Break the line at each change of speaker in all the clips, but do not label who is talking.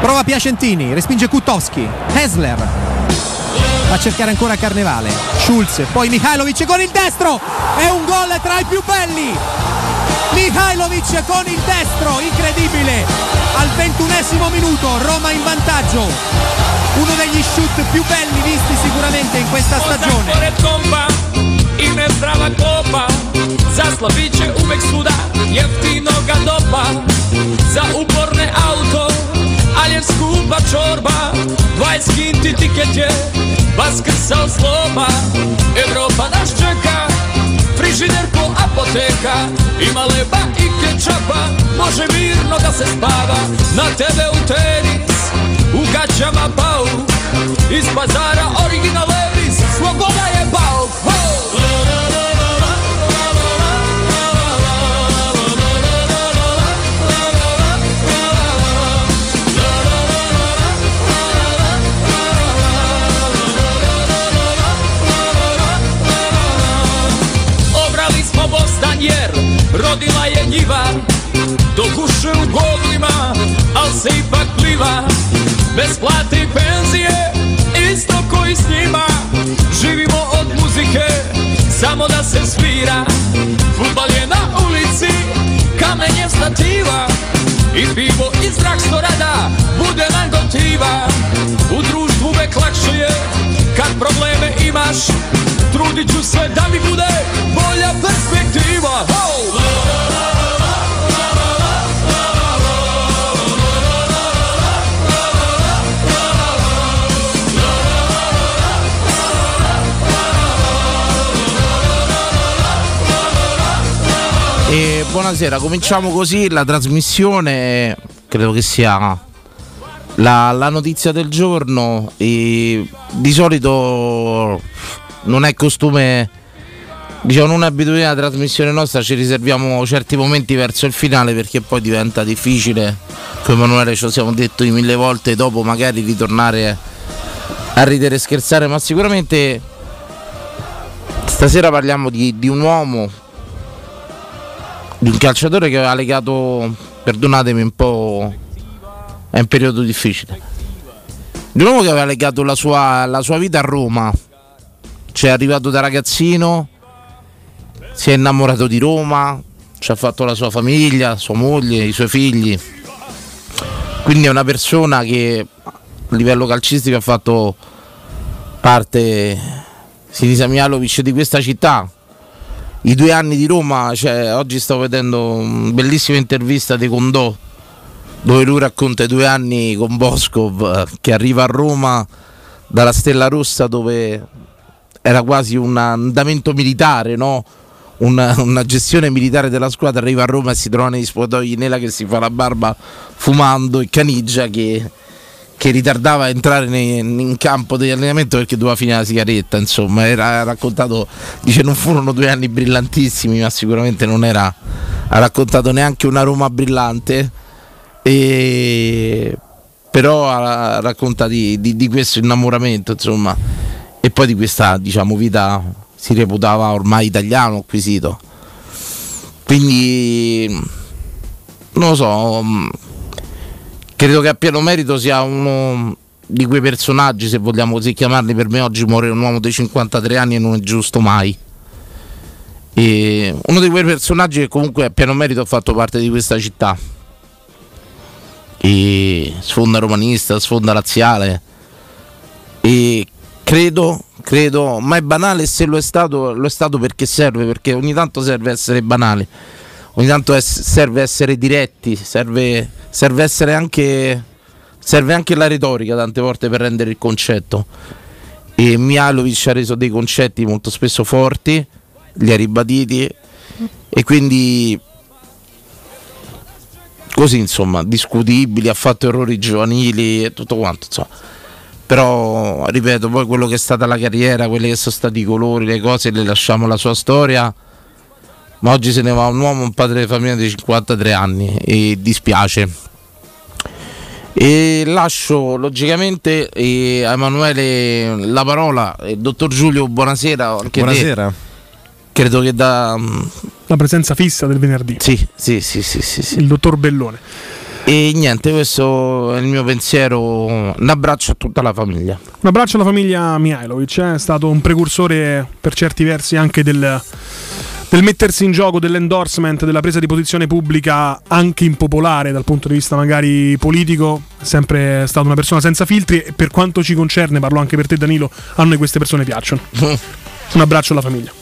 Prova Piacentini, respinge Kutowski, Hesler va a cercare ancora Carnevale, Schulz, poi Mihailovic con il destro, è un gol tra i più belli. Mihailovic con il destro, incredibile, al ventunesimo minuto, Roma in vantaggio. Uno degli shoot più belli visti sicuramente in questa stagione.
ali je skupa čorba 20 kinti tiket je Vaskrsal sloma Evropa nas čeka Frižider po apoteka Ima leba i kečapa Može mirno da se spava Na tebe u tenis U gaćama bauk Iz pazara original Levis Sloboda je bauk Ho! La, la, la, la, la, la, la, la, la. пионер, родила я Нива Докушил голima, ал се и паклива Без плати пензije, isto koji s njima Živimo od muzike, samo da se svira Futbal je na ulici, kamen je stativa I pivo iz rada bude nam gotiva U društvu uvek lakše je, kad probleme imaš Trudit ću se da mi bude bolja perspektiva Ho!
E buonasera, cominciamo così la trasmissione, credo che sia la, la notizia del giorno. E di solito non è costume, diciamo non è abitudine la trasmissione nostra, ci riserviamo certi momenti verso il finale perché poi diventa difficile, come Emanuele ci siamo detto di mille volte, dopo magari ritornare a ridere e scherzare, ma sicuramente stasera parliamo di- di un uomo di un calciatore che aveva legato, perdonatemi un po', è un periodo difficile, di un uomo che aveva legato la sua, la sua vita a Roma, cioè è arrivato da ragazzino, si è innamorato di Roma, ci ha fatto la sua famiglia, sua moglie, i suoi figli, quindi è una persona che a livello calcistico ha fatto parte, si Samialovic, di questa città, i due anni di Roma, cioè, oggi stavo vedendo una bellissima intervista di Condò dove lui racconta i due anni con Boscov eh, che arriva a Roma dalla Stella Rossa dove era quasi un andamento militare, no? una, una gestione militare della squadra, arriva a Roma e si trova negli spogliatoi Nela che si fa la barba fumando e Caniggia che, che ritardava a entrare nei- in campo di allenamento perché doveva finire la sigaretta, insomma, era raccontato, dice non furono due anni brillantissimi, ma sicuramente non era, ha raccontato neanche una Roma brillante, e- però ha- racconta di, di- di questo innamoramento, insomma, e poi di questa diciamo, vita si reputava ormai italiano acquisito. Quindi, non lo so, mm, credo che a pieno merito sia uno di quei personaggi, se vogliamo così chiamarli, per me oggi muore un uomo dei 53 anni e non è giusto mai. E uno di quei personaggi che comunque a pieno merito ha fatto parte di questa città. E sfonda romanista, sfonda razziale. E credo, credo, ma è banale se lo è stato, lo è stato perché serve, perché ogni tanto serve essere banali ogni tanto es- serve essere diretti, serve, serve essere anche serve anche la retorica tante volte per rendere il concetto. E Mialovic ha reso dei concetti molto spesso forti, li ha ribaditi e quindi così insomma, discutibili, ha fatto errori giovanili e tutto quanto, insomma. Però, ripeto, poi quello che è stata la carriera, quelli che sono stati i colori, le cose, le lasciamo la sua storia ma oggi se ne va un uomo, un padre di famiglia di 53 anni e dispiace. E lascio logicamente eh, a Emanuele la parola. Eh, Dottor Giulio, buonasera. anche te.
Buonasera.
Credo che da... mm,
La presenza fissa del venerdì.
Sì, sì, sì, sì, sì, sì.
Il dottor Bellone.
E niente, questo è il mio pensiero. Un abbraccio a tutta la famiglia.
Un abbraccio alla famiglia Mihailovic, eh, è stato un precursore per certi versi anche del, del mettersi in gioco, dell'endorsement, della presa di posizione pubblica anche impopolare dal punto di vista magari politico, è sempre stata una persona senza filtri e per quanto ci concerne, parlo anche per te Danilo, a noi queste persone piacciono. Un abbraccio alla famiglia.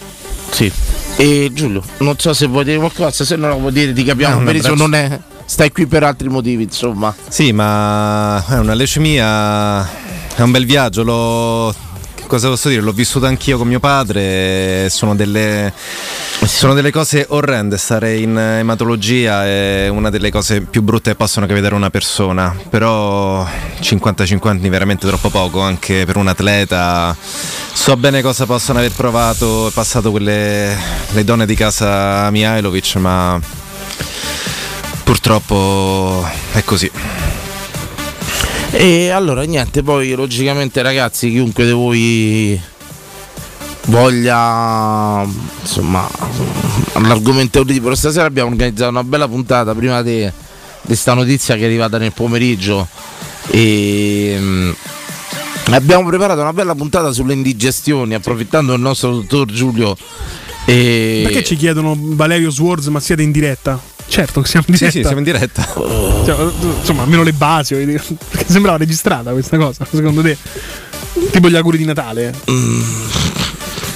Sì. E Giulio, non so se vuoi dire qualcosa, se non lo vuoi dire ti
No,
capiamo.
un
per
abbraccio.
non è... Stai qui per altri motivi, insomma.
Sì, ma è una leucemia, è un bel viaggio, l'ho, che cosa posso dire? L'ho vissuto anch'io con mio padre, e sono delle, sono delle cose orrende, stare in ematologia è una delle cose più brutte che possono capitare a una persona, però 55 anni veramente troppo poco anche per un atleta, so bene cosa possono aver provato e passato quelle le donne di casa Mihailovic, ma purtroppo Oh, è così.
E allora niente, poi logicamente ragazzi, chiunque di voi voglia insomma l'argomento libero stasera abbiamo organizzato una bella puntata prima di questa notizia che è arrivata nel pomeriggio e mm, abbiamo preparato una bella puntata sulle indigestioni approfittando del nostro dottor Giulio e-
Perché ci chiedono Valerio Swords ma siete in diretta? Certo che siamo in
Sì,
diretta.
sì, siamo in diretta.
Oh.
Cioè, insomma, almeno le basi, voglio dire. Perché sembrava registrata questa cosa, secondo te? Tipo gli auguri di Natale.
Mm.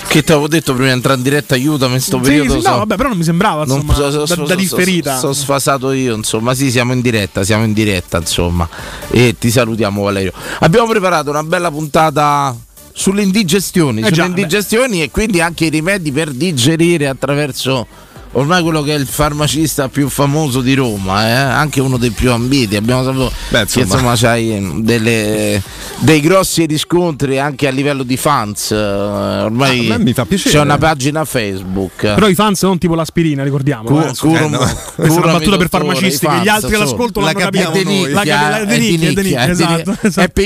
che ti avevo detto prima di entrare in diretta aiutami in sto
Sì,
periodo
sì, no,
so-
vabbè, però non mi sembrava,
Non
insomma,
so- so-
da,
so-
da
so-
differita.
so- so sfasato io, insomma, sì, siamo in diretta, siamo in diretta, insomma. E ti salutiamo Valerio. Abbiamo preparato una bella puntata sulle indigestioni,
Eh
sulle
già,
indigestioni e quindi anche i rimedi per digerire attraverso ormai quello che è il farmacista più famoso di Roma, eh, anche uno dei più ambiti. Abbiamo saputo
Beh,
che
insomma.
insomma c'hai mm, delle- dei grossi riscontri anche a livello di fans. eh, Ormai
Ah, a me mi fa piacere.
c'è una pagina Facebook.
Però i fans non tipo l'aspirina, ricordiamo.
Cu-
eh, insomma.
eh,
curo-
no.
curami,
Questa è una battuta per
dottore,
farmacisti che
i
gli
fans,
altri all'ascolto
la
l'hanno
capiamo
capito.
noi.
La
nicchia,
cap- la-
è
di nicchia, di nicchia,
è di
esatto,
nicchia.
esatto.
È per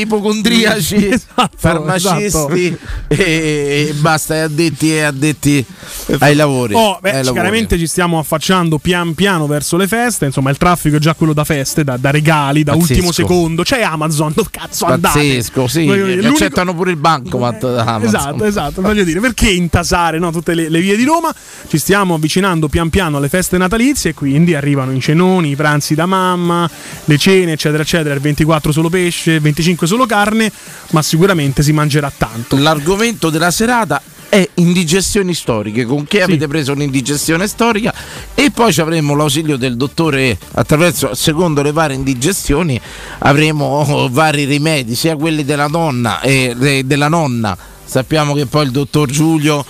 ipocondriaci,
Esatto,
farmacisti
esatto.
e, e basta, e addetti, e addetti ai lavori.
Oh, beh,
ai lavori.
chiaramente ci stiamo affacciando pian piano verso le feste. Insomma, il traffico è già quello da feste, da, da regali, da
Pazzesco.
ultimo secondo. C'è Amazon, dove cazzo andate?
Pazzesco, sì, eh,
Voglio dire,
che
l'unico- Eh,
accettano pure il bancomat da Amazon.
Esatto, esatto, voglio dire, perché intasare no, tutte le, le vie di Roma? Ci stiamo avvicinando pian piano alle feste natalizie, quindi arrivano i cenoni, i pranzi da mamma, le cene, eccetera, eccetera, il 24 solo pesce, il 25 solo carne, ma sicuramente si mangerà tanto.
L'argomento della serata è indigestioni storiche, con chi avete preso un'indigestione storica e poi ci avremo l'ausilio del dottore attraverso, secondo le varie indigestioni, avremo oh, vari rimedi, sia quelli della donna e de- della nonna. Sappiamo che poi il dottor Giulio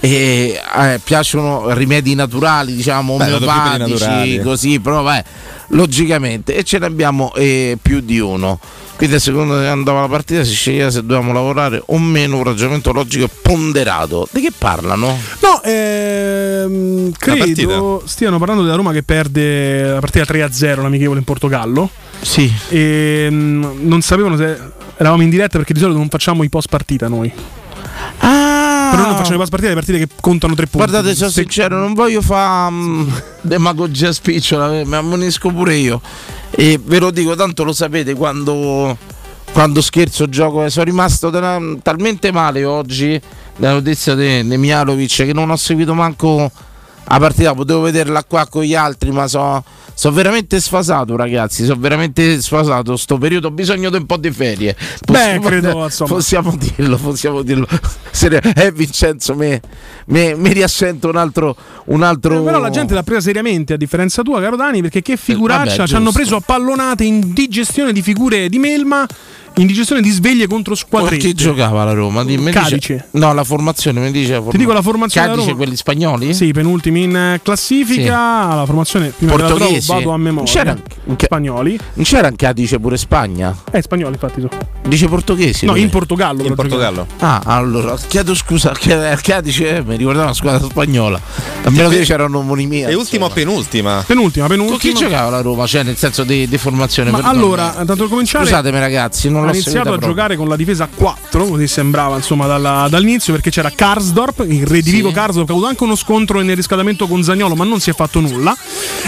eh, eh, piacciono rimedi naturali, diciamo,
Beh, dato più per i naturali.
omeopatici, così, però vabbè, logicamente e ce ne abbiamo eh, più di uno. Quindi a seconda di come andava la partita si sceglieva se dovevamo lavorare o meno un ragionamento logico e ponderato. Di che parlano?
No, ehm, credo
partita.
stiano parlando della Roma che perde la partita 3-0, l'amichevole in Portogallo.
Sì.
E mm, non sapevano se eravamo in diretta perché di solito non facciamo i post partita noi.
Ah!
Però noi non facciamo i post partita, le partite che contano tre punti.
Guardate, sono
Se-
sincero, non voglio fare mm, demagogia spicciola, eh, mi ammonisco pure io. E ve lo dico, tanto lo sapete quando, quando scherzo gioco. eh, Sono rimasto della- talmente male oggi la notizia di di Mialovic che non ho seguito manco la partita. Potevo vederla qua con gli altri, ma sono veramente sfasato, ragazzi. Sono veramente sfasato. Sto periodo ho bisogno di un po' di ferie.
Beh, credo, insomma.
Possiamo dirlo, possiamo dirlo. Se ne- eh, Vincenzo, mi, mi, mi riassento un altro. Un altro...
Eh, Però la gente l'ha presa seriamente, a differenza tua, caro Dani, perché che figuraccia
Eh, vabbè,
ci hanno
giusto.
preso a pallonate in digestione di figure di melma, in digestione di sveglie contro
Con chi
squadretti.
giocava la Roma? Dimmi, mi dice-
Cadice.
no, la formazione mi dice.
Ti dico la formazione della
Cadice,
Roma.
quelli spagnoli?
Sì, penultimi in eh, classifica, la formazione prima che la trovo,
Portoghesi.
vado a memoria.
C'era anche-
Spagnoli.
Non c'era anche Cadice pure Spagna?
Eh, spagnoli infatti. sono.
Dice portoghese.
No,
lui.
in Portogallo.
In
però giocano.
Portogallo.
Ah, allora, chiedo scusa, che- Cadice eh, mi ricordava una squadra spagnola. A meno che c'era un'omonimia.
E ultima o
insomma.
penultima?
Penultima,
Con chi
penultima.
giocava la Roma? Cioè, nel senso di, di formazione.
Ma
perdonami.
allora, tanto per cominciare,
Scusatemi ragazzi, non
ha
l'ho
iniziato a
seguita proprio.
giocare con la difesa a 4, così sembrava insomma dalla- dall'inizio, perché c'era Karsdorp, il redivivo
Sì.
Karsdorp, che ha avuto anche uno scontro nel riscaldamento con Zagnolo, ma non si è fatto nulla.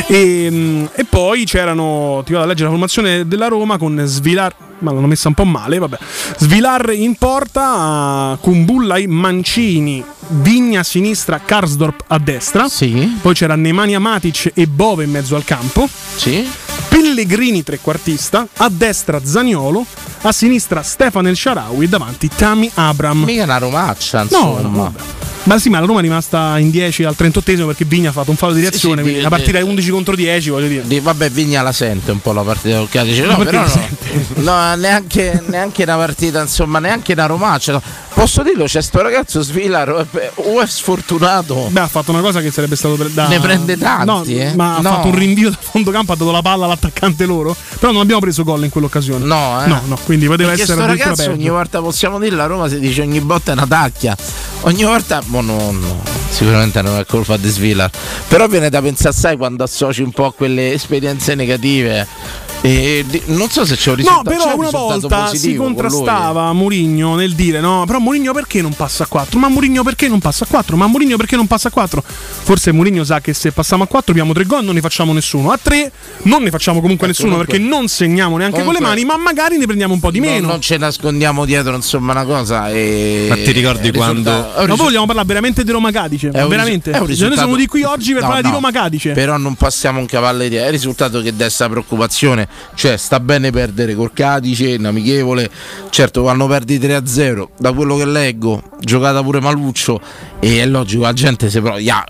E, mm, e poi c'erano, ti vado a leggere la formazione della Roma con Svilar, ma l'hanno messa un po' male, vabbè. Svilar in porta, Kumbulla e Mancini, Vigna a sinistra, Karsdorp a destra.
Sì,
Poi c'era Nemanja Matic e Bove in mezzo al campo.
sì.
Pellegrini trequartista, a destra Zaniolo, a sinistra Stefan El Sharawi e davanti Tami Abram.
Mica una romaccia,
No,
insomma.
no, vabbè. ma sì, ma la Roma è rimasta in 10 al 38esimo perché Vigna ha fatto un fallo di reazione,
sì,
quindi
di-
la partita è
di-
11 contro 10, voglio dire.
Di- vabbè, Vigna la sente un po' la partita col Cadice,
Ma
no,
perché
però
la
no, No, neanche, neanche una partita, insomma, neanche una romaccia. no. Posso dirlo, c'è sto ragazzo Svilaro, eh, o è sfortunato.
Beh, ha fatto una cosa che sarebbe stato pre- da...
Ne prende tanti,
no,
eh.
Ma ha
No.
fatto un rinvio da fondo campo, ha dato la palla all'attaccante loro, però non abbiamo preso gol in quell'occasione.
No, eh.
No, no, quindi poteva
Perché
essere
sto
addirittura
ragazzo
peggio.
ogni volta possiamo dire la Roma si dice ogni botta è una tacchia. Ogni volta. Boh, no, no, sicuramente non è colpa di Svilar. Però viene da pensare, sai, quando associ un po' a quelle esperienze negative. E di- non so se c'è un
No,
risultato. c'è
però
un
una
cioè, risultato
volta si
positivo con lui.
contrastava Mourinho nel dire no, però Mourinho perché non passa a 4? Ma Mourinho perché non passa a 4? Ma Mourinho perché non passa a 4? Forse Mourinho sa che se passiamo a 4 abbiamo 3 gol non ne facciamo nessuno, a 3 non ne facciamo comunque nessuno
Ecco, comunque-
perché non segniamo neanche con le
comunque-
mani, ma magari ne prendiamo un po' di
No,
meno.
non ce nascondiamo dietro, insomma, una cosa. E... eh,
Ma ti ricordi
risulta-
quando-
è un
Ma
risultato-
voi vogliamo parlare veramente di Roma Cadice?
È un
Veramente?
risu-
Cioè,
è un
noi
risultato-
siamo di qui oggi per
No,
parlare di
no,
Roma Cadice.
Però non passiamo un cavallo di È il risultato che desta preoccupazione. Cioè, sta bene perdere col Cadice, in amichevole. Certo, quando perdi 3-0, da quello che leggo, giocata pure Maluccio. E è logico, la gente se però ya,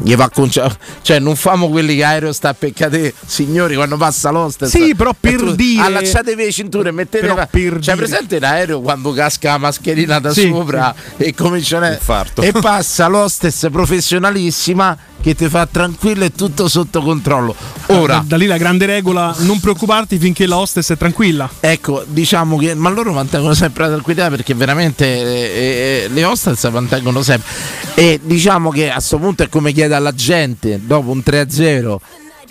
gli va conci- Cioè, non famo quelli che aereo sta a peccate, signori, quando passa l'oste.
Sì, però per dire-
Allacciatevi le cinture e mettete.
Però
la-
per
cioè,
dire-
presente l'aereo quando casca la mascherina da
Sì,
sopra e cominciano a
Infarto.
e passa l'hostess professionalissima che ti fa tranquillo e tutto sotto controllo.
Da,
Ora,
da lì la grande regola, non preoccuparti finché la hostess è tranquilla.
ecco, diciamo che ma loro mantengono sempre la tranquillità perché veramente eh, eh, le hostess mantengono sempre e diciamo che a sto punto è come chiede alla gente dopo un 3-0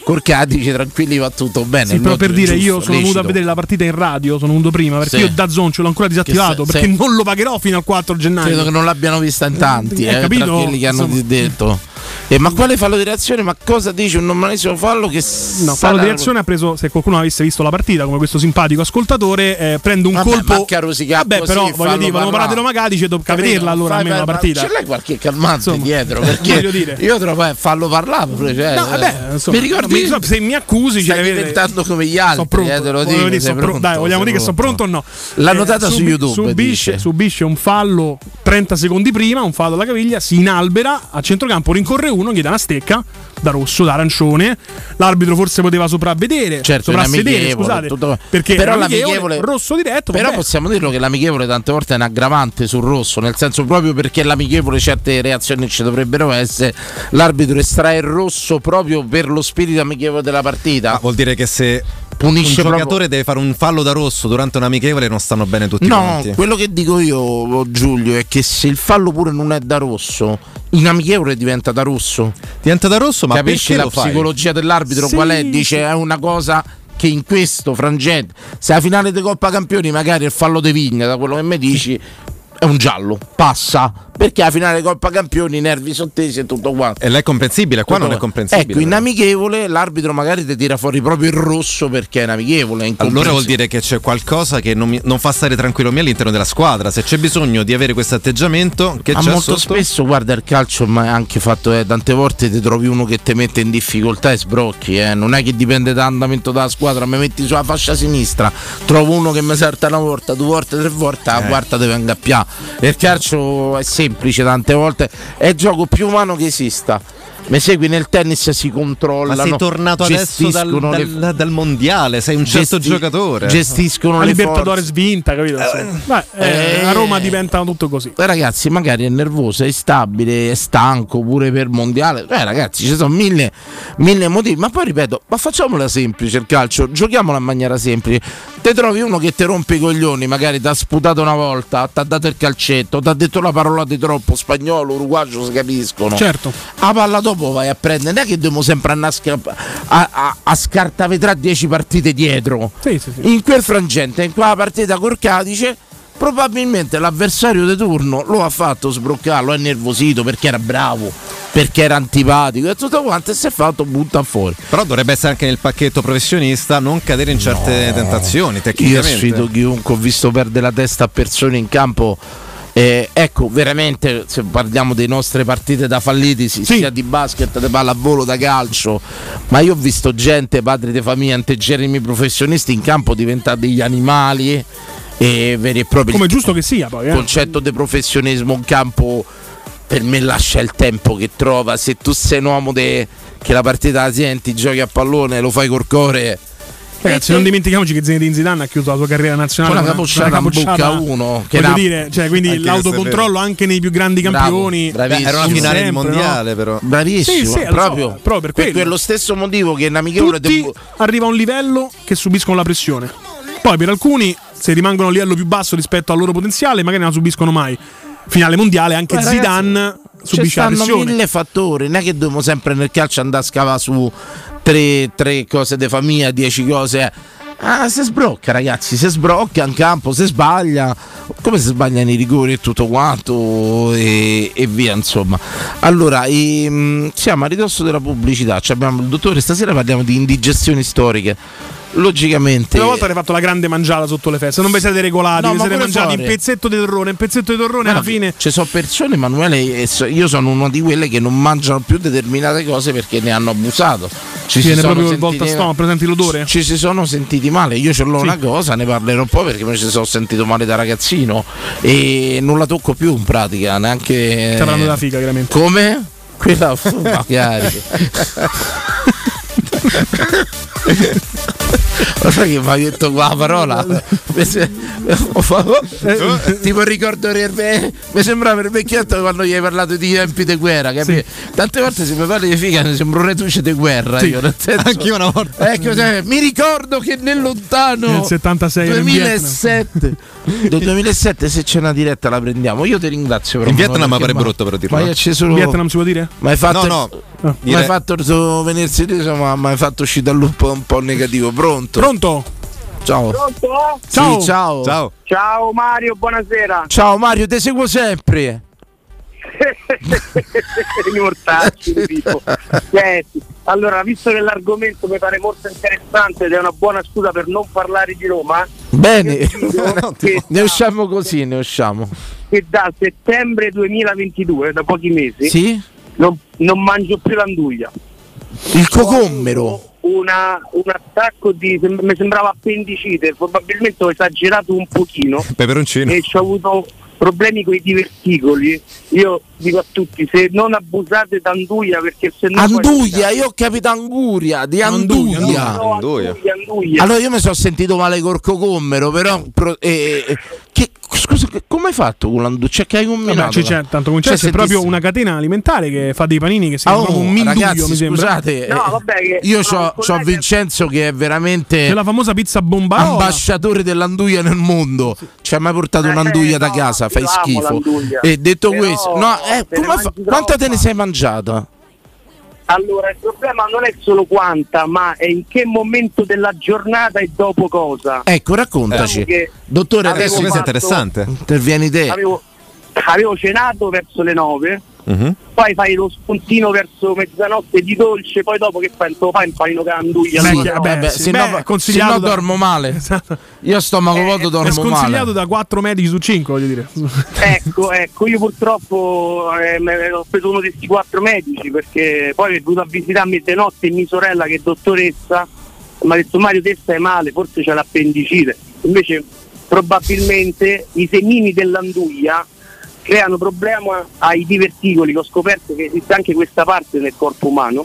col Cadice tranquilli va tutto bene.
Sì, però
Logico,
per dire, io
giusto,
sono venuto a
lecito.
vedere la partita in radio, sono venuto prima, perché
Sì.
io da Zon ce l'ho ancora disattivato,
Che se-
perché
se-
non lo pagherò fino al 4 gennaio.
Credo che non l'abbiano vista in tanti,
Eh,
eh,
capito?
tra quelli che hanno
Insomma.
detto. Eh, ma quale fallo di reazione? Ma cosa dice un normalissimo fallo che
No,
sarà-
Paolo di Reazione ha preso, se qualcuno avesse visto la partita, come questo simpatico ascoltatore, eh, prende un
Vabbè,
colpo...
manca rosicato
Vabbè,
così,
però,
fallo
voglio dire, vanno
parlare.
parlate Roma Cadice, tocca
Capito?
vederla allora
Fai-
almeno la
fai-
partita.
Ce l'hai qualche calmante
Insomma,
dietro? Perché
voglio dire.
io trovo eh, fallo parlare. pure, Cioè,
No, vabbè,
eh,
insomma,
mi ricordi
mi- se mi accusi,
stai
cioè, vedi-
diventando come gli altri.
Sono pronto.
eh, te lo
Volevo
dico,
dire,
sei
sono pro-
pronto,
dai, vogliamo
sei
dire che sono pronto o no? Eh,
L'ha notata su YouTube,
Subisce,
dice.
subisce un fallo 30 secondi prima, un fallo alla caviglia, si inalbera a centrocampo, rincorre uno, gli dà una stecca da rosso, da arancione. L'arbitro forse poteva sopravvedere,
Certo, era
soprassedere,
amichevole,
scusate,
tutto-
perché
però
era
l'amichevole-
rosso diretto,
Però
vabbè.
possiamo dirlo che l'amichevole tante volte è un aggravante sul rosso, nel senso proprio perché l'amichevole certe reazioni ci dovrebbero essere, l'arbitro estrae il rosso proprio per lo spirito amichevole della partita.
Vuol dire che se un
Punisce
giocatore
proprio
deve fare un fallo da rosso durante un amichevole non stanno bene tutti
No,
quanti.
quello che dico io Giulio è che se il fallo pure non è da rosso, in amichevole diventa da rosso.
Diventa da rosso, ma
Capisci
perché
la
lo fai?
psicologia dell'arbitro
Sì,
qual è?
sì.
Dice è una cosa che in questo frangente, se la finale di Coppa Campioni magari il fallo di Vigna, da quello che mi dici, è un giallo, passa, perché la finale di Coppa Campioni, i nervi sottesi e tutto quanto.
E lei è comprensibile, qua non è comprensibile.
Ecco, in amichevole l'arbitro magari ti tira fuori proprio il rosso perché è in amichevole. è
Allora vuol
incomprensibile.
dire che c'è qualcosa che non, mi- non fa stare tranquillo me all'interno della squadra. Se c'è bisogno di avere questo atteggiamento, che
Ma
c'è
molto
sotto?
spesso, guarda, il calcio ma è anche fatto, eh, tante volte ti trovi uno che ti mette in difficoltà e sbrocchi, eh. non è che dipende dall'andamento della squadra, mi metti sulla fascia sinistra, trovo uno che mi salta una volta, due volte, tre volte,
Eh.
la quarta ti venga a pià. Il calcio è semplice tante volte, è il gioco più umano che esista. Mi segui nel tennis si
Ma
controllano.
sei tornato adesso dal,
gestiscono le-
dal- dal mondiale, sei un certo
gesti-
giocatore.
Gestiscono
La
le
Libertadores
forze.
vinta, capito? Insomma. Beh, eh,
eh.
a Roma diventa tutto così.
ragazzi, magari è nervoso, è instabile, è stanco pure per mondiale. Eh, ragazzi, ci sono mille, mille motivi. Ma poi ripeto, ma facciamola semplice il calcio, giochiamola in maniera semplice. Te trovi uno che ti rompe i coglioni, magari ti ha sputato una volta, ti ha dato il calcetto, ti ha detto la parola di troppo, spagnolo, uruguaggio, si capiscono.
Certo.
A palla dopo vai a prendere, non è che dobbiamo sempre andare a, scarpa- a, a, a scartavetrà 10 partite dietro
Sì, sì, sì.
in quel frangente, in quella partita col Cadice, probabilmente l'avversario di turno lo ha fatto sbroccare, lo ha innervosito perché era bravo, perché era antipatico e tutto quanto e si è fatto butta fuori.
Però dovrebbe essere anche nel pacchetto professionista non cadere in certe
Eh,
tentazioni
Io
tecnicamente.
sfido chiunque, ho visto perdere la testa a persone in campo. eh, ecco, veramente, se parliamo delle nostre partite da falliti, si-
Sì.
sia di basket, di pallavolo, da calcio, ma io ho visto gente, padri di famiglia, antegerimi professionisti in campo diventati degli animali e veri e propri.
Come è giusto che sia, poi.
Il
eh.
concetto di professionismo un campo per me lascia il tempo che trova se tu sei un uomo de- che la partita la senti giochi a pallone lo fai col core
Ragazzi, non dimentichiamoci che Zinedine Zidane ha chiuso la sua carriera nazionale
Con una capocciata in
capocciata-
bocca a uno, che
voglio
era-
dire, cioè, quindi
Anche
l'autocontrollo anche nei più grandi
Bravo,
campioni.
bravissimo.
Beh, era una
Sì,
finale del
sempre,
mondiale, però.
bravissimo
Sì, sì, lo so,
proprio,
proprio per quello.
stesso motivo che in amichevole
Tutti
devo-
arriva a un livello che subiscono la pressione. Poi per alcuni, se rimangono a un livello più basso rispetto al loro potenziale, magari non la subiscono mai. Finale mondiale, anche
Beh, ragazzi,
Zidane
ci
subisce la
stanno
pressione.
mille fattori non è che dobbiamo sempre nel calcio andare a scavare su tre, tre cose di famiglia dieci cose eh. Ah, si sbrocca, ragazzi, si sbrocca in campo, si sbaglia, come si sbaglia nei rigori e tutto quanto e, e via, insomma. Allora, ehm, siamo a ridosso della pubblicità, Ci abbiamo il dottore, stasera parliamo di indigestioni storiche. Logicamente...
Una volta avete fatto la grande mangiata sotto le feste, non vi siete regolati,
No,
vi
ma
siete
pure
Ah, mangiati
fuori.
un pezzetto di torrone, un pezzetto di torrone alla fine.
Ci sono persone, Emanuele, e so- io sono una di quelle che non mangiano più determinate cose perché ne hanno abusato. Ci
Viene
sono
proprio il
sentiti-
volta stomach, presenti l'odore?
Ci si sono sentiti male. Io ce l'ho
Sì.
una cosa, ne parlerò un po' perché mi ci sono sentito male da ragazzino e non la tocco più in pratica, neanche.
Sta parlando della figa, chiaramente.
Eh. Come? Quella fu- magari. Lo sai che mi hai detto quella parola? Mi se- tipo ricordo per me- mi sembrava il vecchietto quando gli hai parlato di tempi di guerra capi? tante volte se mi parli di figa mi sembra un reduce di guerra io, nel senso-
Anch'io una volta.
Ecco, sai, mi ricordo che nel lontano
Nel 76 ero in
2007 del 2007 se c'è una diretta la prendiamo io ti ringrazio però,
In Vietnam
Manuel,
pare
perché
brutto però dirlo. eh.
ma, ma io c'è solo
Vietnam si può dire?
ma hai fatto
No, no.
ma
Dire-
hai fatto il tuo venirsi teso, ma ma hai fatto uscire dal loop un po' negativo pronto,
Pronto?
ciao
Pronto?
Sì,
Ciao.
ciao
Ciao.
Ciao Mario, buonasera.
Ciao Mario ti seguo sempre
Mortacci, tipo. Senti, allora, visto che l'argomento mi pare molto interessante ed è una buona scusa per non parlare di Roma,
bene
dico che,
ne usciamo così ne usciamo
che da settembre 2022, da pochi mesi,
sì
non, non mangio più l'anduglia.
il cocommero
Una- un attacco di, sem- mi sembrava appendicite, probabilmente ho esagerato un pochino.
Peperoncino.
e ci ho avuto problemi con i diverticoli. Io dico a tutti, se non abusate d'anduia perché se no...
Anduia, io ho capito Anguria, di
Anduia,
Ah,
Anduia.
No, anduia, anduia.
Allora io mi sono sentito male col cogommero, però... pro- eh, eh, che, scusa, che- come hai fatto con l'anduia? Cioè che hai combinato?
Vabbè, c'è, c'è tanto
Cioè,
concetto,
se
c'è
ti-
proprio una catena alimentare che fa dei panini che si
Ah,
chiama
oh,
un minduio,
ragazzi,
mi sembra.
scusate,
No,
eh,
vabbè, che-
io
no,
ho
il collega-
Vincenzo che è
C'è
veramente
la famosa pizza bomba.
ambasciatore dell'anduia nel mondo. Ci ha mai portato
Eh,
un'anduia da
no,
casa,
io
fai
amo
schifo.
l'anduia.
E detto
Però
questo, no, eh,
te ne
come fa-
mangi
quanta te
troppa.
ne sei mangiata?
Allora, il problema non è solo quanta, ma è in che momento della giornata e dopo cosa.
Ecco, raccontaci.
Diciamo che
Dottore,
avevo
adesso
Adesso questo è
fatto-
interessante.
intervieni te.
Avevo, avevo cenato verso le 9,
Mhm.
poi fai lo spuntino verso mezzanotte di dolce, poi dopo che fai? Te lo fai un panino con l'anduia.
Sì,
no, no.
vabbè,
eh, sì.
se
Beh,
no,
consigliato
se no
da- Esatto.
dormo male. Io a
Eh,
stomaco vuoto
È
dormo
sconsigliato
male.
da 4 medici su 5, voglio dire.
Ecco, ecco, io purtroppo eh, me- ho preso uno di questi quattro medici perché poi è venuto a visitarmi di notte mia sorella che è dottoressa mi ha detto Mario te stai male, forse c'è l'appendicite. Invece probabilmente i semini dell'anduia creano problema ai diverticoli, che ho scoperto che esiste anche questa parte nel corpo umano,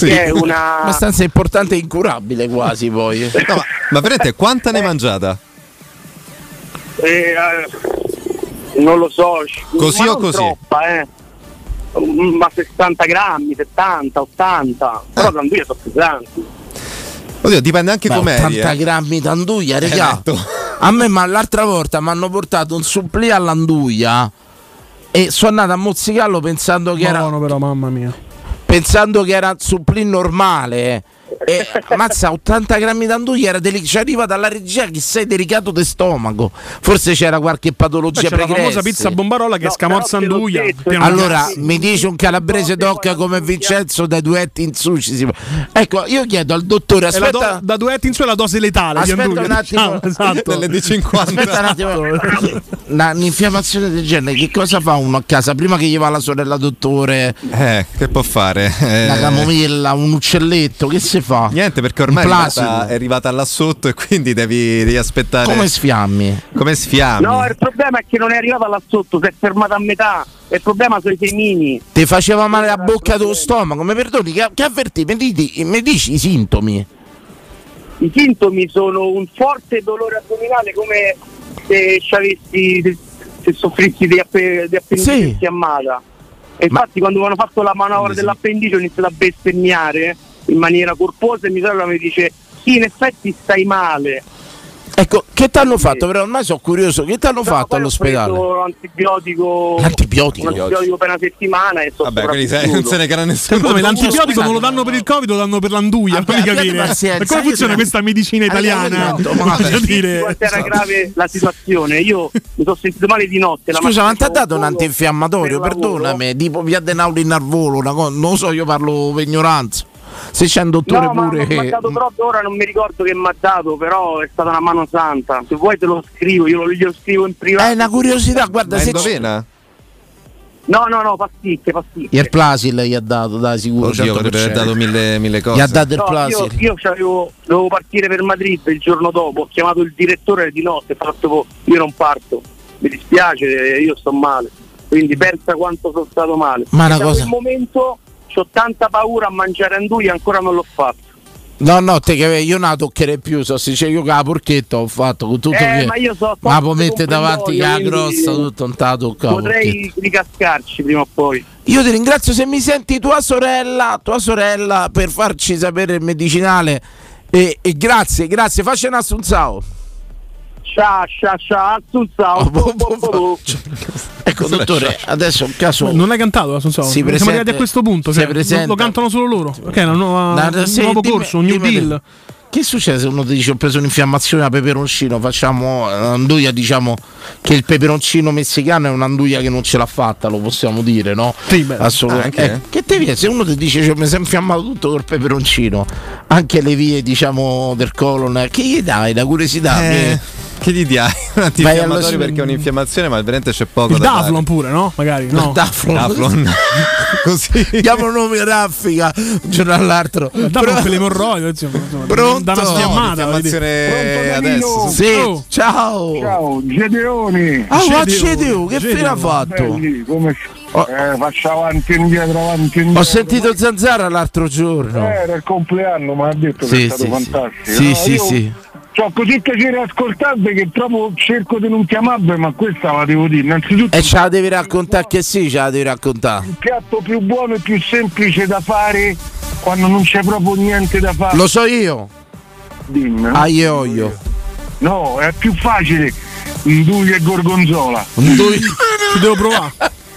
che è una...
Abbastanza importante e incurabile quasi poi. eh.
No, ma, ma veramente quanta ne hai mangiata?
Eh, eh, non lo so,
Così
ma
o
non
così?
Troppa, eh. Mm, Ma 60 grammi, 70, 80,
Eh.
però l'anduia sono più grandi.
Oddio, dipende anche eh.
Ma
com'è.
80 grammi d'anduia, regà.
detto.
A me, ma l'altra volta mi hanno portato un supplì all'anduia e sono andato a mozzicarlo pensando che era
Buono però, mamma mia.
pensando che era supplì normale. E ammazza 80 grammi d'anduia era deli- ci arriva dalla regia che sei delicato di stomaco. Forse c'era qualche
Poi
patologia
c'è la famosa
pregressa.
pizza bombarola che
No,
scamorza
però te l'ho
anduia.
detto,
pieno di
Allora,
gas.
mi dice un calabrese d'occa come Vincenzo dai duetti in sushi. si- Ecco, io chiedo al dottore,
È la do-
aspetta,
da duetti in su è la dose letale
Aspetta
di anduia.
un attimo.
Diciamo, esatto.
Delle D50.
aspetta un attimo. Una- Un'infiammazione del genere, che cosa fa uno a casa? Prima che gli va la sorella dottore,
Eh, che può fare? Eh,
la camomilla, un uccelletto, che si fa?
Niente, perché ormai è
Un
arrivata,
placebo.
è arrivata là sotto e quindi devi, devi aspettare
Come
come,
sfiammi?
sfiammi.
No, il problema è che non è arrivata là sotto, si è fermata a metà. Il problema sono i semini.
Ti faceva male la bocca dello stomaco, mi perdoni, che, che avverti? Mi, diti- mi dici i sintomi?
I sintomi sono un forte dolore addominale come se ci avessi- se, se soffrissi di, appe, di appendicite
Sì.
infiammata. E infatti quando mi hanno fatto la manovra dell'appendice ho iniziato a bestemmiare in maniera corposa e mi sorella mi dice sì in effetti stai male.
Ecco, che ti hanno fatto? Però ormai sono curioso, che ti hanno fatto all'ospedale?
Ho preso antibiotico,
L'antibiotico?
un antibiotico per una settimana e sono
Vabbè, quindi
Eh,
sai, non se ne crea nessuno.
Scusami, l'antibiotico
scusate,
non lo danno per il Covid, lo danno per l'anduia.
Abbi-
Fammi
abbiate
capire.
pazienza,
Per come
io
funziona
Eh,
ti-
questa medicina italiana?
Abbiate pazienza.
Voglio dire. esatto.
quanto era grave la situazione. Io mi sono sentito male di notte. La
Scusa, ma ti
mattina
ha dato un
avevo solo
antinfiammatorio?
per lavoro.
Perdonami, tipo via Denaulin al volo, una cosa, non lo so, io parlo per ignoranza. Se c'è un dottore
No, ma
pure.
mi ha dato troppo, ora non mi ricordo che mi ha dato, però è stata una mano santa. Se vuoi te lo scrivo, io lo, glielo scrivo in privato.
È una curiosità, guarda,
Ma è
se c'è.
endovena?
No, no, no, pasticche, pasticche.
Il Plasil gli ha dato, dai, sicuro.
Oddio,
100%.
potrebbe aver dato mille, mille cose.
Gli ha dato il
No, io,
Plasil.
io c'avevo- dovevo partire per Madrid il giorno dopo, ho chiamato il direttore di notte, ho fatto "Oh, io non parto, mi dispiace, io sto male. Quindi pensa quanto sono stato male.
Ma una
da
cosa-
quel momento ho tanta paura a mangiare anduia, ancora non l'ho fatto.
No, no, te che io non la toccherei più, so se c'è io che la porchetta ho fatto con tutto
Eh,
che.
ma io so-
ma
so-
può mettere
comprendo,
davanti che la
quindi-
grossa, tutto non te la tocca la porchetta.
Potrei ricascarci prima o poi.
Io ti ringrazio se mi senti tua sorella, tua sorella per farci sapere il medicinale. E, e grazie, grazie, facci un assunzao.
Ciao, ciao, ciao, assunzao.
Oh, boh,
Boh, boh, boh, boh.
Ecco, dottore, adesso è un caso.
Non hai cantato la Sonsao?
Si
Siamo
presenta-
arrivati a questo punto.
si
cioè,
presenta-
lo, lo cantano solo loro. Ok, è una nuova,
Da-
un
se-
nuovo
dimmi-
corso, un new
dimmi-
deal.
Che succede se uno ti dice ho preso un'infiammazione a peperoncino? Facciamo eh, anduia, diciamo che il peperoncino messicano è un'anduia che non ce l'ha fatta, lo possiamo dire, no?
Sì, beh,
Assolutamente.
anche,
Eh, che te viene? Se uno ti dice cioè, mi si è infiammato tutto col peperoncino, anche le vie, diciamo, del colon, che gli dai? La curiosità.
Eh,
che-
che gli diai? Un
allo-
antinfiammatorio perché è un'infiammazione, ma veramente c'è poco
Il
da dare.
Davlon pure, no? Magari no.
Daflo.
Davlon. Così.
Chiamo nome raffica un giorno all'altro.
Il Davlon
Però-
per l'emorroide. insomma,
Pronto?
Da una sfiammata. voglio dire.
Infiammazione adesso.
Sì,
Oh.
ciao.
Ciao, Gedeoni.
Ah, ma
Cedeu,
Cedeu, che
Cedeu.
fine ha fatto?
Belli, come
Oh.
eh, facciamo avanti e indietro, avanti e indietro.
Ho sentito Zanzara l'altro
Eh,
giorno.
Era il compleanno, mi ha detto che
Sì,
è stato
sì, sì.
fantastico.
Sì,
No,
sì,
io
sì.
C'ho così piacere ascoltarvi che proprio cerco di non chiamarvi, ma questa la devo dire. Innanzitutto
E ce la devi raccontare che sì, ce la devi raccontare.
il piatto più buono e più semplice da fare quando non c'è proprio niente da fare.
Lo so io,
Dimmi.
Ah,
a ioio.
No, è più facile. Induglia e gorgonzola.
Ci Ah, devo provare.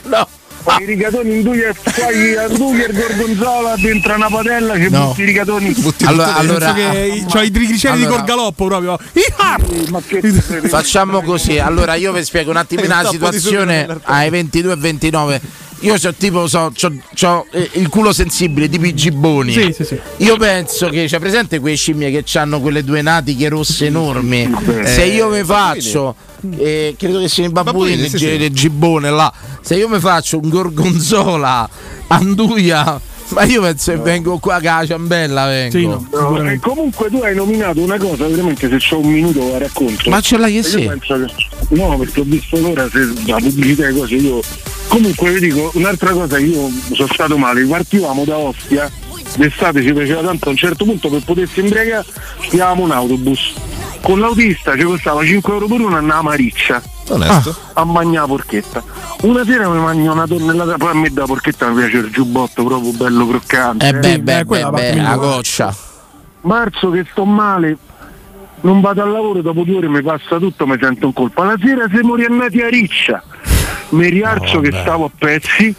No,
Fai i rigatoni, induglia e fai anduglia e gorgonzola dentro una padella che
No.
butti i rigatoni.
allora, allora ah,
Penso che c'ho i trigliceri di
allora-
Corgaloppo proprio. Ihà!
Eh, Ma che
facciamo così. Allora io vi spiego un attimo la
tappo di
situazione
succo
ai 22 e 29. Io c'ho tipo so, c'ho, c'ho, eh, il culo sensibile tipo i gibboni.
Sì, sì, sì.
Io penso che c'è presente quelle scimmie che hanno quelle due natiche rosse enormi. Se io mi faccio, eh, credo che siano i babbuini,
Babbuini, sì,
gi-
sì.
il gibbone là. Se io mi faccio un gorgonzola, anduia, ma io penso che vengo qua che la ciambella vengo.
Sì, no.
No, e
sicuramente.
Eh, comunque tu hai nominato una cosa, veramente se c'ho un minuto la racconto.
Ma ce l'hai che
Io
sì.
penso che- No, perché ho visto l'ora se la pubblicità e cose io. Comunque vi dico un'altra cosa, io sono stato male, partivamo da Ostia, d'estate ci piaceva tanto, a un certo punto per potersi imbriagare pigliavamo un autobus. Con l'autista ci costava 5 euro per una andava a Mariccia Ah.
Onesto.
a mangiare la porchetta. Una sera mi mangio una tonnellata, poi a me da porchetta mi piace il giubbotto proprio bello croccante.
Eh beh,
Sì,
beh,
eh, quella
beh,
parte
beh,
migliore.
la goccia.
marzo che sto male non vado al lavoro dopo due ore mi passa tutto mi sento in colpa la sera siamo riannati a riccia mi rialzo che stavo a pezzi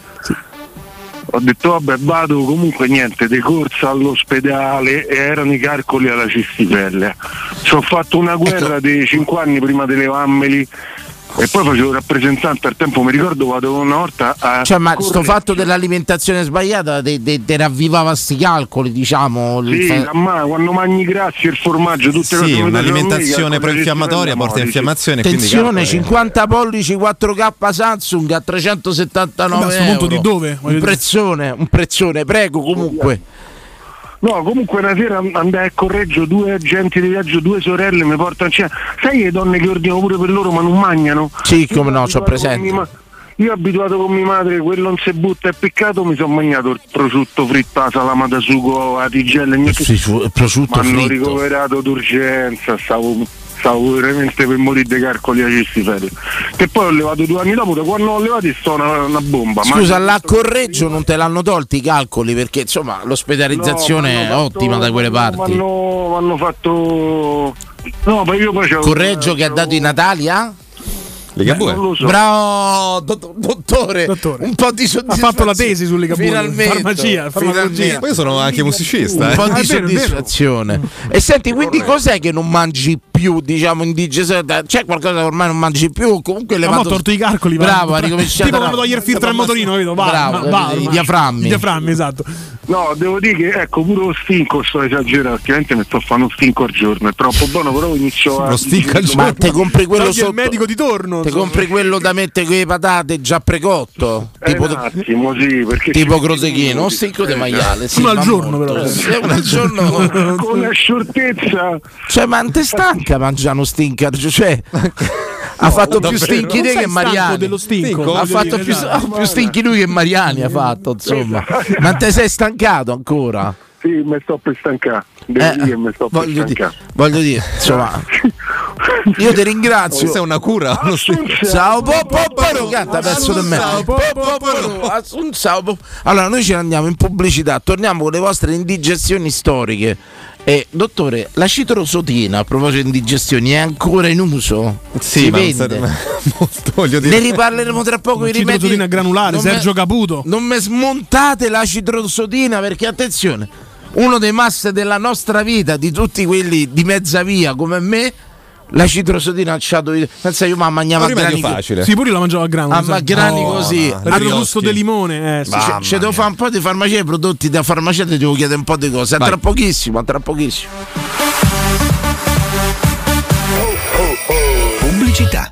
ho detto vabbè vado comunque niente di corsa all'ospedale e erano i calcoli alla cistipelle ci ho fatto
Ecco.
una guerra dei 5 anni prima delle vammeli e poi facevo il rappresentante al tempo mi ricordo vado una volta a
Cioè, ma sto
correre.
fatto dell'alimentazione sbagliata te, te- te ravvivava sti calcoli, diciamo. il
sì,
fa-
ma quando mangi i grassi, il formaggio, tutte le cose
Sì,
che vedono noi,
un'alimentazione
calcoli
proinfiammatoria porta
cistipelle, no,
infiammazione. quindi
Attenzione,
calcola, eh.
50 pollici 4K Samsung a
Beh,
379
a sto
euro.
punto di dove? Voglio
Un
dire.
prezzone, un prezzone, prego comunque.
No, comunque una sera andai a Correggio, due agenti di viaggio, due sorelle mi portano a cena. Sai le donne che ordinano pure per loro ma non mangiano?
Sì, come
Io
no, c'ho
abituato con mia
presente.
ma- Io abituato con mia madre, quello non si butta, è peccato, mi sono mangiato il prosciutto fritto, la salama da sugo, la tigella, niente.
Sì, su- il prosciutto
Mi hanno
fritto.
ricoverato d'urgenza, stavo, stavo veramente per morire dei calcoli a cistipelle. Che poi ho levato due anni dopo, da quando ho levati sto una, una bomba.
Scusa,
Ma-
là a Correggio non te l'hanno tolti i calcoli perché insomma
No,
l'ospedalizzazione
m'hanno
è
fatto-
ottima da quelle parti.
M'hanno, m'hanno fatto No, ma io poi c'ho-
Correggio che ha dato i Natali a?
Eh, non lo so.
Bravo, do- dottore,
Dottore.
un po' di
Ha
soddisfazione.
fatto la tesi su Ligabue.
Finalmente.
Farmacia, farmacia.
Poi sono anche musicista,
Un
eh.
po'
Ah, è
di
vero, è vero.
soddisfazione. E senti, quindi cos'è che non mangi più, diciamo, in digestione? C'è qualcosa che ormai non mangi più? O Comunque
Ma mo'
levato...
ho torto i calcoli.
Bravo,
va.
ha ricominciato.
Tipo quando
Bravo.
togliere il filtro al motorino, capito? Va,
Bravo,
va,
i
ormai.
diaframmi.
I diaframmi, esatto.
No, devo dire che ecco pure lo stinco sto esagerando, ovviamente mi sto fanno uno stinco al giorno, è troppo buono, però inizio a.
Lo stinco al
Ma te compri quello
Togli il
sotto...
medico di torno.
Te compri quello da mettere con le patate già precotto?
Eh,
Tipo,
un attimo, sì, perché
tipo
ci-
crosechino, un stinco di maiale. Sì,
Uno Eh, al
ma
giorno,
molto.
però.
Sì, uno al giorno.
Con la sciortezza
Cioè, ma non te stanca mangiare uno stinker? Cioè, ha fatto più stinchi
Non
te
sei
che
stanco
Mariani.
dello stinco,
Stinco?
voglio
ha
dire,
fatto più,
esatto.
ha più stinchi lui che Mariani ha fatto, insomma. Ma te sei stancato ancora?
sì, mi sto per stancare. Devo
Eh,
dire che mi sto per
voglio, dire,
stancare.
voglio dire, insomma, io ti
Questa è
ringrazio.
una cura. uno stinco.
Ciao Popporo, canta pezzo di me.
Ciao,
Popporo, un ciao, Pop- Allora, noi ce ne andiamo in pubblicità, torniamo con le vostre indigestioni storiche. E dottore, la citrosotina a proposito di indigestioni è ancora in uso?
Sì,
Si
ma non
vende?
serve molto, voglio
Ne
dire.
riparleremo tra poco. i rimedi.
Citrosodina granulare,
Non
Sergio
me-
Caputo.
Non mi smontate la citrosodina perché attenzione, uno dei must della nostra vita, di tutti quelli di mezza via come me, la citrosodina ha lasciato. il- Pensa io, ma mangiava
Un rimedio
grani,
facile.
Sì, pure io la mangiavo a grano.
a
mi sa.
grani
No, no,
così.
no.
Aveva il
Brioschi.
gusto del limone. Eh, sì.
Mamma
Ci devo
mia.
fare un po' di farmacia e prodotti da farmacia, ti devo chiedere un po' di cose. A
Vai.
tra pochissimo, a tra pochissimo.
Pubblicità.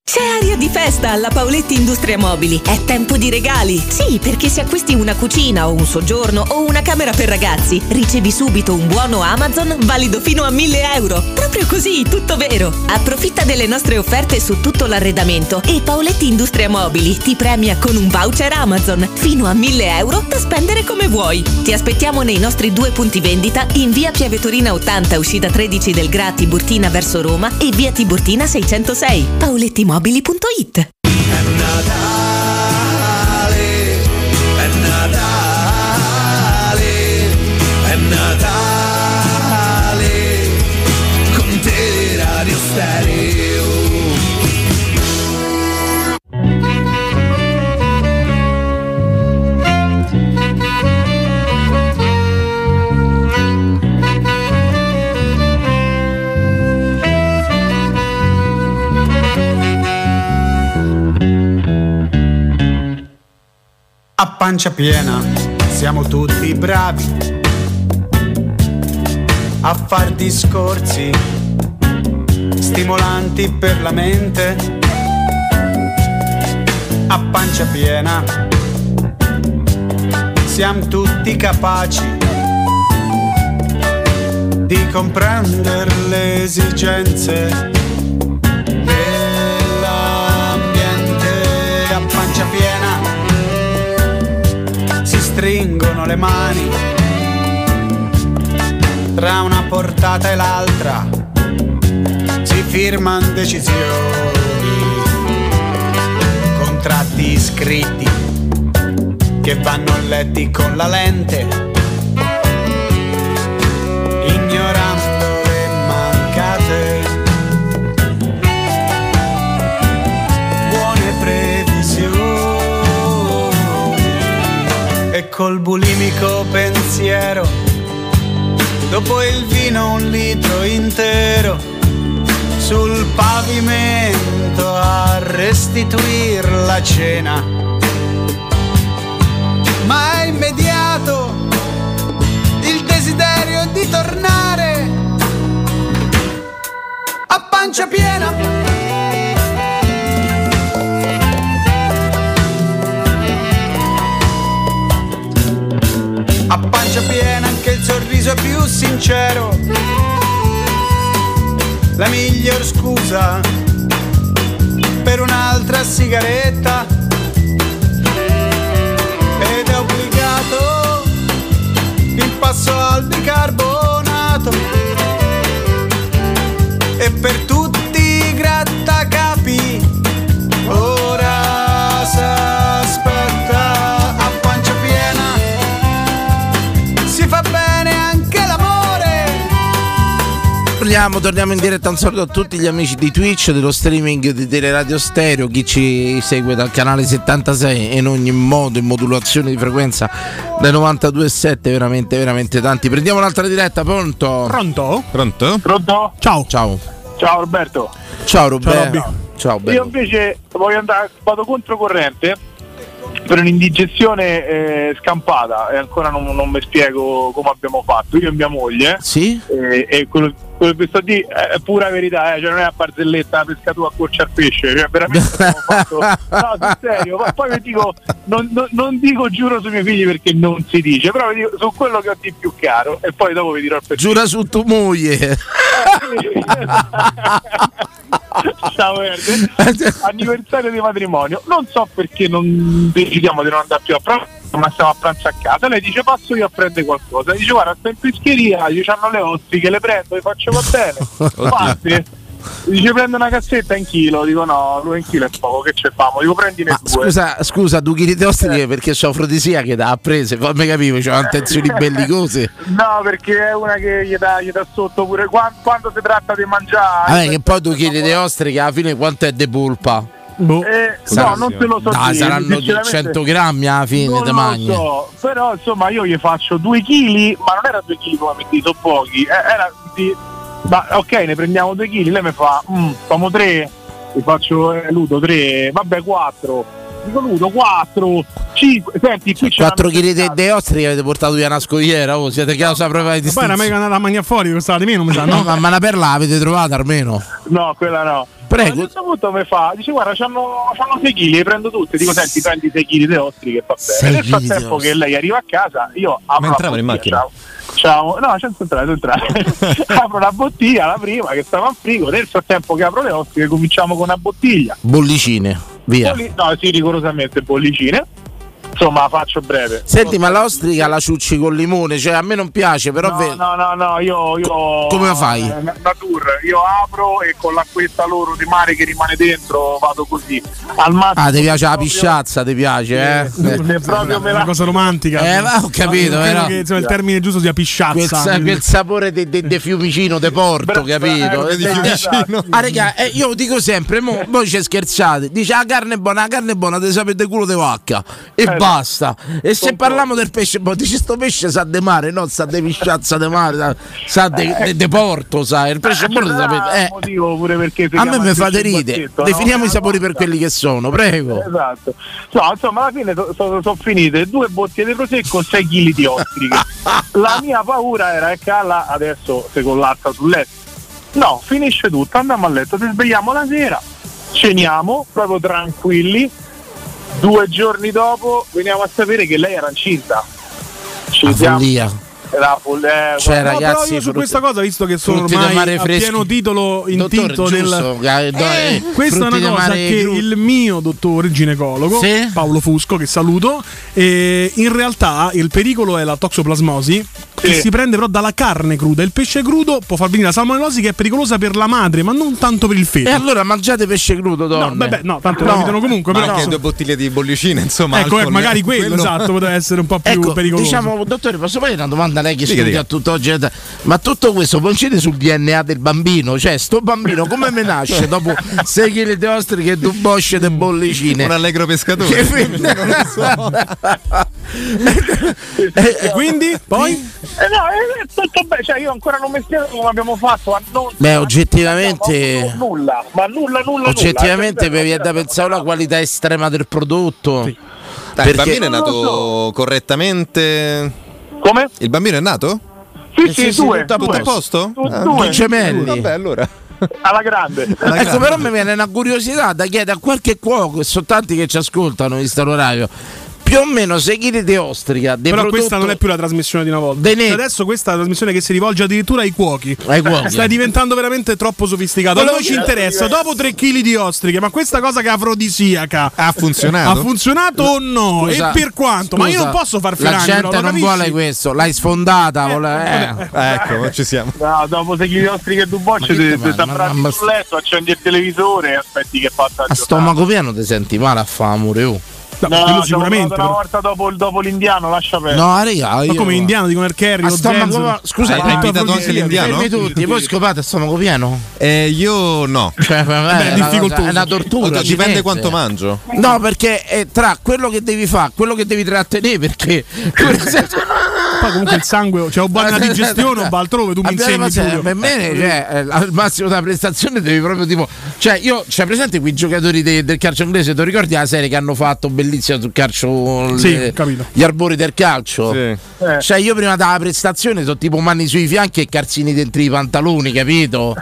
C'è aria di festa alla Paoletti Industria Mobili. È tempo di regali. Sì, perché se acquisti una cucina o un soggiorno o una camera per ragazzi, ricevi subito un buono Amazon valido fino a 1000 euro. Proprio così, tutto vero. Approfitta delle nostre offerte su tutto l'arredamento e Paoletti Industria Mobili ti premia con un voucher Amazon fino a 1000 euro da spendere come vuoi. Ti aspettiamo nei nostri due punti vendita in via Piavetorina 80, uscita 13 del Gra Tiburtina verso Roma e via Tiburtina 606. Paolettimobili.it
A pancia piena siamo tutti bravi a far discorsi stimolanti per la mente. A pancia piena siamo tutti capaci di comprendere le esigenze dell'ambiente. A pancia piena si stringono le mani tra una portata e l'altra si firmano decisioni contratti scritti che vanno letti con la lente ignorando le mancate buone previsioni e col bulimico pensiero. Dopo il vino un litro intero sul pavimento a restituir la cena. Ma è immediato il desiderio di tornare a pancia piena. A pancia piena anche il sorriso è più sincero. La miglior scusa per un'altra sigaretta. Ed è obbligato il passo al bicarbonato. E per tutti i grattacapi ora s'aspetta a pancia piena si fa bene anche l'amore.
Torniamo, torniamo in diretta un saluto a tutti gli amici di Twitch, dello streaming di Teleradio Stereo, chi ci segue dal canale 76 e in ogni modo in modulazione di frequenza dai 92.7, veramente, veramente tanti. Prendiamo un'altra diretta, pronto?
Pronto?
Pronto?
Pronto?
Ciao.
Ciao.
Ciao Roberto.
Ciao Roberto. Ciao,
Io
bello.
invece voglio andare, vado controcorrente per un'indigestione eh, scampata e ancora non, non mi spiego come abbiamo fatto. Io e mia moglie.
Sì?
eh, E, quello, quello che sto a dire è pura verità, eh, cioè non è a barzelletta, la pesca tua a corcia al pesce, cioè veramente abbiamo fatto. No, sul serio, ma poi vi dico, non, non- non dico giuro sui miei figli perché non si dice, però vi dico su quello che ho di più caro e poi dopo vi dirò il perché.
Giura su tua moglie.
Ciao Verde, anniversario di matrimonio. Non so perché non decidiamo di non andare più a pranzo, ma stiamo a pranzo a casa. Lei dice passo io a prendere qualcosa. Dice guarda, sto in pescheria, gli hanno le ostriche, le prendo, le faccio va bene. Parte. Dice prendo una cassetta in chilo, dico no, lui in chilo è poco, che ce famo? Dico prendine due.
Scusa, scusa, tu chili di ostriche perché c'ho afrodisia che da prese, fammi capire, c'ho intenzioni bellicose.
No, perché è una che gli dà, gli dà sotto pure Quan- quando, si tratta di mangiare.
Vabbè, che poi tu chili di ostriche alla fine quanto è de pulpa?
Eh, no, non te lo so
Boh. Dai,
dire,
saranno
sinceramente.
100 grammi alla fine,
Non
te
lo
magni.
so, però insomma io gli faccio 2 kg, ma non era 2 kg come metti, sono pochi, eh, era di- ma ok ne prendiamo 2 kg, lei mi fa, "Mm, famo 3, gli faccio eh, Ludo 3, vabbè 4, dico Ludo 4, 5, senti qui c'è
4 kg di, di ostriche avete portato via una scogliera, oh, siete che la saprà di
Poi era meglio andata a mangiare fuori, costava di meno, mi sa,
No, ma, ma la perla l'avete trovata almeno.
No, quella no.
Prego.
A un certo punto mi fa, dice guarda, c'hanno, c'hanno 6 kg, li prendo tutti, dico senti prendi 6 kg di ostriche, va bene. Nel
Sei chili di
frattempo
ostriche.
che lei arriva a casa, io apro
Ma
la
entrava in
bottiglia,
macchina?
Ciao. Ciao. No, c'è entrare, entrare. apro la bottiglia, la prima che stava in frigo, nel frattempo che apro le ostriche cominciamo con una bottiglia.
Bollicine, via.
Bolli- no, sì, rigorosamente bollicine. Insomma, faccio breve.
Senti, ma l'ostrica la ciucci col limone, cioè a me non piace, però
no,
ve-
no, no, no, io, io
come la fai?
eh, na- Natur, io apro e con l'acquetta loro di mare che rimane dentro vado così. Al massimo
Ah, ti piace la pisciazza, ti piace, eh?
Sì,
Eh.
proprio me
Una cosa romantica.
Eh, ma ho capito,
Credo
però.
che, insomma, il termine giusto sia pisciazza.
Quel, sa-
quindi-
quel sapore de, de- de fiumicino de porto, capito?
eh, di
Eh,
Fiumicino.
Ah, raga, eh, io dico sempre, mo, voi ci scherzate, dice la carne è buona, la carne è buona, te sapete culo di vacca
Eh,
e basta. E se parliamo del pesce, boh, dici sto pesce sa de mare, no, sa de pisciazza de mare, sa- sa de, de- de porto, sa, il pesce buono lo sapete. Eh,
motivo pure perché si
a
chiama
me mi
il
fate
pesce
ride,
guacchetto, no? Eh,
definiamo i sapori per quelli che sono, prego.
Esatto. No, insomma, alla fine sono finite due bottiglie di prosecco, 6 kg di ostriche. La mia paura era che alla adesso se collassa sul letto. No, finisce tutto, andiamo a letto, ci svegliamo la sera, ceniamo proprio tranquilli. Due giorni dopo veniamo a sapere che lei era incinta. Ci
La follia.
La follia.
Cioè,
No, però
ragazzi,
io su
frutti-
questa cosa, visto che sono
frutti da
ormai
mare
a
freschi.
pieno titolo in
Dottore,
tinto
giusto,
ah,
del...
eh, dai,
questa è
frutti
una
da
cosa
mare
che
cru.
il mio dottore ginecologo,
Sì?
Paolo Fusco, che saluto, eh, in realtà il pericolo è la toxoplasmosi, che si prende però dalla carne cruda. Il pesce crudo può far venire la salmonellosi che è pericolosa per la madre, ma non tanto per il feto.
E allora mangiate pesce crudo, donne.
No, vabbè, no, tanto lo evitano comunque,
Ma
però...
anche due bottiglie di bollicine, insomma.
Ecco, eh,
alcol,
magari
eh,
quello, esatto, potrebbe essere un po' più
Ecco,
pericoloso.
diciamo, dottore, posso fare una domanda? Lei che
Dica,
studia
dica.
tutt'oggi, ma tutto questo può incidere sul DNA del bambino? Cioè, sto bambino come me nasce dopo 6 kg di
Mm.
ostriche e due bosce di bollicine?
Un allegro pescatore.
Che-
quindi poi?
Eh no, è tutto bene, cioè io ancora non mi spiego come abbiamo fatto a non
Beh,
Eh.
oggettivamente.
nulla, ma nulla, nulla, Cioè,
Oggettivamente
nulla.
mi viene da pensare a una qualità estrema del prodotto.
Dai, il bambino è nato correttamente.
Come?
Il bambino è nato?
Sì, sì, due,
tutto a
due.
posto. Tutto a posto?
Tu-
Ah,
due.
due
gemelli.
Vabbè, allora.
alla grande.
ecco, però mi viene una curiosità da chiedere a qualche cuoco, e sono tanti che ci ascoltano in questo orario. Più o meno 6 kg di ostrica. di
Però
prodotto-
questa non è più la trasmissione di una volta. Cioè, adesso questa è la trasmissione che si rivolge addirittura ai cuochi. Eh,
Ai cuochi. eh.
Stai diventando veramente troppo sofisticato. A
Volevo
noi ci
chiedere-
interessa, dopo 3 kg di ostriche, ma questa cosa che è afrodisiaca ha
funzionato?
Ha funzionato o no?
Scusa,
e per quanto? ma io
scusa,
non posso far
La
filangelo,
gente
lo
non
capisci?
vuole questo, l'hai sfondata. vuole- eh.
ecco, ci siamo.
No, dopo sei chili nostri che tu bocce
che
ti
domanda,
ti t'abbracci
mamma-
sul letto, accendi il televisore e aspetti che passa
A stomaco pieno ti senti male a famore. Oh.
no, sicuramente. Una volta dopo, il- dopo l'indiano, lascia perdere.
No, raga, io-
di Conor Carey,
A
lo
stomaco-
Zenzero.
Scusa,
Hai-
ma-
hai invitato
tutto
anche
così,
l'indiano?
fermi tutti, voi scopate a stomaco pieno?
Eh, io no.
Cioè,
Vabbè,
è
è
una
difficoltoso.
cosa- è una tortura,
Oddio, dipende
niente.
quanto mangio.
No, perché è tra quello che devi fare, quello che devi trattenere, perché
Poi comunque il sangue, cioè o va nella digestione o va altrove, tu mi
Abbiamo
insegni,
pazienza,
Giulio.
Per me, cioè, eh, al massimo della prestazione devi proprio tipo. Cioè, io cioè, presente quei giocatori de- del calcio inglese, tu ricordi la serie che hanno fatto bellissima sul calcio
Sì,
le-
capito.
gli arbori del calcio? Cioè, io prima della prestazione sono tipo mani sui fianchi e calzini dentro i pantaloni, capito?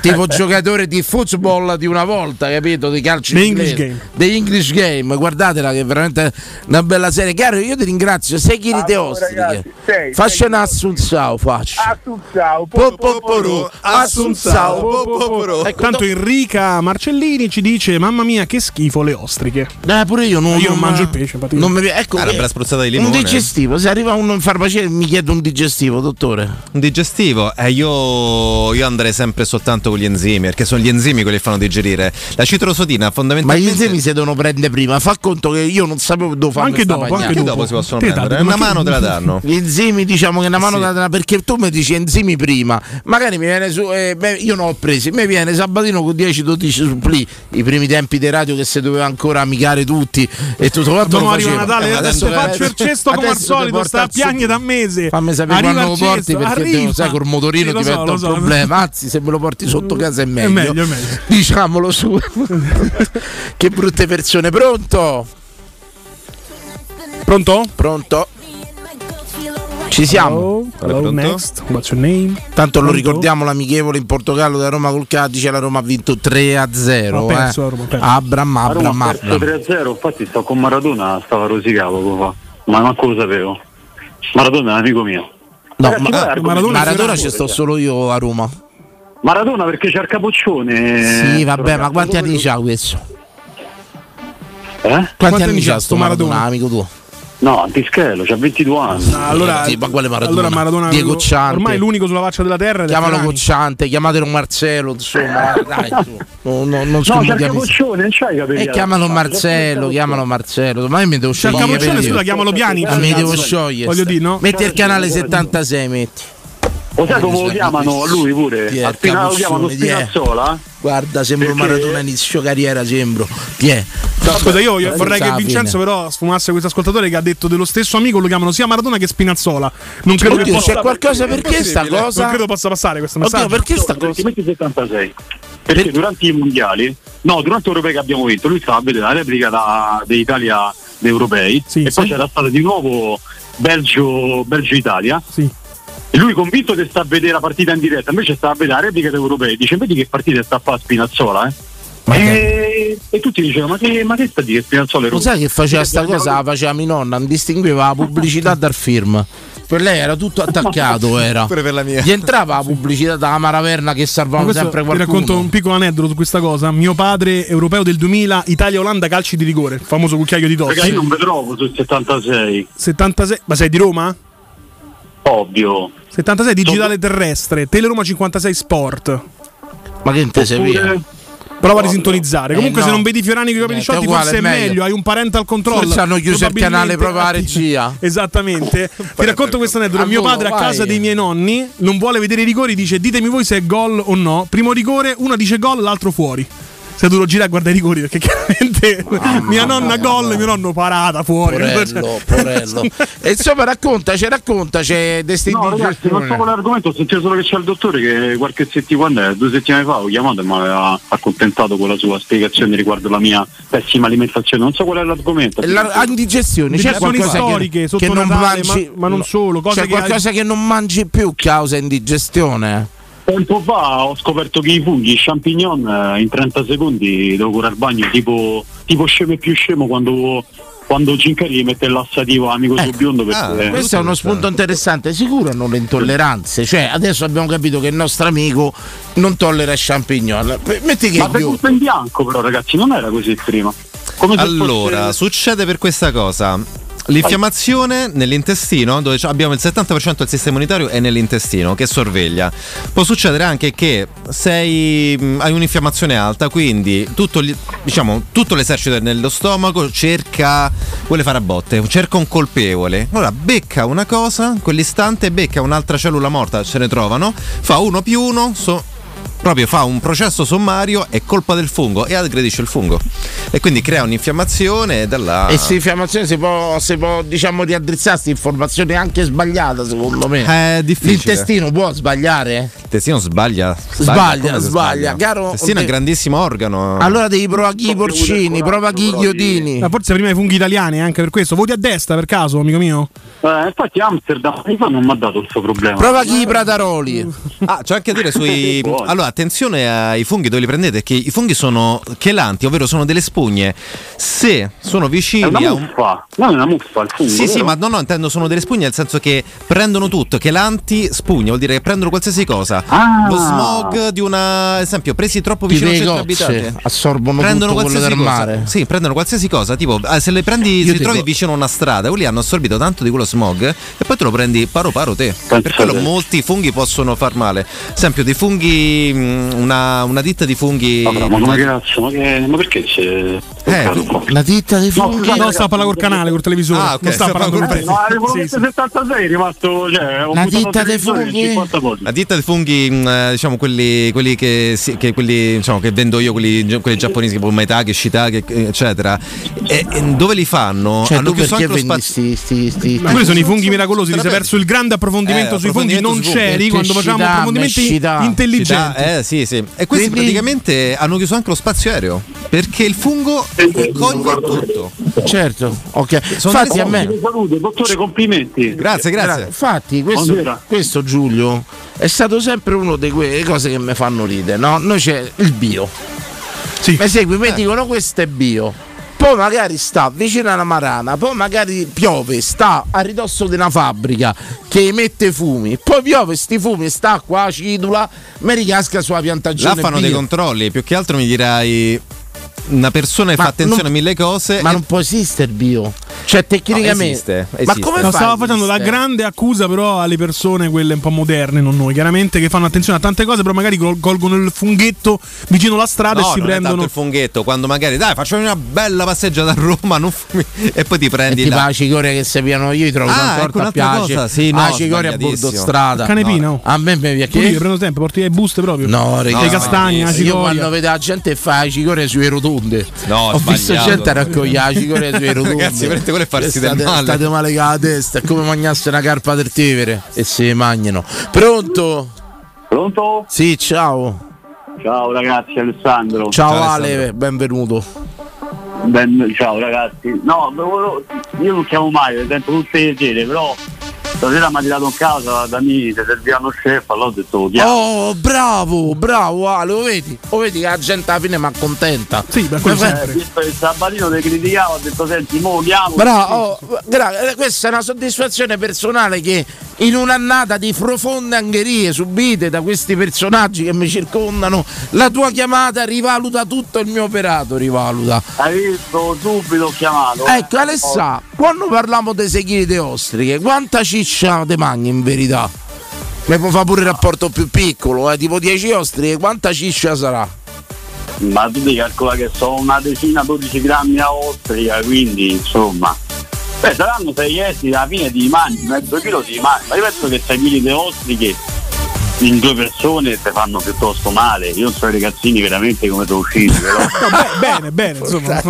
tipo giocatore di football di una volta, capito? Di calcio
The
inglese.
English Game.
The English Game, guardatela che è veramente una bella serie. Caro, io ti ringrazio, sei chili te
Allora,
ostriche.
ragazzi, sei,
Faccio un assunzao, faccio.
Assunzao,
Popoporò, Assunzao, Popoporò. Ecco,
Tanto
no-
Enrica Marcellini ci dice: Mamma mia, che schifo le ostriche.
Eh, pure io non,
io non mangio il pesce. infatti.
Non mi piace- ecco,
Ah, una
eh,
bella spruzzata di
Un
limone.
digestivo, se arriva un farmacista e mi chiede un digestivo, dottore.
Un digestivo? Eh, io, io andrei sempre soltanto con gli enzimi, perché sono gli enzimi quelli che fanno digerire. La citrosodina
Ma gli
fondamentalmente.
enzimi si devono prendere prima, fa conto che io non sapevo dove fare
Anche
questa
dopo,
bagnata.
anche Anche dopo. dopo si possono Te prendere, dà- eh, ma una che- mano te la danno.
Gli enzimi, diciamo che una mano
Sì.
te la danno, perché tu mi dici enzimi prima, magari mi viene su, eh, beh, io non ho presi, mi viene sabatino con 10-12 suppli, i primi tempi di radio che si doveva ancora amicare tutti e tutto quanto.
Dopo
lo
arriva
facevo.
Natale,
Eh, ma
adesso
tanto-
faccio il cesto come al
adesso ti
solito,
porta
sta a
al
piagne da mese.
Fammi sapere
Arriva
quando
il
lo porti
cesto,
perché
arriva.
devo, sai col motorino
Sì, lo so,
diventa
lo
un
so.
problema. Anzi, se me lo porti sotto casa è meglio.
meglio, è meglio.
Diciamolo su. che brutte persone. Pronto?
Pronto?
Pronto. Ci siamo.
Hello, hello, next. What's your name?
Tanto lo
Pronto?
ricordiamo l'amichevole in Portogallo da Roma col Cadice, la Roma ha vinto 3 a 0.
Ha perso la Roma, ha
eh.
perso.
Abram,
A Roma
Abram,
ha perso
Abram.
3-0, infatti sto con Maradona, stava rosicavo poco fa, ma manco lo sapevo. Maradona è un amico mio.
No,
Ragazzi,
ma-
guarda, come
Maradona,
si innamora,
ci sto
cioè.
solo io a Roma.
Maradona perché c'è il capoccione.
sì, vabbè, ma quanti anni c'ha questo?
Eh?
Quanti, anni c'ha sto Maradona, amico tuo?
No, antischello, c'ha 22 anni.
allora-
Sì, ma quale Maradona?
Allora Maradona
Diego
quello-
Ciante.
ormai è l'unico sulla faccia della terra. ed è
Chiamalo
Ferrani.
Cocciante, chiamatelo Marcello, insomma, dai, su. No, no, non
No, c'è il
scomodiamo-
capoccione, non c'hai i capelli.
E chiamalo
alti.
Marcello, chiamalo Marcello, ma io mi devo
C'è il
sciogliere.
Capoccione,
per Dio.
scusa, chiamalo Piani,
Eh,
Ma mi
cazzo.
devo sciogliere.
Voglio
sta-
dire, no?
Metti il canale 76, metti.
Lo sai come lo chiamano a lui pure?
Ti è,
Al finale lo chiamano
Capoccione, ti è.
Spinazzola?
Guarda, sembro
Perché?
Maradona inizio carriera, sembro. Ti è.
No, scusa, io io vorrei che
Alla fine.
Vincenzo però sfumasse questo ascoltatore che ha detto dello stesso amico lo chiamano sia Maradona che Spinazzola. Non credo che
Oddio,
possa
c'è qualcosa perché sta
Impossibile.
cosa?
Non credo possa passare questo messaggio.
Oddio, perché sta
Perché metti 76? Perché durante i mondiali, no, durante l'Europeo che abbiamo vinto, lui stava a vedere la replica da, dell'Italia degli europei e poi c'era stata di nuovo Belgio, Belgio-Italia. E lui convinto che sta a vedere la partita in diretta, invece sta a vedere la replica degli europei. Dice, vedi che partita sta a fare Spinazzola, eh? E, e tutti dicevano, ma che, ma che sta di che Spinazzola è
Lo
russo?
sai che faceva sta cosa? La faceva mia nonna, non distingueva la pubblicità dal film. Per lei era tutto attaccato, era.
Pure per la mia.
Gli entrava la pubblicità dalla maraverna che
Ma
salvava
questo-
sempre
vi
qualcuno.
racconto un piccolo aneddoto su questa cosa. Mio padre, europeo del 2000, Italia-Olanda, calci di rigore, il famoso cucchiaio di
Perché io
Totti.
non mi trovo sul 76,
76, ma sei di Roma?
ovvio.
76 digitale terrestre, Teleroma 56 Sport.
Ma che te sei via?
Oppure-
Prova a risintonizzare.
Eh,
Comunque,
no.
se non vedi Fiorani con i capelli
Niente,
sciotti,
è uguale,
forse è
è meglio.
meglio. Hai un parental control.
Forse hanno chiuso il
Probabilmente-
canale proprio alla regia.
Esattamente. Ti racconto questo aneddoto.
Allora,
Mio padre a
vai.
casa dei miei nonni non vuole vedere i rigori, dice ditemi voi se è gol o no. Primo rigore, uno dice gol, l'altro fuori. sei duro girare a guardare i rigori perché chiaramente
Ah,
mia nonna gol e mio nonno parata fuori.
Porello, porello. e insomma, raccontaci, raccontaci
No, ragazzi, non so
destinazione.
quell'argomento, ho sentito solo che c'è il dottore che qualche settimana, due settimane fa, ho chiamato e mi aveva accontentato con la sua spiegazione riguardo la mia pessima alimentazione. Non so qual è l'argomento.
Eh, Indigestione, c'è
Indicazioni
qualcosa
storiche,
che,
sotto
che non
Natale,
mangi,
ma- ma non solo, cose
c'è
che-
qualcosa che non mangi più causa indigestione.
Tempo fa ho scoperto che i funghi, i champignon, eh, in 30 secondi devo curare il bagno, tipo, tipo scemo e più scemo quando, quando Gincari gli mette l'assativo amico sul biondo. Perché,
Ah, questo è uno spunto interessante. Si curano le intolleranze. Cioè, adesso abbiamo capito che il nostro amico non tollera il champignon. P- Metti che
Ma per
io-
tutto in bianco però ragazzi, non era così prima. Come se
allora,
fosse-
succede per questa cosa. L'infiammazione nell'intestino, dove c- abbiamo il 70% del sistema immunitario, è nell'intestino che sorveglia. Può succedere anche che sei, mh, hai un'infiammazione alta, quindi tutto, gli- diciamo, tutto l'esercito nello stomaco cerca, vuole fare a botte, cerca un colpevole. Allora becca una cosa, in quell'istante becca un'altra cellula morta, se ne trovano, fa uno più uno, so- proprio fa un processo sommario è colpa del fungo e aggredisce il fungo e quindi crea un'infiammazione e da là
E se l'infiammazione si può, si può diciamo riaddrizzare questa informazione anche sbagliata secondo me.
Eh, È difficile.
L'intestino può sbagliare?
il testino sbaglia
Sbaglia,
come se
sbaglia, caro-
il testino è un
de-
grandissimo organo
Allora devi provare chi i porcini, prova chi i ghiodini.
Ah. Ma forse prima i funghi italiani anche per questo. Voti a destra per caso, amico mio?
Eh, infatti Amsterdam anni fa non mi ha dato il suo problema.
chi i prataroli
ah c'è anche da dire sui allora attenzione ai funghi dove li prendete che i funghi sono chelanti ovvero sono delle spugne se sono vicini
È una
a un
muffa, non è una muffa il fungo.
Sì, sì,
vero?
ma no, no, intendo sono delle spugne nel senso che prendono tutto, che l'anti spugna vuol dire che prendono qualsiasi cosa.
Ah.
Lo smog di una, ad esempio, presi troppo
Ti
vicino a
dei
centro
gocce,
abitate.
assorbono tutto quello
qualsiasi
del
cosa.
mare.
Sì, prendono qualsiasi cosa, tipo eh, se le prendi se
Io
li
dico-
trovi vicino a una strada, quelli hanno assorbito tanto di quello smog e poi te lo prendi paro paro te. Per quello
te.
molti funghi possono far male. Ad esempio, dei funghi mh, una, una ditta di funghi Eh.
Vabbè, ma come cazzo, ma, che, ma perché c'è...
La ditta dei
No,
funghi?
no, sta a parlare col canale, col televisore.
Ah, ok,
Non
sta
sta a parlare col
parlando col
televisore.
televisore.
Sì, sì.
76 è eh, rimasto, cioè, ho
La
buttato
ditta
il
dei
televisore in
funghi?
50 volte.
La ditta di funghi, mh, eh, diciamo quelli, quelli che, si- che quelli, diciamo, che vendo io, quelli, gi- quelli giapponesi, tipo Maitake, Shiitake, eh, eccetera, e- e dove li fanno?
Cioè,
Hanno
tu
chiuso
perché
anche lo
vendi
spazio.
sti, Cioè, sti, sti-
Ma quelli sono i funghi miracolosi. Ti sei perso il grande approfondimento
Eh,
sui funghi. Non
approfondimento sui funghi.
c'eri quando facevamo approfondimenti intelligenti.
Eh, sì, sì. E questi
Quindi-
praticamente hanno chiuso anche lo spazio aereo perché il fungo coglie tutto.
Certo, ok.
Sono
Infatti
delle
a me
spugne.
Salute, dottore, complimenti.
Grazie, grazie.
Infatti, questo,
Buonasera.
questo, Giulio è stato sempre uno di quelle cose che mi fanno ridere, no? Noi c'è il bio. Mi segui,
Eh.
mi dicono questo è bio. Poi magari sta vicino alla marana, poi magari piove, sta a ridosso di una fabbrica che emette fumi, poi piove sti fumi, sta acqua acidula, mi ricasca sulla
Là
piantagione.
fanno
bio.
dei controlli, più che altro mi dirai una persona che
Ma
fa attenzione
non-
a mille cose.
Ma non può esistere il bio. Cioè, tecnicamente.
esiste,
Ma
esiste.
come
No,
fa?
stavo facendo la
esiste?
grande accusa però alle persone, quelle un po' moderne, non noi, chiaramente, che fanno attenzione a tante cose, però magari col- colgono il funghetto vicino alla strada
No,
e si
non è tanto
prendono...
il funghetto quando magari dai facciamo una bella passeggiata a Roma non fumi- e poi ti prendi
Tipo
la-
la cicoria che si piano io trovo
Ah,
una
ecco
torta a
un'altra
piace. Ah,
cosa, sì, no,
la cicoria a bordo
sbagliatissimo.
strada.
Canepino?
No, A me mi
Tu io
piace.
prendo tempo, porti le buste proprio.
No,
le
regà,
castagne, la
io
cicoria.
quando vedo la gente che fa la cicoria sulle rotonde.
No,
ho visto
sbagliato.
gente raccogliere la cicoria sulle rotonde.
Ragazzi, veramente quello è farsi
State-
del male.
State male con la testa, è come mangiasse una carpa del Tevere e se mangiano. Pronto?
Pronto?
Sì, ciao.
Ciao ragazzi, Alessandro.
Ciao, Ale, benvenuto.
Ben- ciao ragazzi. No, volevo- io non chiamo mai, per esempio tutte le sere, però stasera mi ha tirato in casa da me, se serviva uno chef, allora ho detto lo chiamo.
Oh, bravo, bravo Ale, lo vedi? Lo vedi che la gente alla fine mi accontenta. Sì, ma
Eh, visto che Sabatino te criticava, ho detto senti, mo lo chiamo.
Bravo, oh, gra- eh, questa è una soddisfazione personale che in un'annata di profonde angherie subite da questi personaggi che mi circondano, la tua chiamata rivaluta tutto il mio operato, rivaluta.
Hai visto subito ho chiamato. eh.
Ecco Alessà, quando parliamo dei seghini di ostriche, quanta ciccia te mangi in verità? Mi può fare pure il rapporto più piccolo, eh, tipo 10 ostriche, quanta ciccia sarà?
Ma tu devi calcolare che sono una decina, 12 grammi a ostrica, quindi insomma. Beh, saranno 6 essi, alla fine ti mangi, mezzo chilo ti mangi, ma io penso che 6 chili di ostriche in due persone si fanno piuttosto male. Io non so i ragazzini veramente come sono usciti, però.
bene, bene, insomma.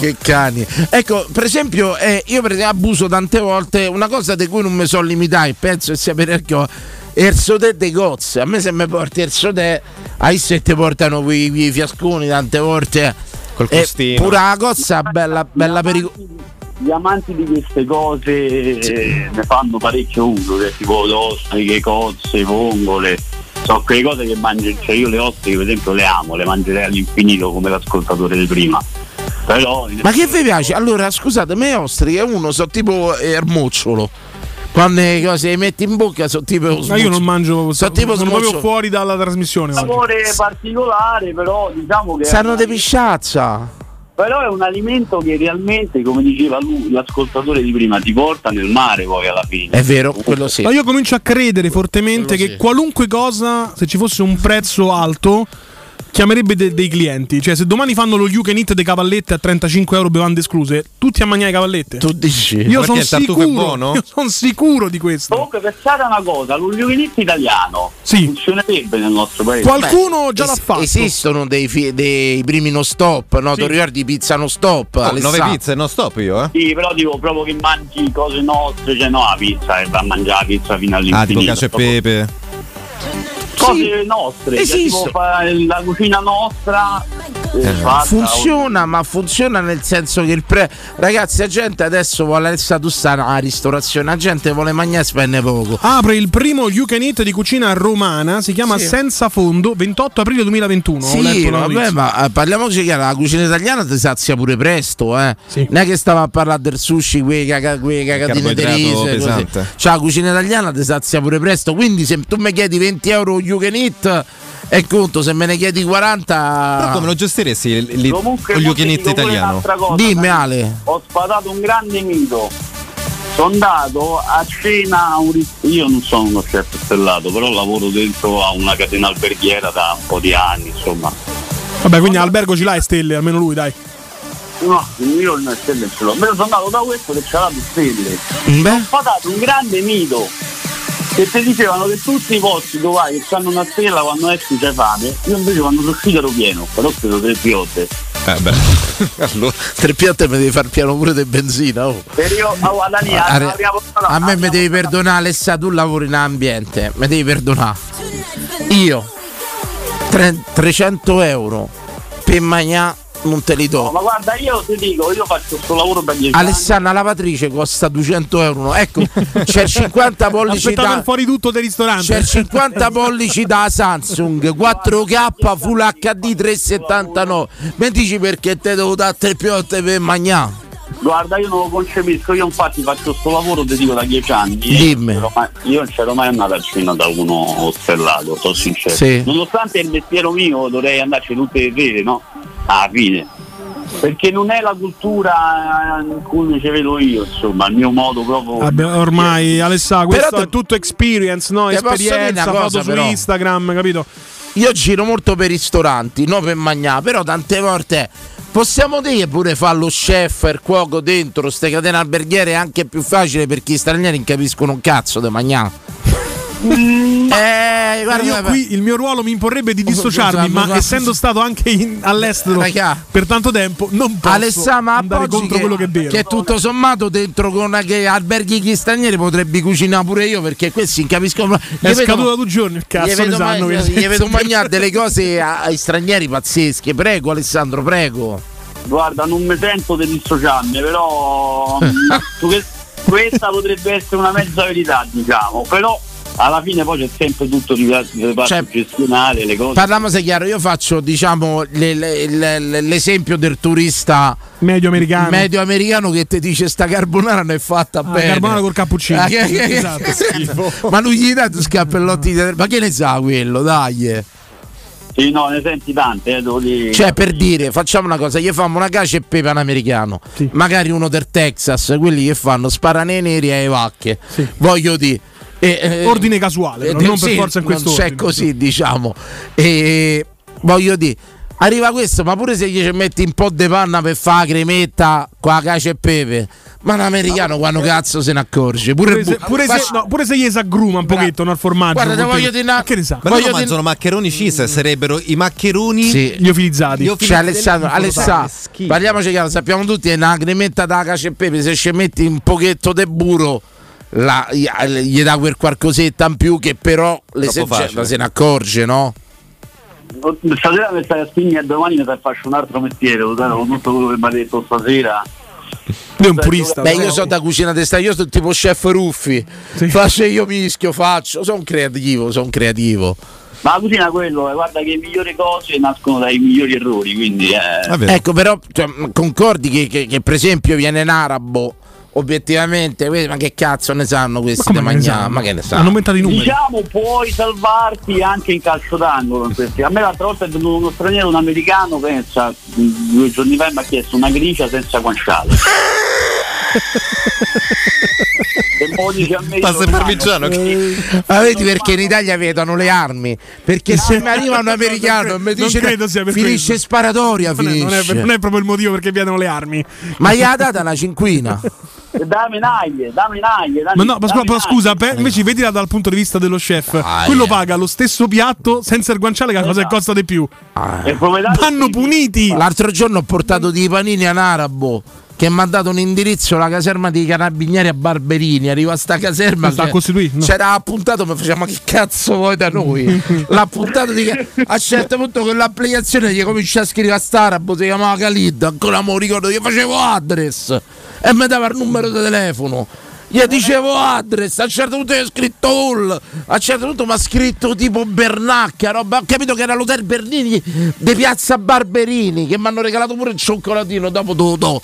Che cani. Ecco, per esempio, eh, io per esempio abuso tante volte una cosa di cui non mi sono limitato e penso di sapere anche io, è il sodè dei cozze. A me se mi porti il sodè, a se ti portano quei, quei fiasconi tante volte.
Col
Eh,
costino.
pure la cozza bella, bella pericolosa.
Gli amanti di queste cose eh, ne fanno parecchio uso, che tipo le ostriche, cozze, vongole. So quelle cose che mangio, cioè io le ostriche per esempio le amo, le mangerei all'infinito come l'ascoltatore di prima. Però
Ma che vi piace? Allora, scusate, me ostriche uno sono tipo eh, il mocciolo. Quando le cose le metti in bocca sono tipo.
Ma io non mangio.
Sono tipo
sono proprio
smocciolo.
fuori dalla trasmissione. Oggi.
sapore particolare, però diciamo che.
Sanno di pisciazza.
Però è un alimento che realmente, come diceva lui, l'ascoltatore di prima, ti porta nel mare poi alla fine.
È vero, Eh, quello sì.
Ma io comincio a credere fortemente che
sì.
qualunque cosa, se ci fosse un prezzo alto, chiamerebbe de- dei clienti. Cioè, se domani fanno lo you can eat dei cavallette a 35 euro bevande escluse, tutti a mangiare cavallette. Tu
dici?
Io sono
Perché il tartufo è buono?
sicuro. Io sono sicuro di questo.
Comunque pensate a una cosa, l'uliovinetto italiano funzionerebbe nel nostro paese.
Beh, es- Esistono dei, fi- dei primi no stop, no? Tu ricordi pizza no stop?
Oh,
Alessà?
nove pizze
no stop io, eh?
Sì, però dico proprio che mangi cose nostre, cioè no la pizza e va a mangiare la pizza fino
Ah, tipo
all'infinito.
cacio e pepe.
Cose nostre, cioè,
esistono.
tipo fa- la cucina nostra eh, fatta-
Funziona, ma funziona nel senso che il pre. Ragazzi, la gente adesso vuole essere tussana alla ristorazione, la gente vuole mangiare e spende poco.
Apre il primo You Can Eat di cucina romana, si chiama
Sì.
Senza Fondo, 28 aprile 2021. ho
Sì,
letto la
vabbè,
notizia.
ma eh, parliamoci chiaro, la cucina italiana ti sazia pure presto, eh. Non è che stava a parlare del sushi, quei, caca, quei cagatine
Carboidrato
di riso e così.
pesante.
Cioè, la cucina italiana ti sazia pure presto, quindi se tu mi chiedi 20 euro you can eat, è conto, se me ne chiedi 40...
Però come lo gestiresti il- il-
Comunque,
lo you
posso
can
dire
eat
pure
italiano?
un'altra cosa,
Dimmi
dai.
Ale.
Ho spadato un grande mito. Sono andato a cena a un ris- Io non sono uno chef stellato, però lavoro dentro a una catena alberghiera da un po' di anni, insomma.
Vabbè, quindi albergo ci l'hai stelle, almeno lui, dai.
No, io non stelle ce l'ho. Me lo sono andato da questo che ce l'ha due stelle.
Ho
spadato un grande mito. Che ti dicevano che tutti i posti dove vai che hanno una stella quando esci c'è fame, io invece quando sono uscito ero pieno, però ho preso tre piotte.
Eh beh. allora.
Tre piatte mi devi far piano pure di benzina, oh.
Per io a Guadagna,
Are-
la prima volta
a me mi devi perdonare Alessa tu lavori in ambiente mi devi perdonare io tre- 300 euro per mangiare non te li do
Ma guarda, io ti dico, io faccio questo lavoro per dieci anni.
Alessandra lavatrice costa 200 euro no? ecco c'è il 50 pollici
Aspettavo
da
il fuori tutto del ristorante.
c'è il 50 pollici da Samsung 4K Full HD 379 mi dici perché te devo dare tre piotte per mangiare
Guarda, io non lo concepisco, io infatti faccio sto lavoro, ti dico, da dieci anni.
Dimmi.
Io non c'ero mai andato a cena da uno stellato, sono sincero.
Sì.
Nonostante è il mestiero mio, dovrei andarci tutte le sere, no? Alla fine. Perché non è la cultura eh, in cui ci vedo io, insomma, il mio modo proprio.
Vabbè, ormai Alessà, questo
Però
è tutto experience, no?
Te posso dire
Esperienza,
una cosa,
foto su
però?
Instagram, capito?
Io giro molto per i ristoranti, non per mangiare, però tante volte possiamo dire che pure fa lo chef, il cuoco dentro, ste catene alberghiere è anche più facile perché gli stranieri non capiscono un cazzo di mangiare. eh, guarda, Oh,
io
guarda.
qui il mio ruolo mi imporrebbe di dissociarmi,
Guarda,
ma
guarda.
essendo stato anche in- all'estero
Raga.
per tanto tempo, non posso
Alessà, ma
andare
appoggi
contro
che,
quello che è vero.
che tutto sommato dentro con che alberghi gli stranieri potrebbi cucinare pure io perché questi non capiscono.
È
Gli vedo-
scaduto da due giorni il cazzo,
gli vedo,
ne
ma-
sanno che-
gli vedo mangiare delle cose a- ai stranieri pazzesche. Prego Alessandro, prego.
Guarda, non mi sento di dissociarmi, però mm, su que- questa potrebbe essere una mezza verità, diciamo, però alla fine poi c'è sempre tutto di di parte
Cioè,
gestionale, le cose.
Parliamoci chiaro, io faccio diciamo le- le- le- le- l'esempio del turista
medio americano, Ah,
medio americano che ti dice sta carbonara non è fatta bene.
carbonara col cappuccino.
Ah, che- che- che-
Esatto, schifo.
ma lui gli dai tu scappellotti di terra, ma che ne sa quello, dai.
Sì, no, ne senti tante, eh, devo dire.
Cioè per dire, facciamo una cosa, gli fanno una cace e pepe americano, magari uno del Texas, quelli che fanno sparane neri alle vacche. Voglio dire e, eh,
Ordine casuale, però,
eh,
non per
sì,
forza in
non
questo
c'è così, diciamo. E voglio dire, Arriva questo, ma pure se gli ci metti un po' di panna per fare la cremetta con la cacio e pepe. Ma l'americano quando cazzo se ne accorge? Pure,
Pure se, pure se- no, pure se gli esagruma un pochetto no, al formaggio.
Guarda, te
col
voglio
pepe.
dire una-
Che ne sa?
Ma loro Voglio dire- mangiano
Sono maccheroni cisa, sarebbero i maccheroni
liofilizzati.
Cioè, Alessandro, Alessà, parliamoci chiaro, sappiamo tutti è una cremetta da cacio e pepe, se ci metti un pochetto di burro la- gli- gli dà quel qualcosetta in più che però l'esercente
facile.
se ne accorge, no?
Stasera mi stai a spingere domani mi faccio un altro mestiere, lo dai, con tutto quello che mi ha detto stasera.
Lui è un
purista,
Beh,
no?
io sono da cucina testata, io sono tipo chef Ruffi. Faccio io mischio, faccio. Sono creativo, sono creativo.
Ma la cucina è quello, eh, guarda che le migliori cose nascono dai migliori errori, quindi eh.
Ecco, però cioè, mh, concordi che, che- che, per esempio viene un arabo, obiettivamente, que- ma che cazzo ne sanno questi
come
da
ne
mangiare?
sanno?
Ma che ne sanno?
Hanno aumentato i numeri.
Diciamo puoi salvarti anche in calcio d'angolo in questi. A me l'altra volta è venuto uno straniero, un americano, pensa, mh, due giorni fa e mi ha chiesto una gricia senza guanciale. e poi dice a me
Passa il
"Romano,
parmigiano.
eh,
Ma vedi perché in Italia vedono le armi? Perché se mi arriva un americano e
Non
mi dice
credo sia per
finisce
quello."
sparatoria,
Non è, non, è,
finisce.
non è proprio il motivo perché vedono le armi.
Ma gli ha data una cinquina.
Eh, Dammi naglie, dammi naglie, dammi
Ma no, ma scusa,
dammi
però
naglie."
scusa, per- invece vedila dal punto di vista dello chef.
Ah, eh.
Quello paga lo stesso piatto senza il guanciale che è la cosa che costa di più.
Vanno
puniti.
Ah. L'altro giorno ho portato dei panini a un arabo che mi ha dato un indirizzo alla caserma dei carabinieri a Barberini. Arriva a sta caserma.
Sta a
che-
Costituì, no.
C'era appuntato, ma facciamo che cazzo vuoi da noi? L'ha appuntato di a un certo punto con l'applicazione gli comincia a scrivere a st'arabo, si chiamava Khalid, ancora mi ricordo, gli facevo address e mi dava il numero di telefono. Gli dicevo address, a un certo punto gli ho scritto all, a un certo punto mi ha scritto tipo Bernacca, roba, ho capito che era l'hotel Bernini di piazza Barberini, che mi hanno regalato pure il cioccolatino, dopo te lo do.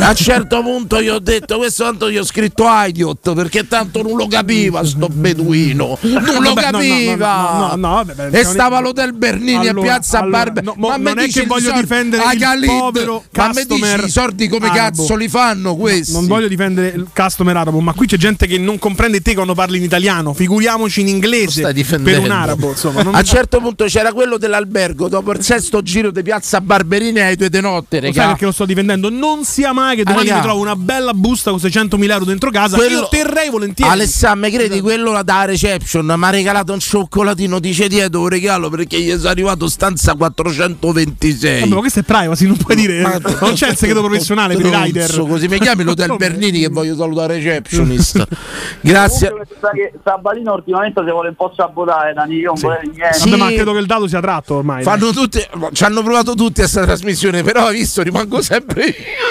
A un certo punto gli ho detto, questo tanto gli ho scritto idiot, perché tanto non lo capiva sto beduino, non lo
Vabbè, no, no,
capiva.
no, no, no, vabbè,
e
siamo-
stava all'hotel Bernini
Allora,
a piazza
allora,
Barbe.
no, mo-
ma me
non è
dici
che
i
voglio
soldi-
difendere
Ah,
il
Khalid,
povero
ma me
customer
dici i soldi come
arabo.
cazzo li fanno questi?
Non voglio difendere il customer arabo, ma qui c'è gente che non comprende te quando parli in italiano. Figuriamoci in inglese per un arabo. Insomma, non-
a un certo punto c'era quello dell'albergo dopo il sesto giro di piazza Barberini ai due di notte,
Lo sai
regà.
perché lo sto difendendo? Non sia mai che domani
Ah, raga.
mi trovo una bella busta con 600.000 euro dentro casa.
Quello-
Io terrei volentieri. Esatto.
Alessandro, mi credi quello da reception mi ha regalato un cioccolatino, dice dietro un regalo perché gli è arrivato stanza 426.
Vabbè, ma questo è privacy, non puoi dire. non c'è il segreto professionale per i
Stronzo,
rider.
Così mi chiami l'hotel
Come?
Bernini che voglio salutare receptionist. Grazie.
Comunque, mi sa che Sabatino ultimamente si vuole un po' sabotare, Dani, io non volevo niente.
Vabbè, ma credo che il dato sia tratto ormai.
Fanno tutti, ci hanno provato tutti a questa trasmissione, però hai visto, rimango sempre io.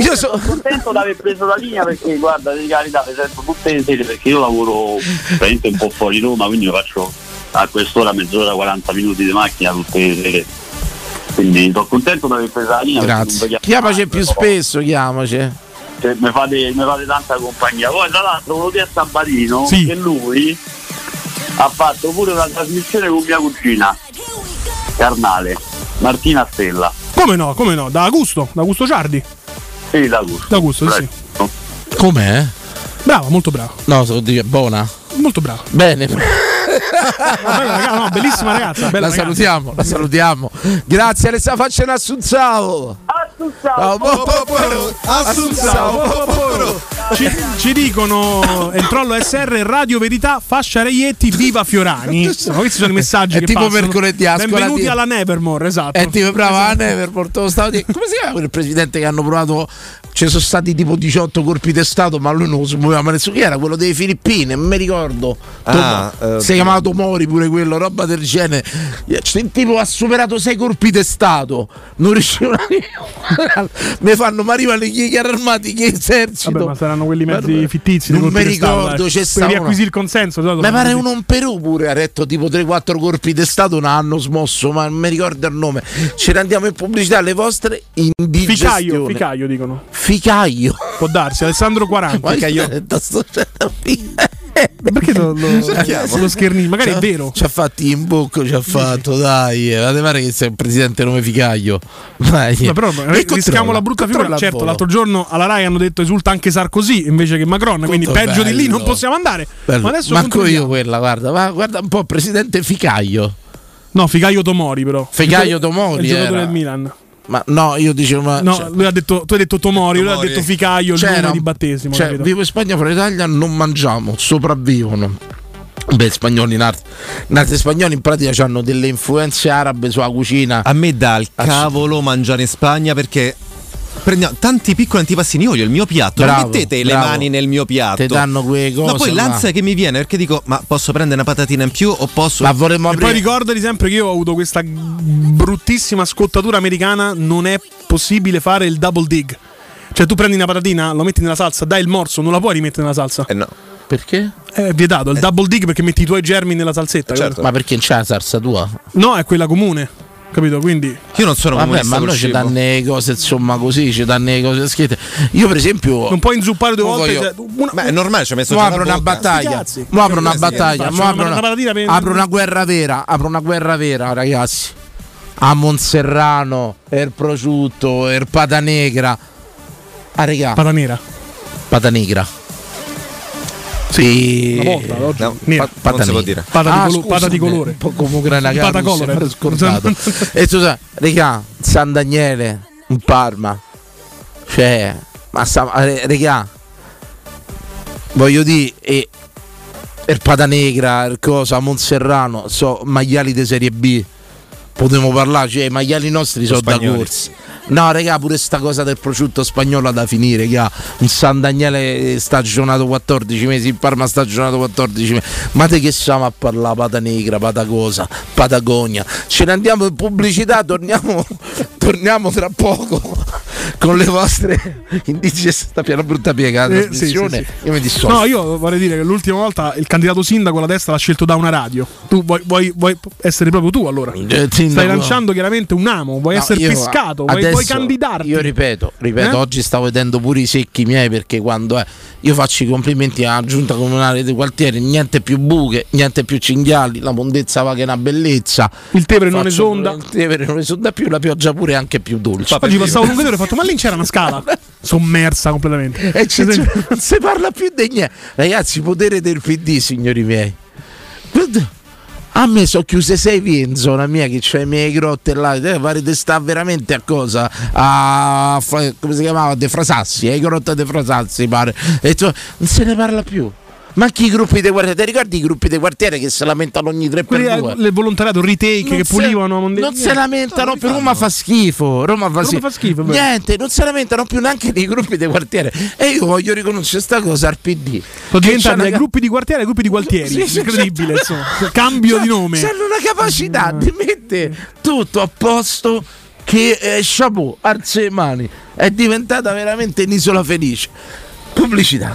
io sono contento di aver preso la linea perché guarda di carità mi sento tutte le sere perché io lavoro veramente un po' fuori Roma quindi io faccio a quest'ora mezz'ora 40 minuti di macchina tutte le sere quindi sono contento di aver preso la linea perché non
Grazie.
voglio-
Chiamaci più spesso, chiamaci.
che mi fate, mi fate tanta compagnia. Poi tra l'altro volevo dire a Sabatino
Sì.
che lui ha fatto pure una trasmissione con mia cugina carnale, Martina Stella.
Come no, come no? Da Augusto, da Augusto Ciardi.
Sì, da gusto.
Da Augusto, sì.
Com'è?
Bravo, molto bravo.
No, devo dire, buona.
Molto bravo.
Bene.
no, bellissima ragazza.
la
Bella ragazza.
salutiamo, la salutiamo. Grazie Alessandra, faccia un assunzao.
Assunzao.
po- po- po-
Assunzao. Ci, ci dicono il trollo SR Radio Verità Fascia Reietti Viva Fiorani. Insomma, questi sono i messaggi
È
che
tipo
passano.
mercoledì, ascolati.
Benvenuti alla Nevermore, esatto.
E tipo brava
Esatto.
Never portò lo stato di- Come si chiama quel presidente che hanno provato? Ci sono stati tipo 18 colpi di stato, ma lui non si muoveva mai nessuno. Chi era quello dei Filippine? Non mi ricordo.
Ah,
Tomo-
eh,
si chiamava Tomori pure quello, roba del genere. Cioè, il tipo ha superato 6 colpi di stato. Non riuscivano a. Mi fanno, ma arrivano i carri armati che esercito.
Vabbè, ma saranno quelli mezzi fittizi.
non
di colpi
mi
che stavano,
ricordo,
dai.
c'è
Per
stato
riacquisire
una-
il consenso. di solito
Ma
fanno
pare
così.
uno un Perù pure ha retto tipo 3-4 colpi di stato, non hanno smosso, ma non mi ricordo il nome. Ce ne andiamo in pubblicità alle vostre indigestioni. Eh,
Ficaio, Ficaio dicono.
Ficaio.
Può darsi, Alessandro 40.
Ficaio.
Eh, Perché lo, lo,
Cerchiamo.
lo scherni? Magari è
C'ha-
vero.
Ci ha fatti in bocco, ci ha fatto, dai. eh, Ma te pare che sei un presidente nome ficaglio. Dai.
No, però
E
rischiamo
controlla,
la brutta
controlla
figura.
il
Certo,
volo.
l'altro giorno alla Rai hanno detto esulta anche Sarkozy invece che Macron, quindi
Tutto
peggio di lì
bello.
non possiamo andare.
Bello.
Ma adesso
Manco
controlliamo.
io quella, guarda, ma guarda un po', presidente ficaglio.
No, Figaio Tomori però.
Ficaglio
Il gio-
Tomori
il giocatore
era. Ah,
del Milan.
Ma no, io dicevo, ma
No,
cioè,
lui ha detto, tu hai detto Tomori, lui ha
Tomori.
detto Ficaio, il
C'era-
nome di battesimo.
cioè,
capito?
vivo in Spagna, fra l'Italia non mangiamo, sopravvivono. Beh, spagnoli, in arte, in arte spagnoli in pratica hanno delle influenze arabe sulla cucina.
A me dà
Ah,
il cavolo mangiare in Spagna perché prendiamo tanti piccoli antipassini. Io voglio il mio piatto.
Bravo,
non mettete le
bravo.
mani nel mio piatto.
Te danno quelle cose.
Ma poi
là.
l'ansia che mi viene perché dico: Ma posso prendere una patatina in più o posso. Ma
vorremmo
E poi ricordati sempre che io ho avuto questa bruttissima scottatura americana, non è possibile fare il double dig. Cioè tu prendi una patatina, lo metti nella salsa, dai il morso, non la puoi rimettere nella salsa.
Eh no. Eh.
Perché?
È vietato, il double dig perché metti i tuoi germi nella salsetta.
certo.
capito?
Ma perché c'è la salsa tua?
No, è quella comune, capito? Quindi
Io non sono
Vabbè, ma noi ci danno le cose insomma così, ci danno le cose scritte. Io per esempio...
Non puoi inzuppare due
Mo
volte,
voglio-
cioè, una-
Ma è normale, ci ho messo
Mo
già la
apro una
bocca.
Sti
battaglia.
cazzi.
Mo apro una
Sì,
battaglia.
faccio
Mo
una-
apro
una
una,
patatina per-
apro una guerra vera. Apro una guerra vera, ragazzi. A Monserrano, e il prosciutto, e il pata negra. Ah, raga.
pata nera.
Pata negra. Sì.
Una volta, l'ho-
No,
nera.
pa- non si può dire.
Pata di
Ah,
colo- pata di
scusami,
colore.
un po' come una
Pata colore.
scordato. e tu sai, regà, San Daniele, un Parma. Cioè, ma sta, eh, regà, voglio dire, e il Pata Negra, il cosa, Monserrano, so, magliali di Serie B. Potremmo parlare, cioè, i magliali nostri sono da
spagnoli.
corsi. No, regà, pure sta cosa del prosciutto spagnolo ha da finire, regà. Un San Daniele eh, stagionato 14 mesi, il Parma stagionato 14 mesi. Ma te che stiamo a parlare? Pata Negra, Pata Cosa, Patagonia. Ce ne andiamo in pubblicità, torniamo, torniamo tra poco con le vostre indigeste. Sta piena brutta piega la
Eh,
trasmissione.
sì, sì, sì.
Io mi dissocio.
No, io vorrei dire che l'ultima volta il candidato sindaco alla destra l'ha scelto da una radio. Tu vuoi, vuoi- vuoi essere proprio tu allora?
Eh, sindaco.
Stai lanciando chiaramente un amo, vuoi
No,
essere
io
pescato, vuoi,
adesso-
vuoi candidarti.
Io ripeto, ripeto,
Eh?
oggi stavo vedendo pure i secchi miei perché quando eh, io faccio i complimenti alla giunta comunale di quartiere, niente più buche, niente più cinghiali, la mondezza va che è una bellezza.
Il Tevere non
Faccio-
esonda.
Il Tevere non esonda più, la pioggia pure è anche più dolce.
Oggi passavo un vedere e ho fatto, ma lì c'era una scala sommersa completamente.
E ci- ci- non si parla più di niente. Ragazzi, potere del PD, signori miei. A me sono chiuse sei vie in zona mia che c'è le mie grotte là, eh, pare di sta veramente a cosa? A fa- come si chiamava? De Frasassi, eh, grotta De Frasassi pare. E tu- non se ne parla più. Ma anche i gruppi di quartiere, ti ricordi i gruppi di quartiere che si lamentano ogni tre
Quelli,
per
eh,
due?
le volontariato retake
Non
che
se-
pulivano Monte-
non se
niente.
lamentano più Roma fa schifo Roma fa,
Roma
schifo.
fa schifo, è vero.
niente non se lamentano più neanche dei gruppi dei quartiere e io voglio riconoscere sta cosa al PD
Sono diventati dai
Che c'hanno-
gruppi di quartiere ai gruppi di quartieri.
Sì, sì,
Incredibile,
sì.
insomma. Cioè, Cambio di nome. Eh.
c'hanno una capacità di mettere tutto a posto che eh, chapeau alze le mani è diventata veramente un'isola felice pubblicità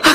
A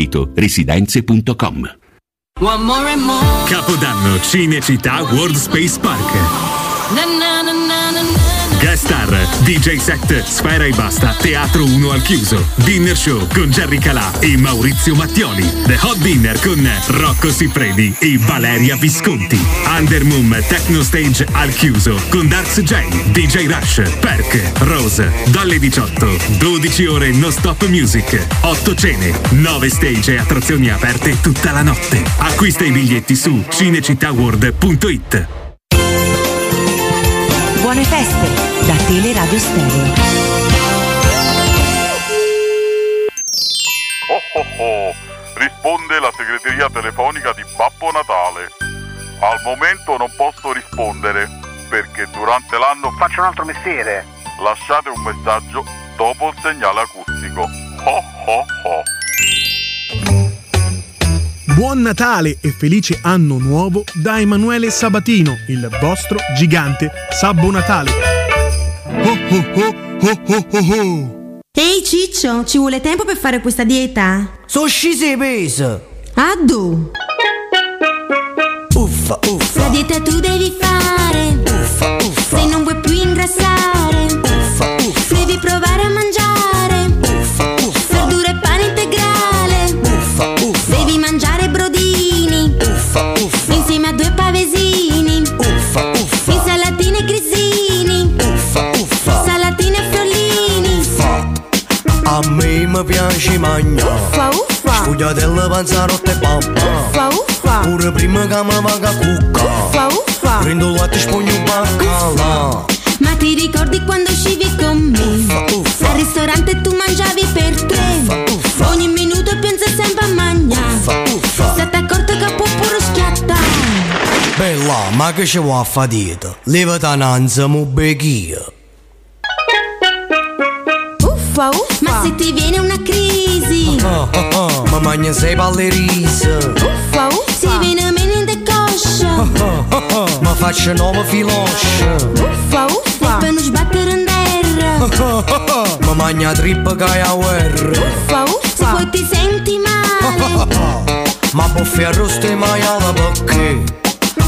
sito residenze.com.
One more and more.
Capodanno Cinecittà World Space Park.
Na, na, na, na, na, na.
Guest star, DJ set, Sfera e Basta, Teatro 1 al chiuso, Dinner Show con Jerry Calà e Maurizio Mattioli, The Hot Dinner con Rocco Siffredi e Valeria Visconti, Undermoon Techno Stage al chiuso con Darks J, DJ Rush, Perk, Rose, dalle 18, 12 ore non stop music, 8 cene, 9 stage e attrazioni aperte tutta la notte. Acquista i biglietti su cinecittàworld.it.
Buone feste da Teleradio Stereo.
Oh oh oh! Risponde la segreteria telefonica di Babbo Natale. Al momento non posso rispondere perché durante l'anno faccio un altro mestiere. Lasciate un messaggio dopo il segnale acustico. Oh oh oh!
Buon Natale e felice anno nuovo da Emanuele Sabatino, il vostro gigante Sabbo Natale. Oh oh oh oh oh oh oh!
Ehi Ciccio, ci vuole tempo per fare questa dieta?
Sono scesi i pesi.
Addu!
Uffa, uffa,
La dieta tu devi fare.
uffa, uffa,
Se non vuoi più ingrassare,
uffa, uffa,
devi provare a mangiare.
uffa, uffa,
Verdura e pane integrale.
uffa, uffa,
Devi mangiare brodini.
uffa, uffa,
Insieme a due pavesini.
uffa, uffa,
Insalatine e grisini.
uffa, uffa.
Salatine e friolini.
A me mi piace magna.
Uffa, uffa.
Sfogliatella, panzarotta e pappa.
Uffa uffa.
Pure prima che mi vada a cucca.
Uffa uffa.
Prendo il latte e spugno il baccalà.
Ma ti ricordi quando uscivi con me? Al ristorante tu mangiavi per tre. Ogni minuto pensa sempre a mangiare. Se ti accorto che può pure schiattare.
Bella, ma che ci vuoi a fa dieta? Levata un'anza, mo becchia.
Uffa uffa. Ma se ti viene una crisi.
Ah, ah, ah, Ma mangia sei palle riso.
Uffa uffa. Se viene meno in coscia.
Ah, ah, ah, Ma faccio nuovo filoscio.
Uffa
Ah,
uffa. E per non sbattere in terra.
Ma magna trippa che hai a guerra.
Uffa uffa. Se poi ti senti
Ah,
male.
Ma buffi arrosto e maiala perché?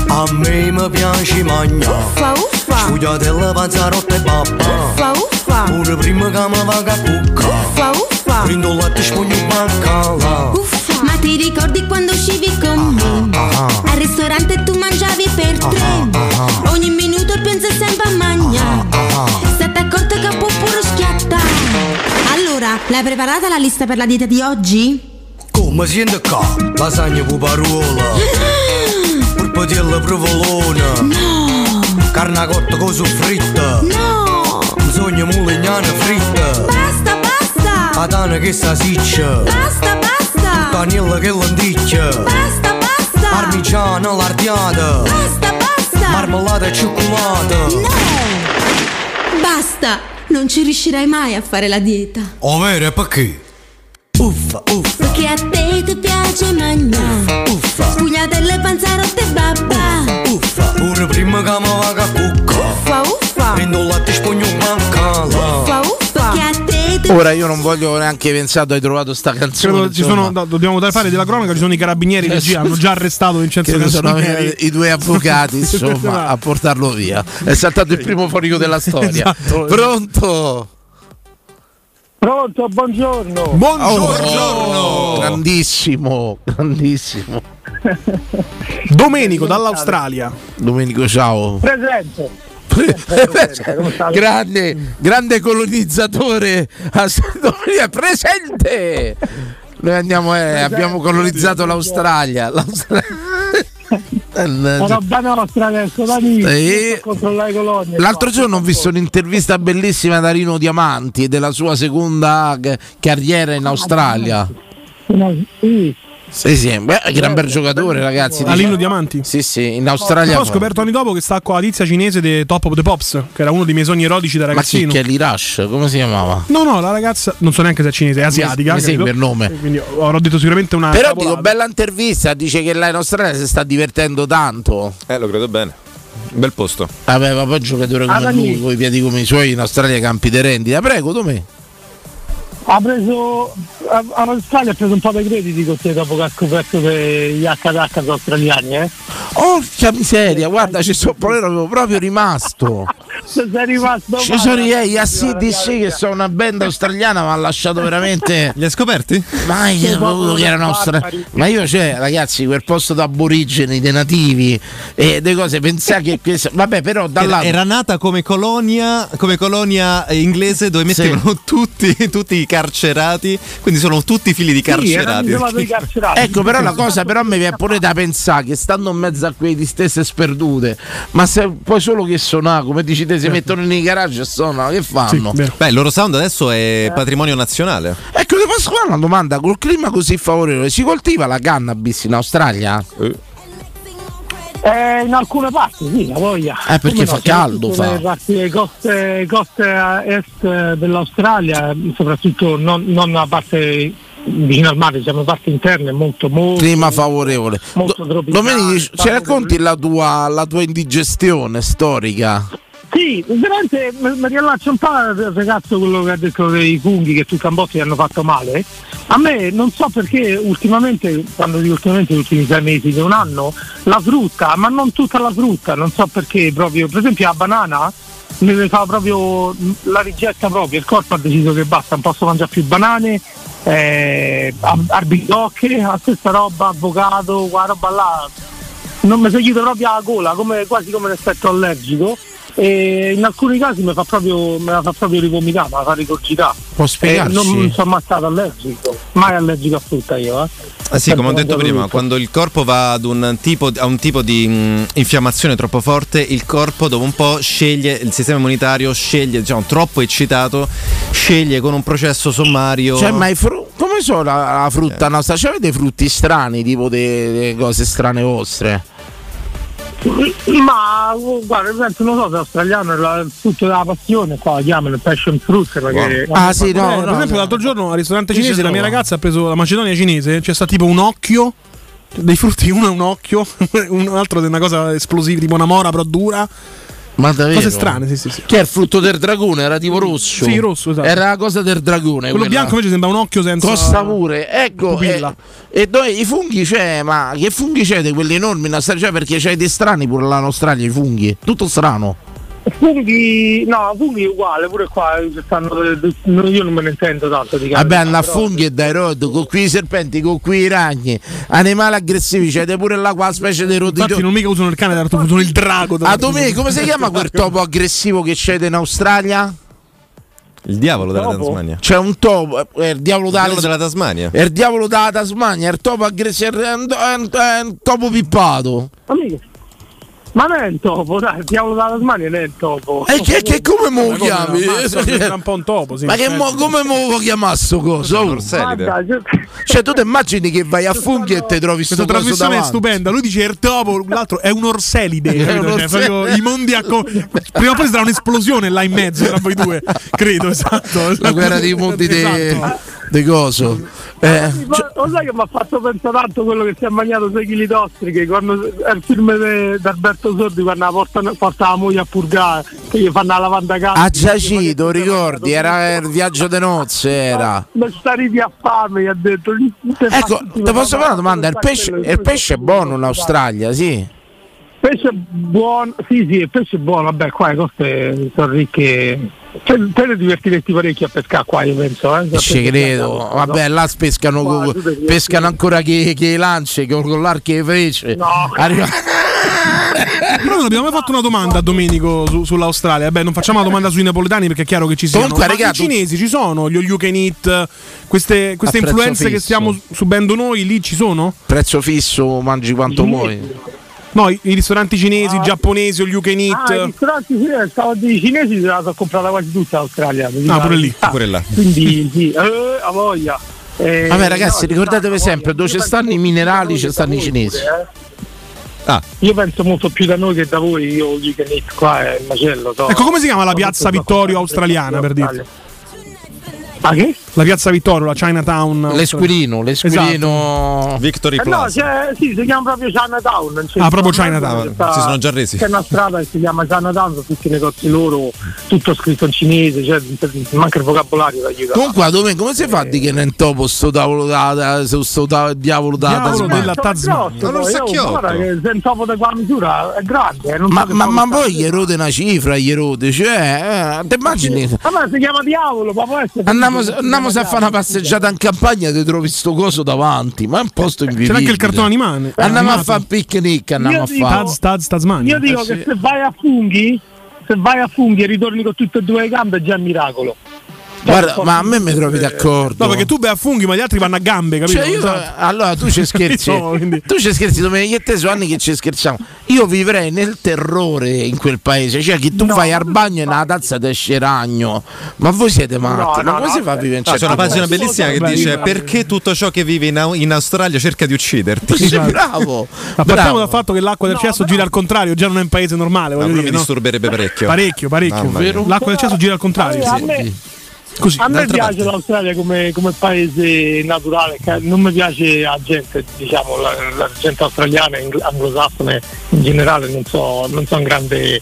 A me mi piace magna.
Uffa uffa.
Sfogliatella, panzarotta e pappa.
Uffa uffa.
Pure prima che mi vada a cucca.
Uffa uffa.
Prendo il latte e spugno il baccalà.
Uffa. Ma ti ricordi quando uscivi con me?
Ah,
Al ristorante tu mangiavi per tre.
ah,
Ogni minuto pensa sempre a mangiare.
ah.
State accorto che può pure schiattare.
Allora, l'hai preparata la lista per la dieta di oggi?
Come siente qua? Lasagna puparuola. Purpatella provolona. Carne cotta con soffritta.
No!
Bisogna mulignana fritta.
Basta, basta!
Patana che salsiccia.
Basta, basta!
Canella che lenticchia.
Basta, basta!
Parmigiana lardiata.
Basta, basta!
Marmellata e cioccolata.
Basta! Non ci riuscirai mai a fare la dieta.
Ovvero perché? Uffa, uffa,
Perché a te ti piace mangiare.
uffa,
Spugliatelle, panzarotte e babba.
uffa. Pure prima che mi vaga cucca.
Uffa uffa.
Prendo il latte e spugno il baccalà.
Uffa uffa. Perché a te ti
Ora io non voglio neanche pensare hai trovato sta canzone.
Credo ci
insomma. Eh,
sono, da- dobbiamo dare fare della cronaca, ci sono i carabinieri che
Adesso-
hanno già arrestato Vincenzo
Che sono
Canzonieri.
eh, i due avvocati insomma a portarlo via è saltato il primo forico della storia
Esatto.
pronto
Pronto, buongiorno.
Oh, grandissimo grandissimo
Domenico dall'Australia.
Domenico ciao
Presente.
grande grande colonizzatore a Sardegna, presente noi andiamo, eh, abbiamo colonizzato l'Australia
La
l'Australia
roba nostra adesso, da lì.
Eh, Sì.
per Controllare le colonie.
L'altro giorno ho visto un'intervista bellissima da Rino Diamanti e della sua seconda g- carriera in Australia.
No, sì.
Sì, sì, beh, gran bel giocatore, ragazzi.
A Rino Diamanti?
Sì, sì, in Australia.
Però ho scoperto anni dopo che sta con la tizia cinese di Top of the Pops, che era uno dei miei sogni erotici da
Ma chi
ragazzino.
che è l'Irash? Come si chiamava?
No, no, la ragazza, non so neanche se è cinese, è asiatica.
mi
credo.
sembra il nome.
Quindi avrò detto sicuramente una.
Però
cavolata.
dico, bella intervista, dice che là in Australia si sta divertendo tanto.
Eh, lo credo bene. Un bel posto.
Vabbè, ma poi un giocatore come
Adani.
lui, con i piedi come i suoi in Australia campi di rendita. Prego, Domè.
ha preso a- a- l'Australia ha preso un po' di crediti con te dopo che ha scoperto che gli HH sono australiani eh?
Orca miseria, guarda, ci sono proprio, ero proprio rimasto.
Ci sei rimasto
Ci
male,
sono eh,
ragazzi,
gli ACDC che sono una band australiana, ma ha lasciato veramente.
Li hai scoperti?
Ma io
Sì,
proprio
proprio
che erano
dei
austra-
barbari.
Ma io, cioè, ragazzi, quel posto d'aborigeni, dei nativi e delle cose, pensate che questo- Vabbè, però dall'altro.
Era nata come colonia, come colonia eh, inglese dove mettevano tutti, tutti i carcerati, quindi sono tutti figli di carcerati.
Ecco, però la cosa però mi viene pure da pensare che stando in mezzo a quelle distese sperdute, ma se poi solo che suonano, come dici te, si mettono nei garage e suonano, che fanno?
Beh, il loro sound adesso è patrimonio nazionale.
Ecco, ti posso fare una domanda? Col clima così favorevole, si coltiva la cannabis in Australia?
Eh, in alcune parti sì la voglia
Eh, perché
Come
fa
c'è
caldo,
tutte
fa.
le parti le coste, coste est eh, dell'Australia soprattutto non, non la parte vicino al mare diciamo la parte interna è molto molto
Clima favorevole.
molto tropicale
Domenico, ci racconti la tua, la tua indigestione storica?
Sì, veramente mi mi riallaccio un po' al ragazzo quello che ha detto dei funghi che tutti i Cambotti hanno fatto male. A me non so perché ultimamente, quando dico ultimamente gli ultimi sei mesi, che un anno, la frutta, ma non tutta la frutta, non so perché proprio, per esempio la banana mi fa proprio la rigetta proprio, il corpo ha deciso che basta, non posso mangiare più banane, eh, ar- arbicocche, la stessa roba, avvocato, quella roba là non mi si chiude proprio la gola, come- quasi come un effetto allergico. E in alcuni casi mi fa proprio, me la fa proprio rivomitare, me la fa rigurgitare.
Può spiegarci?
Eh, non, non sono mai stato allergico, mai allergico a frutta io. Eh.
Ah, sì, come ho
Sempre
detto
mangiato
prima,
tutto.
quando il corpo va ad un tipo, a un tipo di mh, infiammazione troppo forte, il corpo dopo un po' sceglie, il sistema immunitario sceglie, diciamo, troppo eccitato, sceglie con un processo sommario.
Cioè, ma i fru- come sono la, la frutta nostra? Cioè, avete frutti strani, tipo delle cose strane vostre?
Ma oh, guarda, per esempio, non so se australiano è la- tutto della passione, qua la chiamano il passion fruit. Perché,
Ah,
Ah,
Eh, Per esempio, l'altro giorno al ristorante cinese
Ci
la mia
sono.
ragazza ha preso la Macedonia cinese, c'è sta tipo un occhio. Dei frutti, uno è un occhio, un altro è una cosa esplosiva, tipo una mora però dura.
Ma davvero?
Cose strane, sì, sì, sì.
Che è il frutto del dragone, era tipo rosso.
Mm. Sì, rosso, esatto.
Era la cosa del dragone.
Quello
quella.
bianco invece sembra un occhio senza.
Costa pure, ecco. E,
Pupilla.
e dove- i funghi c'è, ma che funghi c'è di quelli enormi in Australia? Cioè, perché c'è dei strani pure là in Australia, i funghi. Tutto strano.
Funghi, no, funghi uguale, pure qua ci stanno delle- io non me ne intendo tanto Esatto, di
Vabbè,
cannabis,
hanno a
però-
funghi e dai rod, con qui i serpenti, con qui i ragni, animali aggressivi, c'è pure là quella specie di rodito.
Infatti, non mica usano il cane d'arto, usano il drago.
A domenica, come si chiama quel topo aggressivo che c'è in Australia?
Il diavolo della
Dopo?
Tasmania.
C'è un topo, eh, il diavolo,
Il diavolo della Tasmania.
È il diavolo della Tasmania, è il topo aggressivo, è un, è un- è un topo pippato.
Amico, Ma non è il topo, dai, il diavolo dalla Tasmania non è il topo.
Eh,
E che, che come mo lo
Ma come
chiami?
lo ammazzo? Sembra
un po' un topo, sì,
eh, cioè,
Eh,
Ma che
in
mo,
effetti.
come mo lo chiama sto coso?
Guarda,
Cioè tu ti immagini che vai a funghi e ti trovi
Questa
sto coso
trasmissione è
davanti?
stupenda. Lui dice il topo, l'altro è un orselide.
È
capito?
un
Cioè, proprio
orselide.
I mondi a co- Prima o poi sarà un'esplosione là in mezzo tra voi due, credo. Esatto.
La guerra dei mondi di
Esatto.
di coso. Eh,
Ma Lo sai che mi ha fatto pensare tanto quello che si è mangiato 6 kg d'ostriche quando è il film de- di Alberto Sordi quando la portano- porta la moglie a purgare che gli fanno la lavanda a casa.
a Giacido, ricordi? Era il viaggio de nozze, era.
Ma sta arrivi a fame, gli ha detto.
Ecco, ti posso fare una domanda? Il pesce, il pesce è buono in Australia, sì.
Pesce buono, sì sì, il pesce è buono, vabbè qua le coste sono ricche. Te, te ne divertiresti parecchio a pescare qua, io penso. Eh?
Ci credo, vabbè, là pescano, co- pescano ancora che, che lance con, con l'arco e le frecce. Arriva-
Però non abbiamo mai fatto una domanda a Domenico su- sull'Australia. Beh, non facciamo una domanda sui napoletani perché è chiaro che ci sono.
Comunque,
Ma
raga,
i cinesi ci sono, gli all you can eat, queste, queste
A prezzo
influenze che
fisso.
stiamo subendo noi lì ci sono?
Prezzo fisso, mangi quanto vuoi.
No, i, i ristoranti cinesi, i giapponesi, all you can eat.
Ah, i ristoranti cinesi, stavo di cinesi se la sono comprata quasi tutta l'Australia. mi
Ah,
pare.
pure lì.
Pure là.
Quindi sì, eh, a voglia. Eh,
Vabbè, ragazzi,
no,
ricordatevi sempre dove ci stanno i minerali, ci stanno i cinesi.
eh.
Ah.
Io penso molto più da noi che da voi, io gli che qua è il macello. so.
Ecco, come si chiama la
Sono
piazza
molto
Vittorio
d'accordo.
australiana per dirti?
Ah,
La piazza Vittorio, la Chinatown. Esatto.
L'esquilino, l'esquilino.
Victory
Eh no,
Plaza.
c'è- sì, si chiama proprio Chinatown. non c'è-
Ah, proprio
non è
Chinatown.
che sta-
Si sono già resi.
C'è una strada che si chiama Chinatown, sono tutti i negozi loro, tutto scritto in cinese, cioè, manca il vocabolario da Eh. aiutare.
Comunque, a domenica, come si fa a dire che non topo sto tavolo da, da- se sto ta- diavolo da Tasmania?
Ma non Guarda che se un topo di qua misura è grande. eh, non
Ma,
so che
ma,
topo
ma
sta-
poi gli erode una cifra, gli erode, cioè, eh, ti immagini?
Ah, ma si chiama diavolo, ma può essere.
Andiamo, andiamo a fare una passeggiata in campagna e ti trovi sto coso davanti, ma è un posto invivibile.
anche il cartone animale.
Andiamo a
Animato.
fare picnic, andiamo
Io
a
dico-
fare.
Taz-
Ah,
Eh, Io
eh,
dico che se vai a funghi, se vai a funghi e ritorni con tutte e due le gambe è già un miracolo.
Guarda, ma a me mi trovi d'accordo.
No, perché tu bevi a funghi, ma gli altri vanno a gambe, capito?
Cioè, io- allora tu ci scherzi,
No, quindi-
tu ci scherzi, come io e te sono anni che ci scherziamo. Io vivrei nel terrore in quel paese, cioè che tu vai al bagno e una tazza ti esce ragno. Ma voi siete matti,
no,
ma come
no,
si fa a vivere in
certo
No, Ah, c'è
certo certi
una pagina
posti?
bellissima che dice perché tutto ciò che vive in, Au- in Australia cerca di ucciderti.
Sì, bravo. Esatto. Ma partiamo
Bravo.
dal fatto che l'acqua del cesso gira al contrario, già non è un paese normale. voglio
quello
dire,
mi
no?
disturberebbe parecchio.
Parecchio, parecchio.
Mamma mia.
L'acqua del cesso gira al contrario.
A me,
Così,
a me
d'altra
piace l'Australia come, come paese naturale, ca- non mi piace la gente, diciamo, la, la gente australiana, e ingl- anglosassone in generale, non so, non sono un grande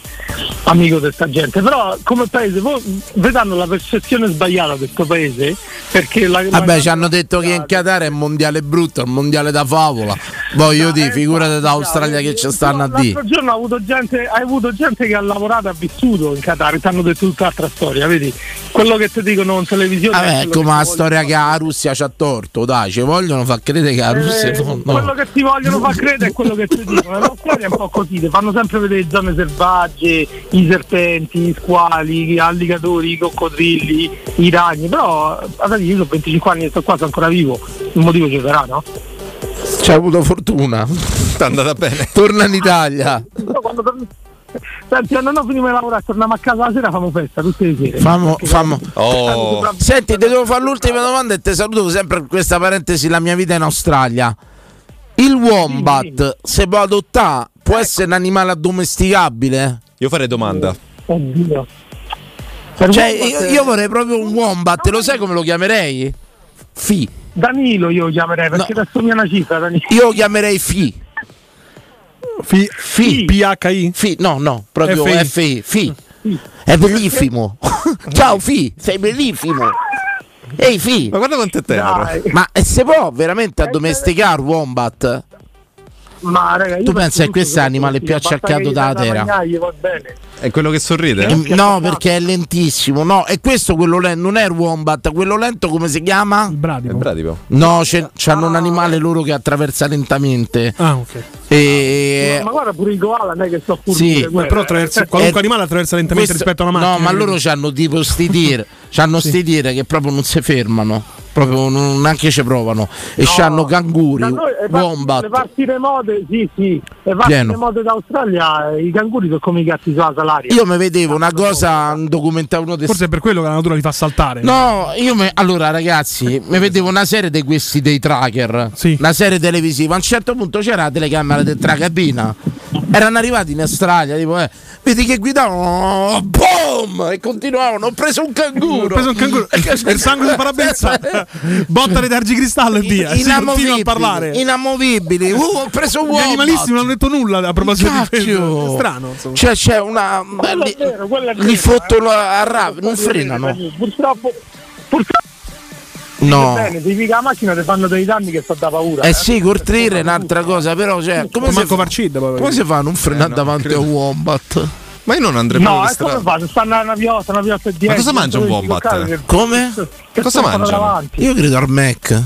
amico di questa gente, però come paese voi vedranno la percezione sbagliata di questo paese perché la, la-
Vabbè, ci hanno detto che in Qatar è il mondiale brutto, è il mondiale da favola.
Eh,
Voglio dire, figurate da Australia che ci stanno a dire.
L'altro giorno ho avuto gente, hai avuto gente che ha lavorato e ha vissuto in Qatar e ti hanno detto tutt'altra storia, vedi? Quello che ti dicono in televisione è
Vabbè,
quello
ecco,
che
ma
ti
la storia che la Russia ci ha torto, dai, ci vogliono far credere che la Russia.
Eh,
no.
Quello che ti vogliono far credere è quello che ti dicono. La storia è un po' così, ti fanno sempre vedere zone selvagge, i serpenti, gli squali, gli alligatori, i coccodrilli, i ragni, però guardate, io sono 25 anni e sto qua, sono ancora vivo, un motivo ci sarà, no?
Ci hai avuto fortuna. È
andata bene.
Torna in Italia.
Io quando torno- Senti, quando noi finiamo di lavorare, torniamo a casa la sera, famo festa tutte le sere.
Famo, famo.
Oh.
Senti, ti devo fare l'ultima domanda e ti saluto sempre con questa parentesi, la mia vita in Australia. Il wombat, se può adottare, può
Ecco.
essere un animale addomesticabile?
Io farei domanda.
Oddio.
Cioè, io, io vorrei proprio un wombat, lo sai come lo chiamerei? Fi.
Danilo io lo chiamerei, perché adesso mi è una cifra, Danilo.
Io lo chiamerei Fi.
Fi,
fi.
PHI?
Fi, no, no, proprio
FI.
FI. Fi. È bellissimo. Ciao Fi, sei bellissimo. Ehi Fi. Ma
guarda quanto è
tenero. Dai.
Ma eh, si può veramente addomesticare un wombat?
Ma raga, io
Tu pensi che questo è l'animale
sì,
più
basta
accerchiato
che gli
dalla
dai da
terra?
mangiare, gli va bene.
È quello che sorride?
Eh, No, perché è lentissimo. No, e questo quello lento, non è il wombat, quello lento come si chiama?
È bradipo.
No, c'è- c'hanno un animale loro che attraversa lentamente.
Ah, ok.
E...
Ma guarda pure il koala, non è che sto pure
Eh, Sì,
pure quello, eh.
qualunque animale attraversa lentamente rispetto a una macchina,
No, ma
quindi.
loro hanno tipo sti tir, c'hanno sti tir che proprio non si fermano, proprio non, neanche ci provano. E c'hanno
Da
canguri,
eh,
noi le parti-
wombat.
Le parti remote, sì, sì, le parti
Pieno.
remote d'Australia, eh, i canguri sono come i gatti sulla salaria. Ah,
Io mi vedevo una cosa, un documentario uno dei-
Forse è per quello che la natura li fa saltare.
No, io me- allora
Eh.
ragazzi, mi vedevo una serie di questi dei tracker, una serie televisiva. A un certo punto c'era la telecamera del tracabina. Erano arrivati in Australia, tipo, eh, vedi che guidavano, oh, boom! E continuavano, ho preso un canguro.
Ho preso un canguro. Il sangue sul parabenza. Botta di tergicristallo e via. Si continua a parlare.
Inamovibili. Uh, ho preso un
Eh, Gli
uomo.
animalissimi non hanno detto nulla a proposito di questo. È strano, insomma.
Cioè, c'è una. li, li
eh.
fottono a rabbia, non frenano.
Purtroppo,
No.
bene, ti fica la macchina, ti fanno dei danni che sto da paura.
Eh sì, cortrire è un'altra cosa, però cioè, come, si
Manco
fa, come si fa a non
Eh,
frenare davanti a un wombat?
Ma io non andrei
No, e come fa? Se Stanno una piotta, una piotta e dieci.
cosa mangia un
devi
wombat?
bloccare che-
Come?
Che
Cosa
stanno
mangiano?
davanti.
Io credo al Mac.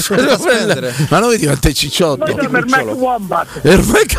Cioè, Ma noi diventa il cicciotto.
Noi siamo il Mac Wombat.
Il Mac-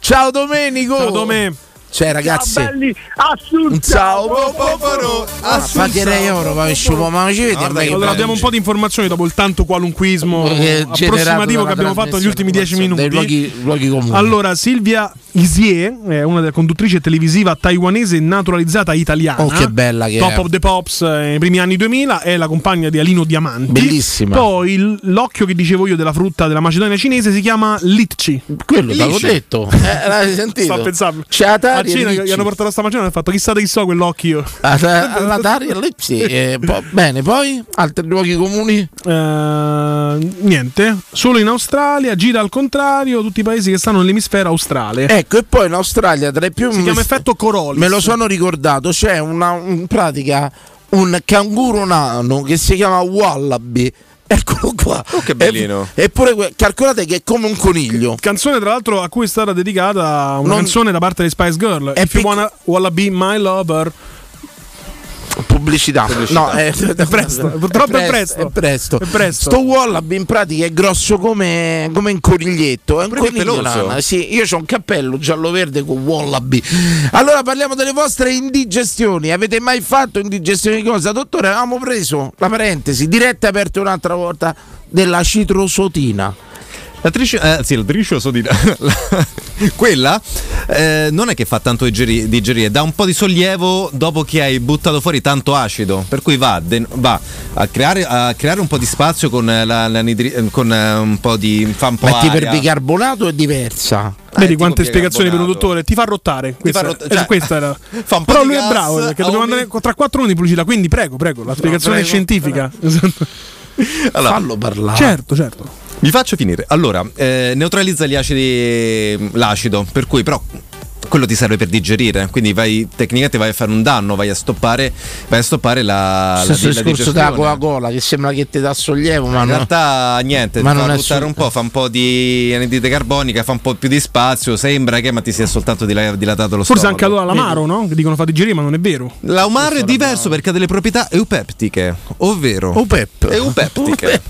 Ciao Domenico. Ciao Domenico. Cioè ragazzi.
Ciao belli, assurda.
Ciao,
poporo,
Ah, pagherei oro, ma sciupo, ma ci vedi?
Allora, abbiamo un po' di informazioni dopo il tanto qualunquismo
Che è generato
approssimativo
dalla
che abbiamo fatto negli
trasmissione,
ultimi dieci minuti.
dai luoghi- luoghi comuni.
Allora, Silvia Isie, è una delle conduttrici televisiva taiwanese naturalizzata italiana.
Oh, che bella che
Top
è.
of the Pops eh, nei primi anni 2000, è la compagna di Alino Diamanti.
Bellissima.
Poi il- l'occhio che dicevo io della frutta della Macedonia cinese si chiama Litchi.
Quello t'avevo detto. Eh, l'hai sentito?
Sto pensando.
C'è Atari e
Macina,
Litchi. Ah,
gli hanno portato sta macina e hanno fatto chissà di chi so quell'occhio.
Alla all'Atari e all'Ipsi. Eh, po- bene, poi altri luoghi comuni?
Eh, niente, solo in Australia, gira al contrario, tutti i paesi che stanno nell'emisfero australe.
Ecco, e poi in Australia tra i più...
Si chiama effetto Corollis.
Me lo sono ricordato, c'è una in pratica un canguro nano che si chiama Wallaby. Eccolo qua. Oh, che
bellino.
Eppure que- calcolate che è come un coniglio.
Canzone tra l'altro a cui è stata dedicata una
Non-
canzone da parte delle Spice Girl. If you wanna, wanna be my lover.
Pubblicità. No, è,
eh, È presto, purtroppo è presto.
È presto.
È presto.
Sto Wallaby in pratica è grosso come, come un coniglietto. È un
Pure che è
coniglio
peloso.
nano. Sì, io ho un cappello giallo-verde con Wallaby. Allora parliamo delle vostre indigestioni. Avete mai fatto indigestione di cosa? Dottore, avevamo preso la parentesi diretta aperta un'altra volta della citrosotina.
La tricio, eh, sì, la triciosodina. La- Quella eh, non è che fa tanto digeri- digerire, dà un po' di sollievo dopo che hai buttato fuori tanto acido. Per cui va, de- va a, creare, a creare un po' di spazio con, eh, la- l'anidri- eh, con eh, un po' di. fa un po'
Metti per
aria. Eh,
bicarbonato è diversa.
Vedi quante spiegazioni per un dottore, ti fa rottare. Questa,
fa rot-
eh,
cioè,
questa era.
fa un po'
Però
di
lui è
gas,
bravo perché dobbiamo
aumenta-
andare tra quattro minuti di pubblicità. Quindi prego, prego, la spiegazione
prego,
scientifica.
Fallo parlare.
Certo, certo.
Vi faccio finire. Allora, eh, neutralizza gli acidi, l'acido, per cui però quello ti serve per digerire, quindi vai, tecnicamente vai a fare un danno, vai a stoppare, vai a stoppare la, la,
Stesso
la
discorso della
digestione.
Coca-Cola che sembra che ti dà sollievo, ma
in
no.
realtà niente,
Ma
ti fa
non è
buttare
assolut-
un po', fa un po' di anidride carbonica, fa un po' più di spazio, sembra che ma ti sia soltanto dila- dilatato lo
Forse anche
stomaco.
allora l'amaro, no? Che dicono fa digerire, ma non è vero.
L'amaro è diverso perché ha delle proprietà eupeptiche, ovvero
Upep.
eupeptiche.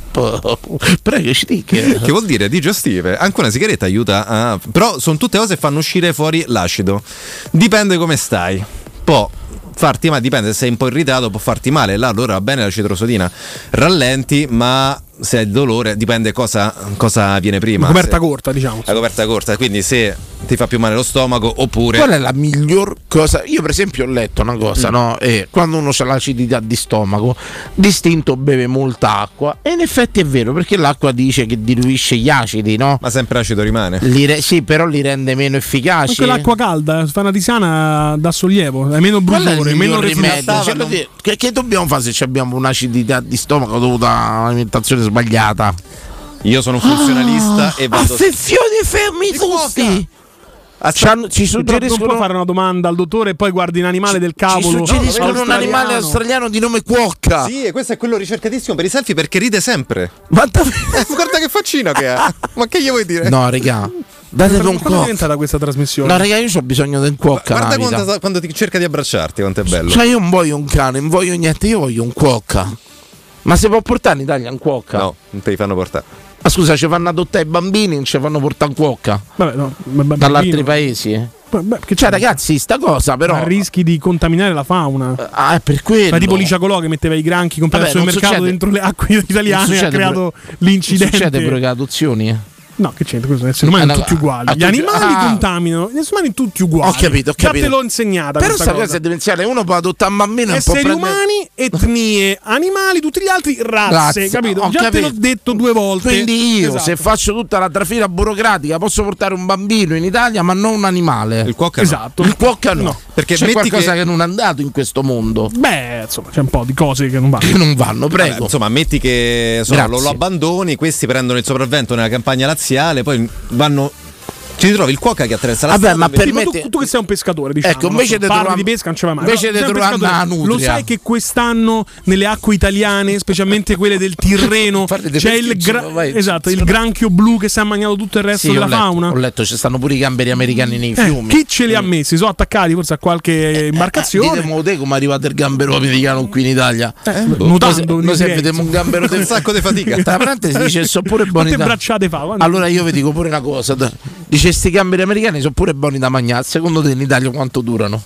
Prego, ci dica.
Che vuol dire digestive. Anche una sigaretta aiuta a... Però sono tutte cose che fanno uscire fuori l'acido. Dipende come stai. Può farti male, dipende se sei un po' irritato, può farti male. Là allora va bene la citrosodina. Rallenti, ma se hai dolore dipende cosa, cosa viene prima.
Una coperta
Se-
corta, diciamo.
La coperta corta, quindi se ti fa più male lo stomaco oppure...
Qual è la miglior cosa? Io, per esempio, ho letto una cosa, no? Eh, quando uno ha l'acidità di stomaco, distinto beve molta acqua. E in effetti è vero, perché l'acqua dice che diluisce gli acidi, no?
Ma sempre acido rimane.
Li re- sì, però li rende meno efficaci.
Anche l'acqua calda, eh, fa una tisana da sollievo, è meno
Quello è
brutore,
il
meno
miglior rimedio.
rimedio.
Cioè, voglio dire, che, che dobbiamo fare se ci abbiamo un'acidità di stomaco dovuta a un'alimentazione sbagliata?
Io sono un funzionalista e vado...
Affezioni fermi tutti!
Ah,
C'hanno- ci
Non puoi
suggeriscono
fare una domanda al dottore e poi guardi un animale del
Ci
cavolo.
suggeriscono un
australiano.
animale australiano di nome Cuocca.
Sì, e questo è quello ricercatissimo per i selfie perché ride sempre.
Ma
guarda che faccina che ha. Ma che gli vuoi dire?
No, raga, datelo un
Quando è
cuocca.
diventata questa trasmissione?
No, raga, io ho bisogno del cuocca.
Guarda
nella vita.
quanto- quando ti cerca di abbracciarti, quanto è bello.
Cioè, io non voglio un cane, non voglio niente, io voglio un cuocca. Ma se può portare in Italia un cuocca?
No, non te li fanno portare.
Ma scusa, ci fanno adottare i bambini, non ci fanno portare un cuocca.
Vabbè, no, ma- ma-
Dall'altri
bambino.
paesi. eh.
Beh, che
Cioè, ragazzi, sta cosa però.
Ma rischi di contaminare la fauna.
Ah, è per quello.
Ma tipo Licia che metteva i granchi comprati al
Vabbè, non
supermercato
succede-
dentro le acque italiane e ha
succede pure-
creato
Non Succede pure
l'incidente.
che adozioni. eh.
No, che c'entra? Questo, gli esseri umani
Eh, no,
sono tutti
a
uguali. Gli
tutti-
animali
ah.
contaminano, gli esseri umani tutti uguali.
Ho capito, ho
Già
capito.
te l'ho insegnata.
Però
questa
sta cosa è demenziale, uno può adottare un bambino e può
esseri
prendere.
umani, etnie, animali, tutti gli altri razze,
Razze,
capito?
ho
Già te l'ho
capito.
detto due volte.
Quindi io,
Esatto.
se faccio tutta la trafila burocratica, posso portare un bambino in Italia, ma non un animale. Il
cuocca
no. Esatto.
Il cuocca no.
No.
Perché
c'è
metti
qualcosa
che-
che... non è andato in questo mondo.
Beh, insomma, c'è un po' di cose che non vanno.
Che non vanno, prego.
Vabbè, insomma, ammetti che insomma,
Grazie.
lo, lo abbandoni, questi prendono il sopravvento nella campagna laziale, poi vanno. Ci ritrovi il cuoca che attraversa la
Vabbè,
strada.
ma
invece-
permette-
Tu, tu che sei un pescatore, diciamo.
Ecco, invece
no?
di
Parli
trovar-
di pesca non ce vai mai.
invece
No,
di
sei un
trovarne
pescatore.
una
Lo
nutria.
sai che quest'anno nelle acque italiane, specialmente quelle del Tirreno, c'è il, gra- esatto, il granchio blu che si è mangiato tutto il resto
Sì, ho
della
letto,
fauna.
ho letto, ci stanno pure i gamberi americani nei
Eh,
fiumi.
chi ce li ha messi? Sono attaccati forse a
Eh,
qualche imbarcazione.
Ditemi te come è arrivato il gambero americano qui in Italia.
boh.
noi se,
Notando,
noi se
direi,
Eh. vediamo un
insomma.
gambero del
Un sacco di fatica.
Tra parentesi dice sono pure buoni
Quante
da
bracciate fa? Quante-
Allora io vi dico pure una cosa, da- dice sti gamberi americani sono pure buoni da mangiare, secondo te in Italia quanto durano?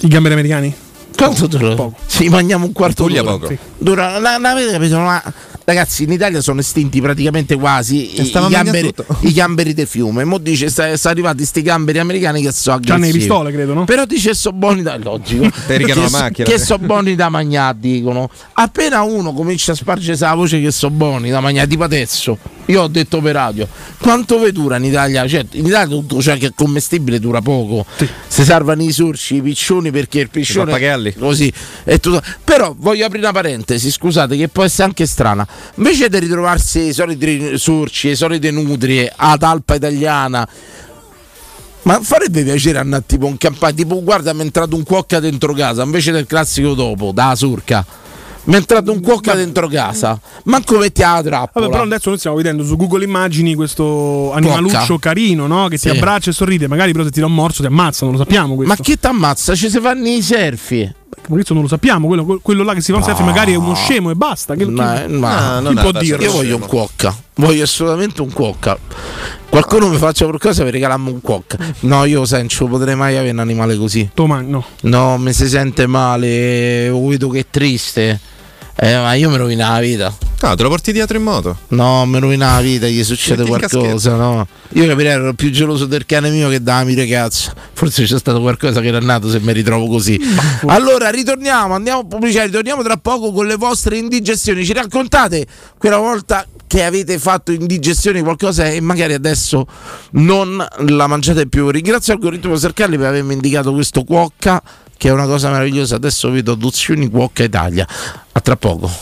I gamberi americani?
Quanto dura? Sì, mangiamo un quarto
Puglia
d'ora.
poco. Sì.
Dura, la, la avete capito? Ma, ragazzi, in Italia sono estinti praticamente quasi
E
i,
stava
i
mangiando
gamberi, i gamberi del fiume. Mo dice sta- sono arrivati sti gamberi americani che sono
C'hanno le
aggressivi.
pistole, credo, no?
Però dice sono buoni da... è logico.
rigano
che
la
so-
macchina.
Che sono buoni da mangiare, dicono. Appena uno comincia a spargersi la voce che sono buoni da mangiare, tipo adesso. Io ho detto per radio, quanto ve dura in Italia? Cioè, in Italia tutto ciò che è commestibile dura poco. Si salvano i sorci, i piccioni perché il piccione
pappagalli.
così è tutto. Però voglio aprire una parentesi, scusate, che può essere anche strana. Invece di ritrovarsi i soliti sorci, i soliti nutrie, a talpa italiana, ma farebbe piacere a una- tipo un campagna, tipo guarda mi è entrato un cuocca dentro casa, invece del classico dopo, da surca. Mi è entrato un cuocca dentro casa, manco metti la trappola.
Vabbè, però adesso noi stiamo vedendo su Google Immagini questo animaluccio carino, no? Che
Sì.
ti abbraccia e sorride. Magari però se ti dà un morso ti ammazza, non lo sappiamo questo.
Ma chi ti ammazza? Ci si fanno i serfi.
Maurizio non lo sappiamo, quello, quello là che si fa un selfie magari è uno scemo e basta. Che,
Ma,
chi-
Ah,
ma-
chi può dirlo?
Io voglio un cuocca. Voglio assolutamente un cuocca. Qualcuno mi faccia qualcosa per regalarmi un cuocca. No, io senso, non potrei mai avere un animale così.
Domani, no.
No, mi si sente male, lo vedo che è triste. Eh, ma io mi rovina la vita.
No, Ah, te lo porti dietro in moto.
No, mi rovina la vita, gli succede
Metti in
qualcosa, no? Io capirei, ero più geloso del cane mio che da mi ragazzo. Forse c'è stato qualcosa che era nato se mi ritrovo così. Allora, ritorniamo, andiamo a pubblicità, ritorniamo tra poco con le vostre indigestioni. Ci raccontate quella volta che avete fatto indigestione qualcosa e magari adesso non la mangiate più. Ringrazio Algoritmo Sercalli per avermi indicato questo cuocca, che è una cosa meravigliosa. Adesso vedo Duzioni Cuocca Italia. A tra poco.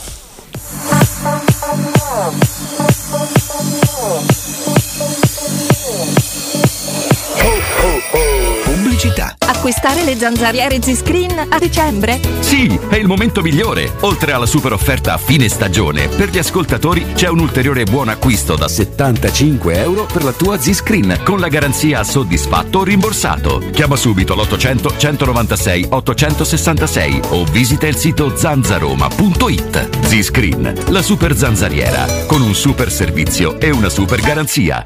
Pubblicità.
Acquistare le zanzariere Z-Screen a dicembre?
Sì, è il momento migliore. Oltre alla super offerta a fine stagione, per gli ascoltatori c'è un ulteriore buon acquisto da 75 euro per la tua Z-Screen con la garanzia soddisfatto o rimborsato. Chiama subito l'800 196 866 o visita il sito zanzaroma.it. Z-Screen, la super zanzariera, con un super servizio e una super garanzia.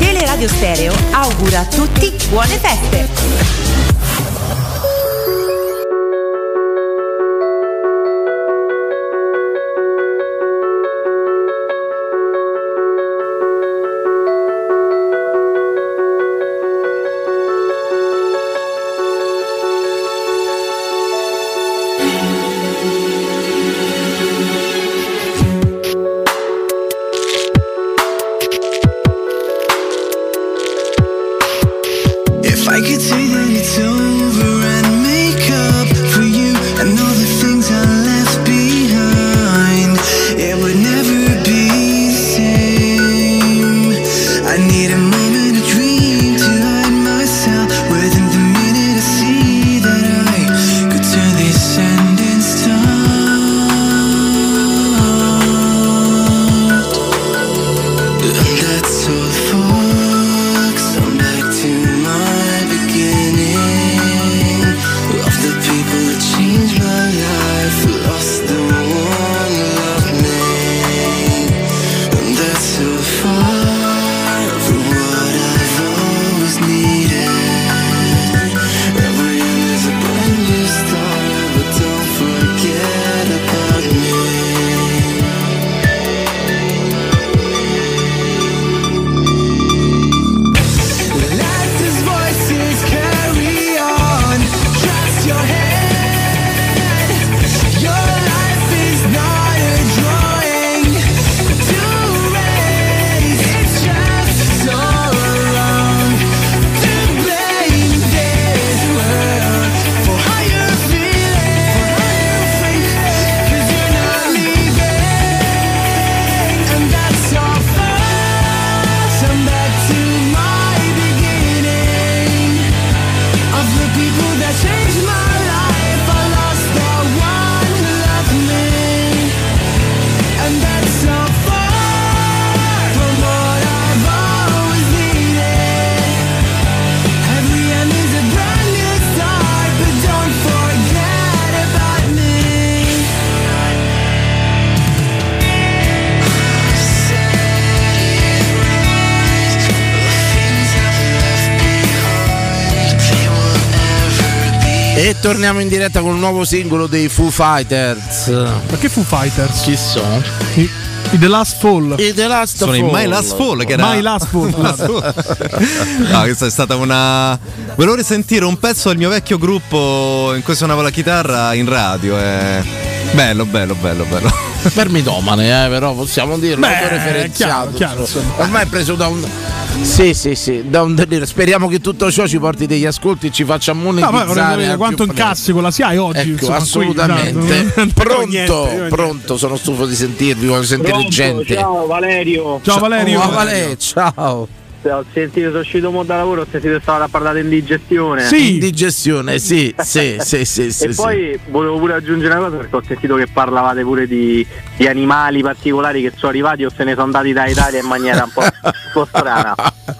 Teleradio Stereo augura a tutti buone feste.
If I could take any
torniamo in diretta con un nuovo singolo dei Foo Fighters. Ma
che Foo Fighters?
Chi sono?
I, i The Last Fall.
I The Last
Sono in My Last Fall, che era-
My Last Fall.
Last No, Ah, questa è stata una. Volevo risentire un pezzo del mio vecchio gruppo in cui suonavo la chitarra in radio. eh. Bello, bello, bello, bello.
Permitomane, eh, però possiamo dirlo.
Beh,
autoreferenziato.
chiaro, chiaro, insomma.
Ormai è preso da un. Sì, sì, sì, da un delirio. Speriamo che tutto ciò ci porti degli ascolti e ci faccia
No, poi
monetizzare.
vorrei
al
sapere
più
quanto
presto.
incassi con la SIAE oggi.
Ecco,
insomma, qui,
assolutamente.
esatto. Non
pronto,
niente, io niente.
pronto, sono stufo di sentirvi, voglio sentire
Pronto,
gente.
Ciao Valerio.
Ciao, Valerio. Ciao, Vale, ciao.
Ho sentito, sono uscito mo da lavoro, ho sentito che stavate parlando di indigestione.
Indigestione, sì, sì, sì, sì, sì.
e
sì.
poi volevo pure aggiungere una cosa perché ho sentito che parlavate pure di, di animali particolari che sono arrivati o se ne sono andati da Italia in maniera un po', un po' strana.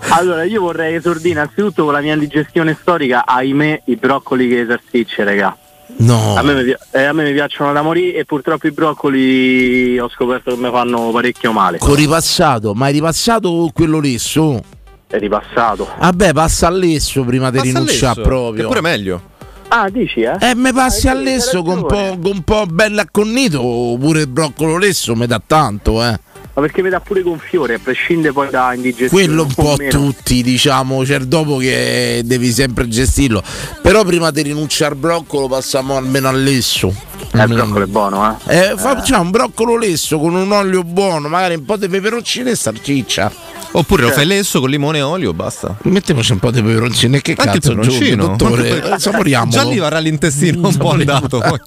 Allora, io vorrei esordire innanzitutto con la mia indigestione storica, ahimè, i broccoli che le salsicce, raga.
No.
A me, mi, pi- eh, a me mi piacciono da morire e purtroppo i broccoli ho scoperto che mi fanno parecchio male.
Con ripassato, ma hai ripassato quello lesso?
È ripassato.
Vabbè, passa all'esso prima di
Passa
rinunciare
all'esso,
Ah, proprio.
che pure è
meglio.
Ah, dici eh?
Eh, me passi all'esso con un po', con un po' bello acconnito, oppure il broccolo lesso mi dà tanto, eh.
Ma perché mi dà pure con fiore, a prescindere poi da indigestione.
Quello un po'
o
a
meno.
tutti, diciamo, cioè dopo che devi sempre gestirlo. Però prima di rinunciare al broccolo passiamo almeno all'esso.
Eh, il broccolo è buono, eh.
Eh, Facciamo un broccolo lesso con un olio buono, magari un po' di peperoncino e salsiccia.
Oppure lo fai lesso con limone e olio, basta.
Mettiamoci un po' di peperoncino e che
Anche il
cazzo
peperoncino.
aggiungi, dottore? Eh, Saporiamolo.
Già lì varrà l'intestino un po' andato. poi.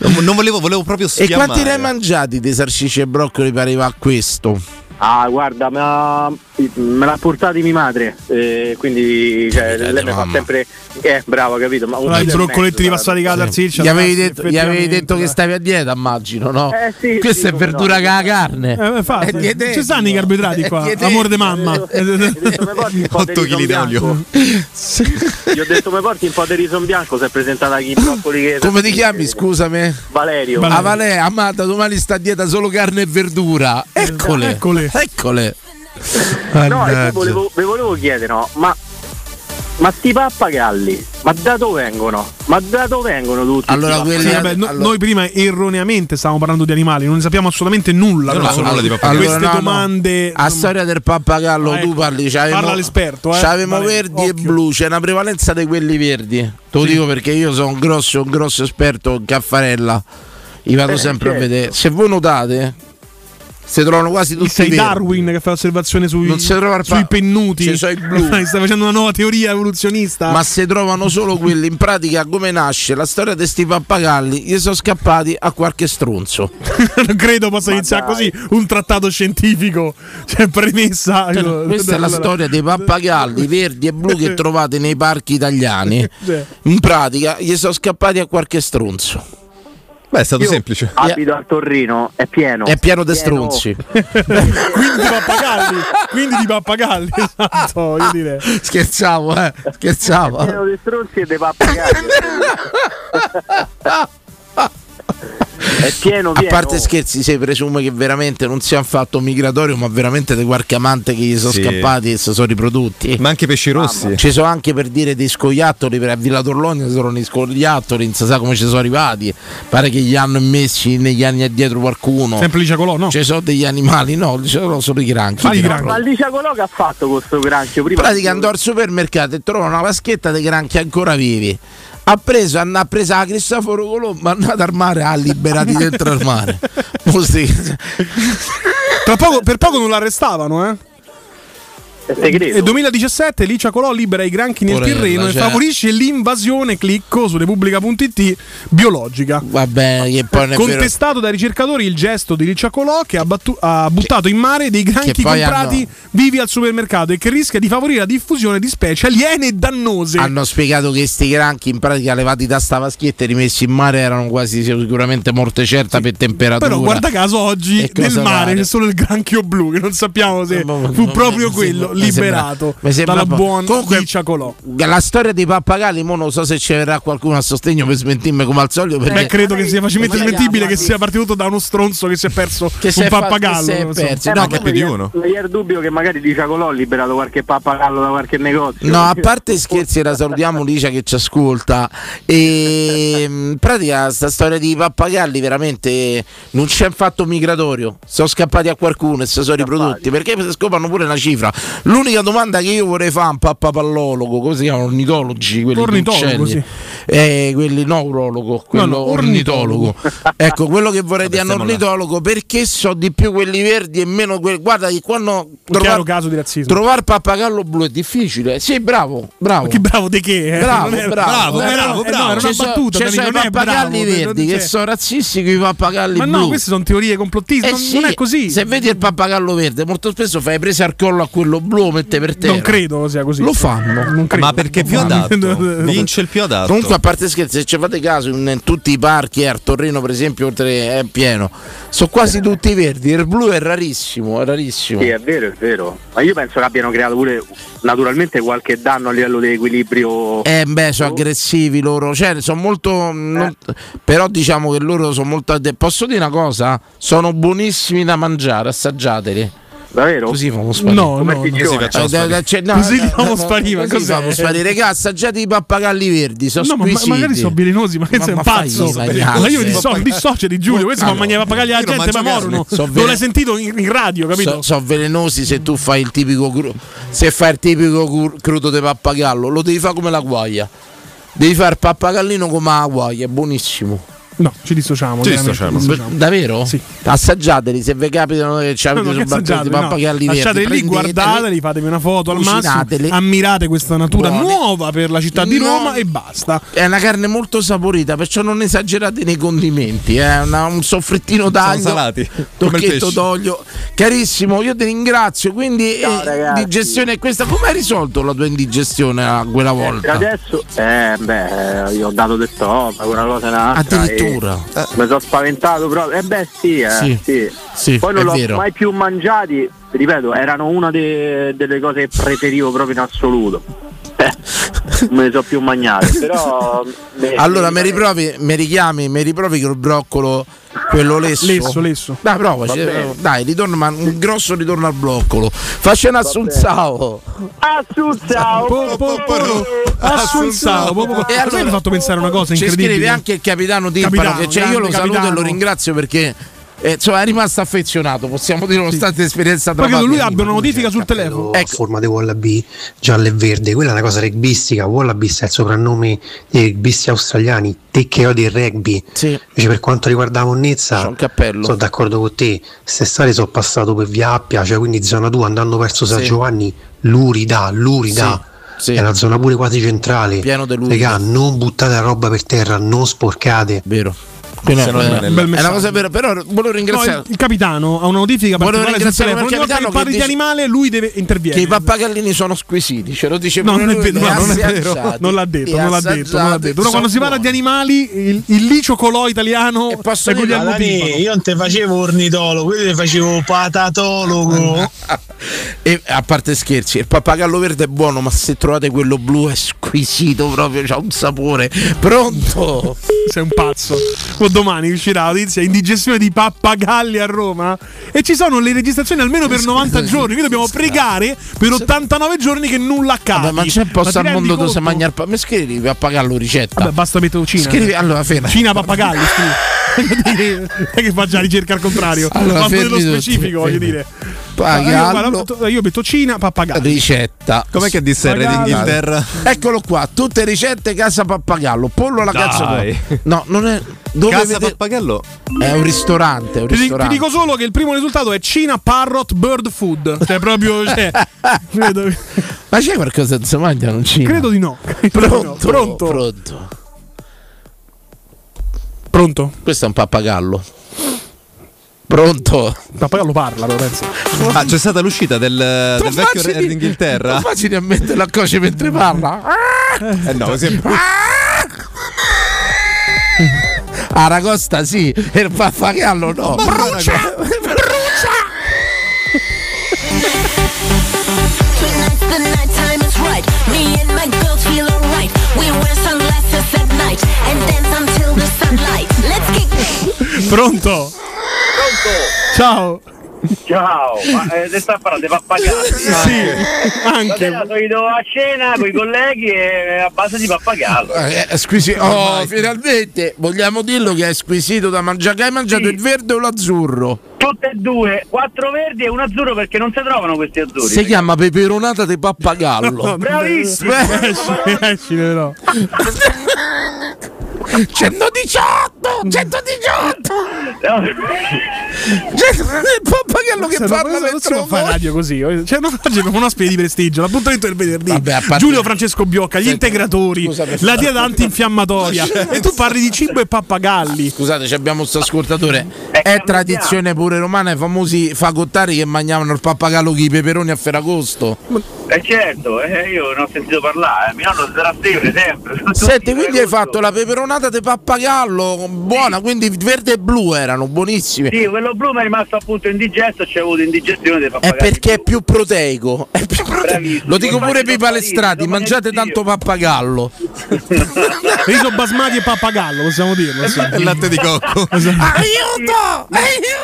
Non non volevo, volevo proprio
E
sfiammare.
quanti ne hai mangiati di salsicce e broccoli per arrivare a questo?
Ah, guarda, me l'ha, me l'ha portati mia madre, eh, quindi cioè, lei mi fa sempre... Eh, bravo, capito? Ma un
Allora, i
chilo e
broccoletti di
mezzo,
passare di casa al
Gli avevi, detto, gli avevi detto che stavi a dieta, immagino, no?
Eh, sì,
Questa
sì,
è
come
verdura
no.
che la carne.
Eh, infatti,
È dietetico.
ci stanno i carboidrati qua.
È
Amore di mamma.
Otto chili di olio. Gli ho detto mi porti un po' di riso in bianco, si è presentata chi i broccoli che...
Come ti chiami, scusami?
Valerio.
Ah, Valè, amata, domani sta a dieta solo carne e verdura.
Eh,
Eccole.
Eccole.
Eccole.
No,
Ah,
e poi
Mannaggia.
volevo, vi volevo chiedere, no, ma, ma sti pappagalli, ma da dove vengono? Ma da dove vengono tutti?
Allora,
sti
Sì, vabbè, no- Noi prima erroneamente stavamo parlando di animali, non ne sappiamo assolutamente nulla. però sono Queste
Allora, no, no.
domande.
A storia del pappagallo,
Ah,
tu
ecco.
parli. c'avevamo-
Parla l'esperto, eh.
c'avevamo
Vale,
verdi e blu, c'è una prevalenza di quelli verdi. Te lo
Sì.
dico perché io sono un grosso, un grosso esperto in caffarella. Li vado
Eh,
sempre a
certo.
vedere. Se voi notate, si trovano quasi tutti
Sei
verdi.
Darwin che fa osservazione sui,
Non si trova il
sui
pa-
pennuti.
ci sono i blu.
Stai facendo una nuova teoria evoluzionista.
Ma se trovano solo quelli, in pratica come nasce la storia di sti pappagalli, gli sono scappati a qualche stronzo.
non credo possa iniziare così un trattato scientifico. Cioè, premessa.
Cioè, questa è la
Allora,
storia dei pappagalli verdi e blu che trovate nei parchi italiani.
Cioè.
In pratica gli sono scappati a qualche stronzo.
Beh, è stato
Io
semplice.
Abito a Torrino, è pieno.
È pieno di stronzi.
Quindi di pappagalli. Quindi di pappagalli. Esatto, voglio dire.
Scherzavo, eh.
È
Scherzavo.
pieno di stronzi e dei pappagalli. è pieno, pieno.
A parte scherzi, se presume che veramente non sia un fatto migratorio, ma veramente di qualche amante che gli sono
Sì.
scappati e si sono riprodotti.
Ma anche pesci rossi.
Ci sono anche per dire dei scoiattoli, per a Villa Torlonia sono gli scoiattoli, non si sa come ci sono arrivati. Pare che gli hanno messi negli anni addietro qualcuno.
Sempre lì Colò, no?
Ci sono degli animali, no, ci sono solo i granchi.
Ma,
però.
ma Licia Colò che ha fatto con sto granchio?
In
Prima
pratica andò al supermercato e trovò una vaschetta dei granchi ancora vivi. Ha preso, hanno- ha preso la Cristoforo Colombo, è andato al mare, ha liberati dentro al mare. Mo sti-
Tra poco, per poco non l'arrestavano, eh?
segreto.
E 2017 Licia Colò libera i granchi nel
Porella,
Tirreno e
cioè.
favorisce l'invasione, clicco su repubblica.it, biologica.
Vabbè, che poi non è vero.
Contestato dai ricercatori il gesto di Licia Colò che ha, battu- ha buttato in mare dei granchi
che poi
comprati
hanno-
vivi al supermercato e che rischia di favorire la diffusione di specie aliene e dannose.
Hanno spiegato che questi granchi in pratica levati da sta vaschietta e rimessi in mare erano quasi sicuramente morte certa per temperatura.
Però guarda caso oggi
E
nel
cosa
mare
fare? Eh, boh,
c'è solo il granchio blu che non sappiamo se fu proprio quello. stato liberato
mi sembra
dalla
po-
buona
Comunque-
di Ciacolò.
La storia dei pappagalli, mo non so se ci verrà qualcuno a sostegno per smentirmi come al solito.
Beh,
Perché
credo che sia facilmente smentibile che sia partito tutto da uno stronzo che si è perso
si
un
è fa-
pappagallo.
che si è
non so.
perso.
Eh, ma poi mi viene- mi viene il dubbio che magari di Ciacolò ha liberato qualche pappagallo da qualche negozio.
No, a parte i scherzi, la salutiamo Licia che ci ascolta. E in pratica sta storia di pappagalli veramente non c'è un fatto migratorio. Sono scappati a qualcuno e si sono riprodotti perché si scopano pure una cifra. L'unica domanda che io vorrei fare a un pappapallologo, come si chiamano? Ornitologi, quelli
Ornitologo,
di uccelli.
sì.
Eh, quelli no urologo, quello
no,
ornitologo. ecco, quello che vorrei dire a un
stiamo là.
ornitologo, perché so di più quelli verdi e meno quelli guarda che quando
Un chiaro
trovate
caso di razzismo.
Trovare pappagallo blu è difficile. Sì, bravo, bravo.
Ma che bravo di che? eh?
Bravo,
Non era-
bravo,
eh, no, eh, no, era una
Ci so-
battuta.
Ci
Dani,
sono i
non è
pappagalli
bravo,
verdi
non c'è.
che sono razzisti con i pappagalli
Ma
blu.
no, queste sono teorie complottiste,
Eh
non-
sì,
non è così.
Se vedi il pappagallo verde, molto spesso fai prese al collo a quello blu, mette per terra.
Non credo sia così.
Lo fanno.
Ma perché più adatto? Vince il più adatto.
Comunque, a parte scherzi, se ci fate caso, in, in tutti i parchi, eh, a Torrino per esempio, oltre è pieno, sono quasi tutti verdi. Il blu è rarissimo, è rarissimo.
Sì, è vero, è vero. Ma io penso che abbiano creato pure naturalmente qualche danno a livello di equilibrio.
Eh beh, sono aggressivi loro, cioè sono molto... mm, non- Però diciamo che loro sono molto... adde- Posso dire una cosa? Sono buonissimi da mangiare, assaggiateli.
Davvero?
Così famo
No,
sparire.
no, no.
Eh, da- da- cioè, no,
Così
no,
li
no,
famo
no,
sparire.
Così famo sparire. Raga, assaggiate i pappagalli verdi, sono
No, ma ma-
squisiti.
magari sono velenosi, ma questo è un
ma fai Ah,
pazzo.
i ragazzi,
Ma io
eh.
dissocio, dissocio di Giulio, questo fa
Allora,
mangiare pappagalli alla
io non
gente, ma
mangio carne.
morono.
So
Non
bene.
l'hai sentito in, in radio, capito?
Sono velenosi se tu fai il tipico cru- se fai il tipico cru- crudo di pappagallo, lo devi fare come la guaia. Devi fare il pappagallino come la guaia, è buonissimo.
No, ci dissociamo. veramente, ci
Ver-
dissociamo.
Davvero? Assaggiateli se vi capitano che ci
No,
avete
no,
sul
che
balcone
assaggiate,
di
no.
pappagalli verdi.
Lasciateli lì,
prendeteli.
guardateli, fatevi una foto al massimo,
Cucinateli.
ammirate questa natura
Buone.
nuova per la città di
No.
Roma e basta.
È una carne molto saporita, perciò non esagerate nei condimenti. È un soffrettino d'aglio,
salati, come il
tocchetto
pesce.
d'olio. Carissimo, io ti ringrazio. Quindi, eh,
ragazzi.
digestione è questa. Come hai risolto la tua indigestione ah, quella volta?
Adesso, eh, beh, io ho dato del stomaco, una cosa e un'altra.
Addirittura.
e Mi sono spaventato proprio. Eh, beh, sì, eh,
Sì,
sì.
sì,
Poi non
è
l'ho
vero.
mai più mangiati. Ripeto, erano una de- delle cose che preferivo proprio in assoluto. Eh, non me ne so più mangiate, però. beh,
allora, mi
mi-
riprovi, mi richiami, mi riprovi che il broccolo, quello lesso.
Lesso, lesso.
Dai, provaci.
Va bene.
eh, Dai, ritorno, ma un grosso ritorno al broccolo. Facci un assunzao.
Assunzao!
Po- po- po- Assunzao, po- po- po-
E
Sai che mi
allora-
ha fatto pensare una cosa
Ci scrive
incredibile.
anche il capitano Timpano
Capitano,
che cioè, io lo
grande
saluto e
capitano.
lo ringrazio perché eh, insomma, è rimasto affezionato, possiamo dire, nonostante l'esperienza tra
Poi credo
padre
lui
e
abbia
amico.
una notifica sul telefono.
a
Ecco.
forma di wallaby giallo e verde. Quella è una cosa rugbistica. Wallabies è il soprannome dei rugbissi australiani, te che odi il rugby. Invece per quanto riguarda la monnezza, sono d'accordo con te. Stessare sono passato per via Appia, cioè quindi zona 2 andando verso San
Sì.
Giovanni, Lurida, Lurida.
Sì, sì.
È una zona pure quasi centrale.
Piano del Lurida.
Regà, non buttate la roba per terra, non sporcate.
Vero. Quindi, eh, è una cosa vera, però volevo ringraziare.
No, il, il capitano ha una notifica
Volevo
particolare sul
ringraziare
telefono. Ogni
quel
volta che
capitano
parli
che
di
dice-
animale, lui deve
che
interviene.
i pappagallini sono squisiti, ce lo dice
No,
pure
non è
lui,
vero,
li
no, non è
assaggiate,
vero. Non l'ha detto, non l'ha detto, non l'ha
assaggiate,
detto. Però quando si
sono
parla di animali, il, il licio colò italiano è
posso dire-
Guglielmo
Guarda,
Timpano.
io non te facevo ornitologo, io te facevo patatologo.
E a parte scherzi, il pappagallo verde è buono, ma se trovate quello blu è squisito proprio, c'ha un sapore. Pronto?
Sei un pazzo. O domani uscirà la notizia indigestione di pappagalli a Roma. E ci sono le registrazioni almeno per 90 giorni. Quindi dobbiamo pregare per 89 giorni che nulla accada.
ma c'è posto al mondo dove si
mangia
mangia il pappagallo? Mi scrivi pappagallo ricetta.
Vabbè, basta mettere Cina.
Scrivi allora ferma.
Cina pappagalli, scrivi. Non è che faccia la ricerca al contrario.
Allora,
Quando nello
fermi tutti,
specifico, voglio
fermi.
dire. Ah,
Pagallo.
Io, guarda, io metto Cina, pappagallo.
Ricetta.
Com'è che disse il re
Pappagallo.
d'Inghilterra?
Eccolo qua, tutte ricette casa pappagallo, pollo alla
Dai.
cazzo. No, non è dove
Casa
pappagallo è un ristorante, è un
Ti, di- ti
ristorante.
dico solo che il primo risultato è Cina Parrot Bird Food. Cioè, proprio. Cioè, credo,
Ma c'è qualcosa che si mangia non c'è?
credo di no.
Pronto?
Pronto?
Pronto.
Pronto?
Questo è un pappagallo. Pronto?
Pappagallo parla, lo penso.
Ah, c'è stata l'uscita del, del vecchio re d'Inghilterra?
Non facile a mettere la coce mentre parla. Cioè,
Eh no, così è più-
Aragosta sì, e il pappagallo no.
Brucia! Brucia!
Pronto? Ciao.
Ciao, ma eh, le sta parlando, va pagare. Sì,
anche.
Sono ido a cena con i colleghi e a base di pappagallo.
Eh, è squisito. Oh, finalmente vogliamo dirlo che è squisito da mangiare. Che hai mangiato il verde o l'azzurro?
Tutte e due, quattro verdi e un azzurro perché non si trovano questi azzurri.
Si chiama peperonata di pappagallo. Eh,
Bravissimo.
Beh,
Esci, no.
118! 118!
C'è il pappagallo che parla per Non fai radio così. eh. Cioè, non oggi abbiamo un ospite di prestigio. L'appuntamento del venerdì. Giulio Francesco Biocca, gli integratori, la dieta antinfiammatoria. e tu parli di cibo e pappagalli.
Scusate, ci abbiamo questo ascoltatore. È tradizione pure romana, i famosi fagottari che mangiavano il pappagallo con i peperoni a Ferragosto.
E certo, eh, io non ho sentito parlare, Eh, a Milano sarà sempre, sempre.
Senti, quindi hai fatto la peperonata di pappagallo, buona, quindi verde e blu erano, buonissime.
Sì, quello blu mi è rimasto appunto indigesto, c'è avuto indigestione dei
È
pappagalli.
perché è più proteico. È più proteico. Lo dico pure per i palestrati, mangiate tanto pappagallo.
Riso basmati e pappagallo, possiamo dirlo. sì.
E latte di cocco.
Esatto.
Aiuto!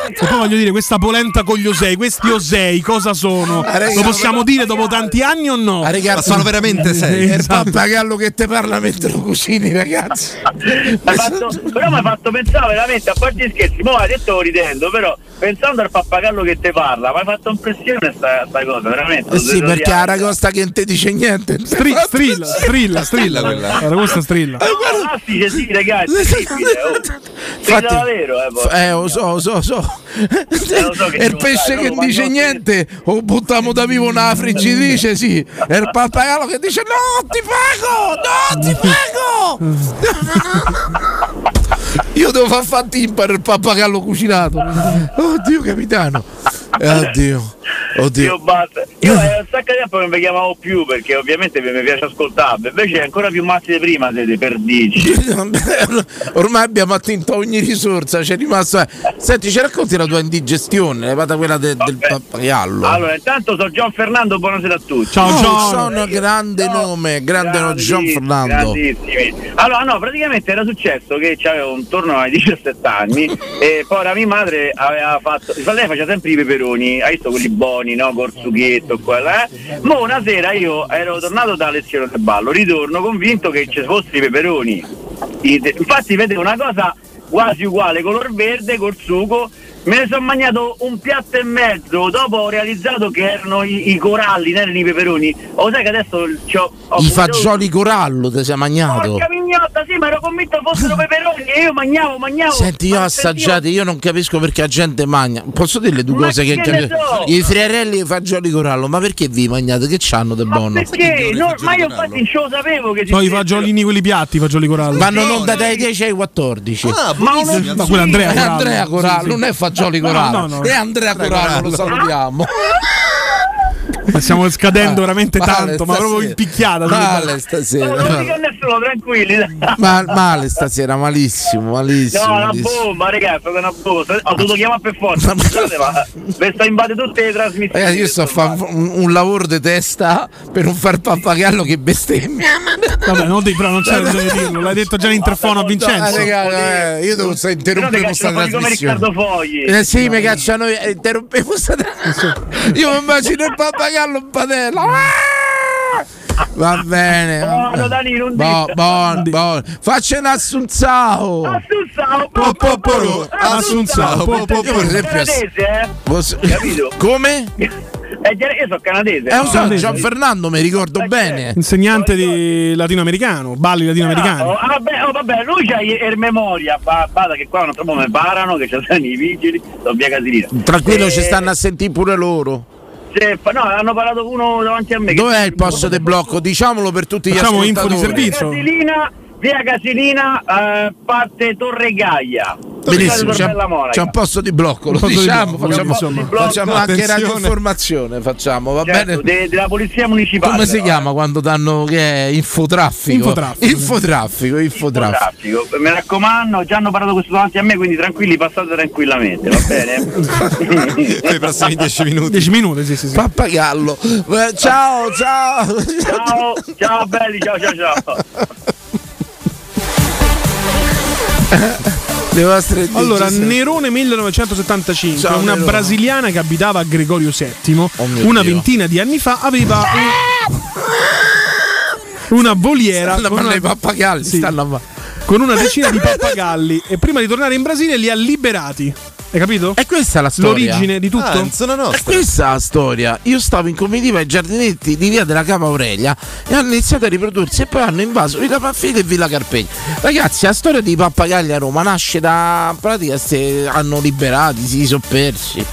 E poi voglio dire, questa polenta con gli osei, questi osei cosa sono?
Ah, raga,
Lo possiamo dire dopo tanti anni o no? Esatto.
Ma sono veramente seri. È il pappagallo che te parla mentre lo cucini, ragazzi.
M'hai fatto- però mi ha fatto pensare veramente, a parte gli scherzi, mo' hai detto ridendo, però pensando al pappagallo che te parla, mi ha fatto impressione sta, sta cosa, veramente.
Eh sì, perché la ragosta che non ti dice niente.
strilla, strilla, strilla quella. Era questa strilla.
Eh,
Fantastiche, sì, ragazzi, incredibile, oh. Strilla davvero, eh, poi.
Eh, lo so, lo so, lo so. E il pesce che non dice niente, o buttiamo da vivo una friggitrice, sì. E il pappagallo che dice no, ti pago, no, ti pago. Io devo far fatti impar il pappagallo cucinato. Oddio, capitano. Eh, Oddio,
Io
oddio.
basta. Io è un sacco di tempo che non vi chiamavo più perché ovviamente mi mi piace ascoltarvi, invece è ancora più mazzi di prima siete perdici.
Ormai abbiamo attinto ogni risorsa, c'è rimasto. eh. Senti, ci racconti la tua indigestione, la vada quella de- del pappagallo.
Allora, intanto sono Gian Fernando, buonasera a tutti.
Ciao, Oh, Gian. Gian, grande nome, grande nome, Gian Fernando.
Grandissimi. Allora, no, praticamente era successo che avevo intorno ai 17 anni e poi la mia madre aveva fatto, lei faceva sempre i peperoni, hai visto quelli buoni, no, col sughetto, quella, eh? Ma una sera io ero tornato da lezione del ballo, ritorno convinto che ci fossero i peperoni. I te- Infatti vedevo una cosa quasi uguale, color verde, col sugo. Me ne sono mangiato un piatto e mezzo, dopo ho realizzato che erano i, i coralli, non erano i peperoni. Lo sai che adesso c'ho, ho
I fagioli corallo ti sei mangiato.
Oh, Porca mignotta, sì, ma ero convinto fossero peperoni e io mangiavo, mangiavo.
Senti, io
Ma
assaggiate, io non capisco perché la gente mangia. Posso dirle due
Ma
cose che
che
capisco?
ne so?
I friarelli e i fagioli corallo, ma perché vi mangiate? Che c'hanno di buono?
Perché? No, ma io infatti non ce lo sapevo che
Poi i fagiolini quelli piatti, i fagioli coralli.
Vanno in onda dai 10 ai 14.
Ah, buonissimo.
Ma quello è Andrea
È
Corallo.
Andrea Corallo,
Sì, sì.
non è Fagioli
No,
Corallo.
no, no.
È Eh, Andrea
Andrea
Corallo,
Corallo.
lo salutiamo.
Ma stiamo scadendo veramente
Ah, Male
tanto, ma
stasera.
proprio in picchiata.
Male stasera.
Non dico a nessuno, tranquilli.
Ma- male stasera, malissimo, malissimo.
No, una
malissimo.
bomba, raga, è stata una bomba. Ho dovuto chiamare per forza. Scusate, ma vi sto invade tutte le trasmissioni.
Ragazzi, io sto a fare un, un lavoro di testa per non far pappagallo che bestemmia.
Vabbè, non devi, però non c'è da dirlo, l'hai detto già in interfono a Vincenzo.
Eh, raga, eh, io devo stare interrompendo questa trasmissione. Eh sì, mi cacciano via, eh, interrompevo questa trasmissione. Io mi immagino il pappagallo in padella. Ah! Va bene. va bene. Bo- buon, buon. Faccio un assunzao. Po- po- po- Assunzao. po-
Io
po- po- per esempio, ass-
eh?
Posso- Come?
io sono canadese.
Eh, lo so,
no?
Gian Fernando mi ricordo bene.
Ah, Insegnante di latinoamericano, balli latinoamericani.
Oh, ah, vabbè, oh, vabbè, lui c'ha il il memoria, ba- bada che qua non troppo mi parano, che ci stanno i vigili, sono via Casilina.
Tranquillo,
Eh,
ci stanno a sentire pure loro.
se fa- no, hanno parlato uno davanti a me. che-
Dov'è il posto di blocco? Diciamolo per tutti gli ascoltatori.
Via Casilina, via Casilina, eh, parte Torre Gaia.
Benissimo, c'è,
Torre Bella Monaca.
c'è un posto di blocco, lo
Un posto di
diciamo,
blocco,
facciamo,
insomma.
facciamo
Blocco,
anche
attenzione.
radioinformazione, facciamo, va
Certo,
bene?
de- della polizia municipale.
Come si
però,
chiama quando danno che è infotraffico?
Infotraffico.
Infotraffico, infotraffico.
Traffico. Mi raccomando, già hanno parlato questo davanti a me, quindi tranquilli, passate tranquillamente, va bene?
Per i prossimi 10 minuti.
10 minuti, sì, sì, sì.
Pappagallo. Eh, Ciao, ciao.
Ciao, ciao belli, ciao ciao ciao.
Devo essere il
Allora,
17.
Nerone 1975,
Ciao,
una
Nerone. Oh
brasiliana che abitava a Gregorio VII,
mio
una
Dio.
ventina di anni fa aveva un- una voliera
Stanno a
con,
parlare
una...
i pappagalli, stanno
con una decina di pappagalli e prima di tornare in Brasile li ha liberati. Hai capito?
E questa è la storia. Ah,
L'origine di tutto?
E questa è la storia. Io stavo in comitiva ai giardinetti di via della Cava Aurelia e hanno iniziato a riprodursi e poi hanno invaso Villa Panfili e Villa Carpegna. Ragazzi, la storia di pappagalli a Roma nasce da in pratica se hanno liberati, si sono persi.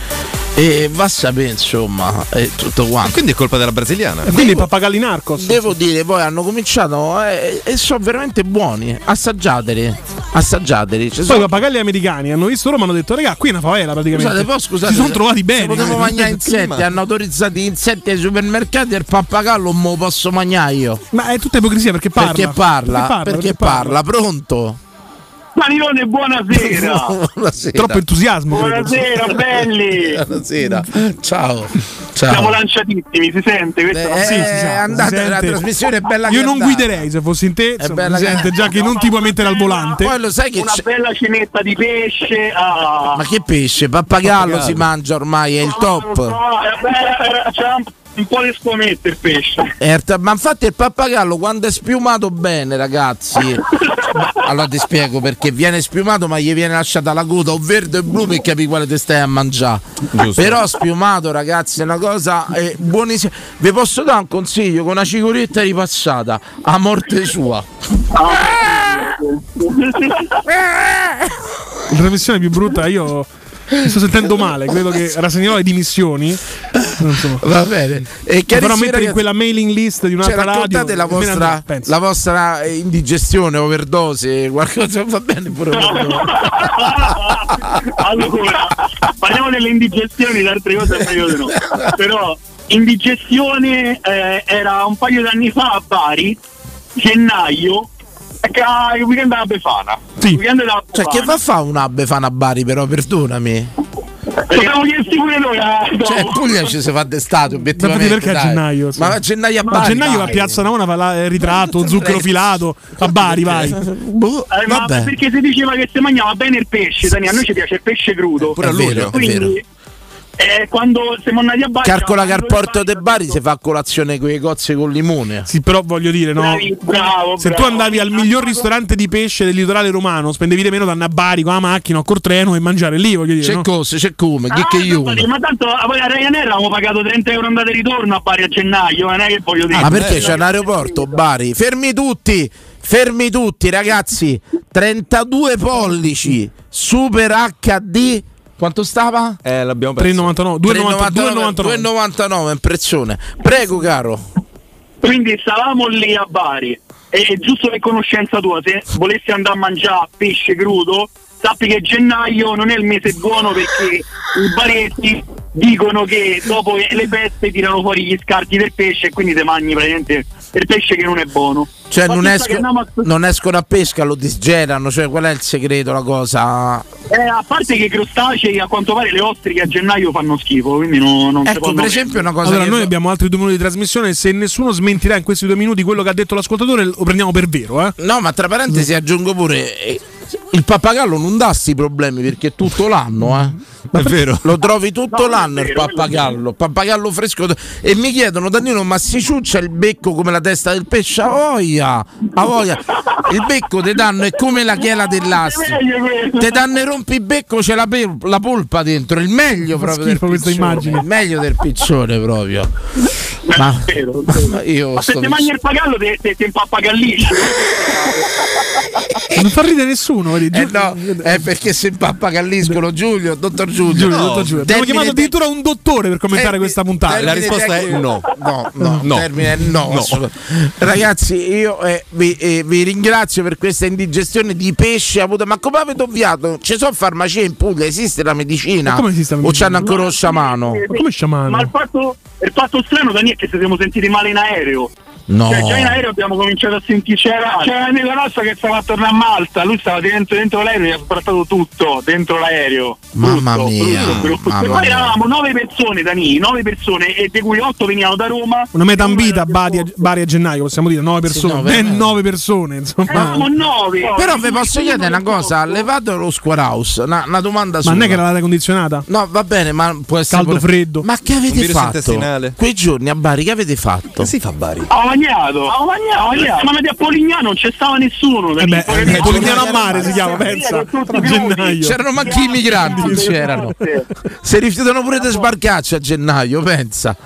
E va a sapere, insomma, è tutto quanto.
Quindi è colpa della brasiliana.
E
quindi i pappagalli narcos.
Devo dire, poi hanno cominciato eh, e sono veramente buoni. Assaggiateli, assaggiateli. Ci
Poi i
sono-
pappagalli americani hanno visto Roma e hanno detto, raga, qui è una favela praticamente.
Scusate, poi scusate,
Si sono trovati bene. Eh,
Se potevo mangiare insetti, hanno autorizzato gli insetti ai supermercati e il pappagallo non me lo posso mangiare io.
Ma è tutta ipocrisia perché
parla. Perché parla,
Perché parla,
perché
perché
parla. pronto?
Marilone, buonasera.
Buonasera.
Troppo entusiasmo.
Buonasera, belli.
Buonasera. Ciao. Ciao.
Siamo lanciatissimi, si sente? Questa
Eh, andate,
Si
la
sente.
trasmissione è bella
Io non
cantata.
guiderei se fossi in te. Insomma,
bella
si sente
cantata.
già che non ti puoi mettere al volante.
Poi lo sai che
Una
c'è-
bella cenetta di pesce. Ah.
Ma che pesce, pappagallo,
Pappagallo.
si mangia ormai, è il
Lo so,
top.
eh, beh, c'è un, un po' di scommette il pesce.
Eh, t- Ma infatti il pappagallo quando è spiumato bene ragazzi ma- Allora ti spiego perché viene spiumato ma gli viene lasciata la coda o verde e blu per capire quale te stai a mangiare
Giusto.
Però spiumato ragazzi è una cosa eh, buonissima Vi posso dare un consiglio con una cicoretta ripassata a morte sua
La trasmissione più brutta, io mi sto sentendo male. Credo che rassegnerò le dimissioni. Non so.
Va bene. E
Però
carissimi
mettere
ragazzi,
in quella mailing list di
Cioè,
un'altra radio.
raccontate la
me ne andrò,
vostra,
penso.
la vostra eh, indigestione, overdose, qualcosa va bene pure.
allora, parliamo delle indigestioni, le altre cose meglio di no. Però indigestione eh, era un paio d'anni fa a Bari, gennaio, che ha il weekend della Befana. Il weekend della
Cioè, che va a fare un Befana a Bari, però, perdonami.
Potremmo chiesti pure noi. eh,
Cioè, in
dopo.
Puglia ci si fa
Infatti
d'estate, obiettivamente.
perché a
dai.
gennaio? sì.
Ma a gennaio a
Ma
Bari.
gennaio va a
dai.
Piazza Navona, va là, eh, ritratto, zucchero filato, a Bari vai.
Boh,
Eh, ma
vabbè.
perché si diceva che si mangiava bene il pesce, Dani, a noi ci piace il pesce crudo.
Pure a lui, è vero.
Quindi, eh, quando siamo andati a Bari,
Calcola che al porto de Bari si fa colazione con le cozze con limone.
Sì, però voglio dire, no?
Bravi, bravo,
Se tu
bravo.
andavi al miglior ristorante di pesce del litorale romano, spendevi di meno da andare a Bari con la macchina o col treno e mangiare lì, voglio dire.
C'è
no?
cose, c'è
Ah,
come, chi che io.
Guardi, Ma tanto ah, poi a Ryanair avevamo pagato 30 euro andata e ritorno a Bari a gennaio, eh, non è che voglio dire.
Ah, Ma perché c'è un aeroporto, Bari? Fermi tutti, fermi tutti, ragazzi. 32 pollici, Super HD. Quanto stava?
Eh, l'abbiamo
3,99, 2,99.
2,99 impressione. Prego, caro.
Quindi stavamo lì a Bari e e giusto per conoscenza tua, se volessi andare a mangiare pesce crudo, sappi che gennaio non è il mese buono perché i baretti dicono che dopo che le feste tirano fuori gli scarti del pesce e quindi te mangi praticamente il pesce che non è buono.
Cioè,
Ma
non,
tu sai
esco-
che andiamo a-
non escono a pesca, lo disgerano. Cioè, qual è il segreto? La cosa.
eh, a parte che i crostacei a quanto pare le ostriche a gennaio fanno schifo, quindi no- non
Ecco,
si possono-
Allora, noi abbiamo altri due minuti di trasmissione. Se nessuno smentirà in questi due minuti quello che ha detto l'ascoltatore, lo prendiamo per vero. Eh?
No, ma tra parentesi aggiungo pure. eh, Il pappagallo non dà sti problemi perché è tutto l'anno, eh.
È vero.
Lo trovi tutto
No,
l'anno
è
il
vero,
pappagallo, pappagallo fresco. E mi chiedono, Danilo, ma si ciuccia il becco come la testa del pesce? A voglia, a voglia. Il becco te danno è come la chiela dell'astico. Te danno e rompi il becco, c'è la, pe- la polpa dentro, il meglio proprio del
Schifo questa
piccione,
immagine.
Il meglio del piccione proprio. Ma, ma io
Ma se
sto
ti mangi il pagallo te, te, te impappagallisci.
Non fa ridere nessuno. vedi,
Eh no, è perché si impappacalliscono Giulio, dottor Giulio.
Giulio, dottor Giulio. Abbiamo
Termine
chiamato
tec-
addirittura un dottore per commentare
termine-
questa puntata.
termine tecnico- No, no,
No.
termine è no.
No.
assolutamente. Ragazzi, io eh, vi, eh, vi ringrazio per questa indigestione di pesce avuta. Ma come avete ovviato? Ci sono farmacie in Puglia, esiste la medicina?
Ma come esiste la
O c'hanno ancora lo sciamano?
Ma come sciamano?
Ma il fatto, il fatto strano, Dani, è che ci siamo sentiti male in aereo.
No.
Cioè, già in aereo abbiamo cominciato a sentire c'era, c'era un amico nostro che stava attorno a Malta, lui stava dentro, dentro l'aereo e ha sbrattato tutto dentro l'aereo.
Mamma mia.
e
ah, Mamma
poi
mia.
eravamo nove persone da lì, nove persone, e di cui otto venivano da Roma.
Una meta ambita a Bari, a Bari a gennaio, possiamo dire, 9 persone, ben 9 persone,
Eh,
insomma.
Eravamo nove.
Però vi posso chiedere una cosa, levato lo square house, una, una domanda
Ma
sola.
non è che era l'aria condizionata?
No, va bene, ma può essere
Caldo,
pure-
freddo.
Ma che
Un
avete
virus
fatto?
intestinale.
Quei giorni a Bari che avete fatto? Che si fa a Bari?
Ho bagnato, ho bagnato, ho bagnato. Ma a Polignano non c'è stava nessuno.
Eh
Eh
capito? Capito?
Polignano a mare si chiama, pensa. A gennaio.
C'erano manchi i migranti, c'erano. Si rifiutano pure di sbarcarci a gennaio, pensa.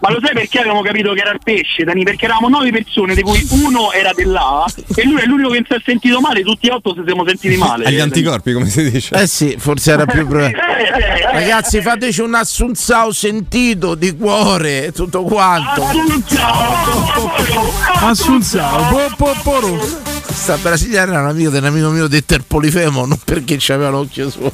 Ma lo sai perché avevamo capito che era il pesce, Dani? Perché eravamo nove persone, di cui uno era di là e lui è l'unico che non si è sentito male, tutti e otto ci siamo sentiti male.
Agli anticorpi, come si dice?
Eh sì, forse era più Ragazzi, fateci un assunzao sentito di cuore, tutto quanto.
Assunzao,
Sta brasiliana era un amico di un amico mio detto il polifemo, non perché c'aveva l'occhio suo.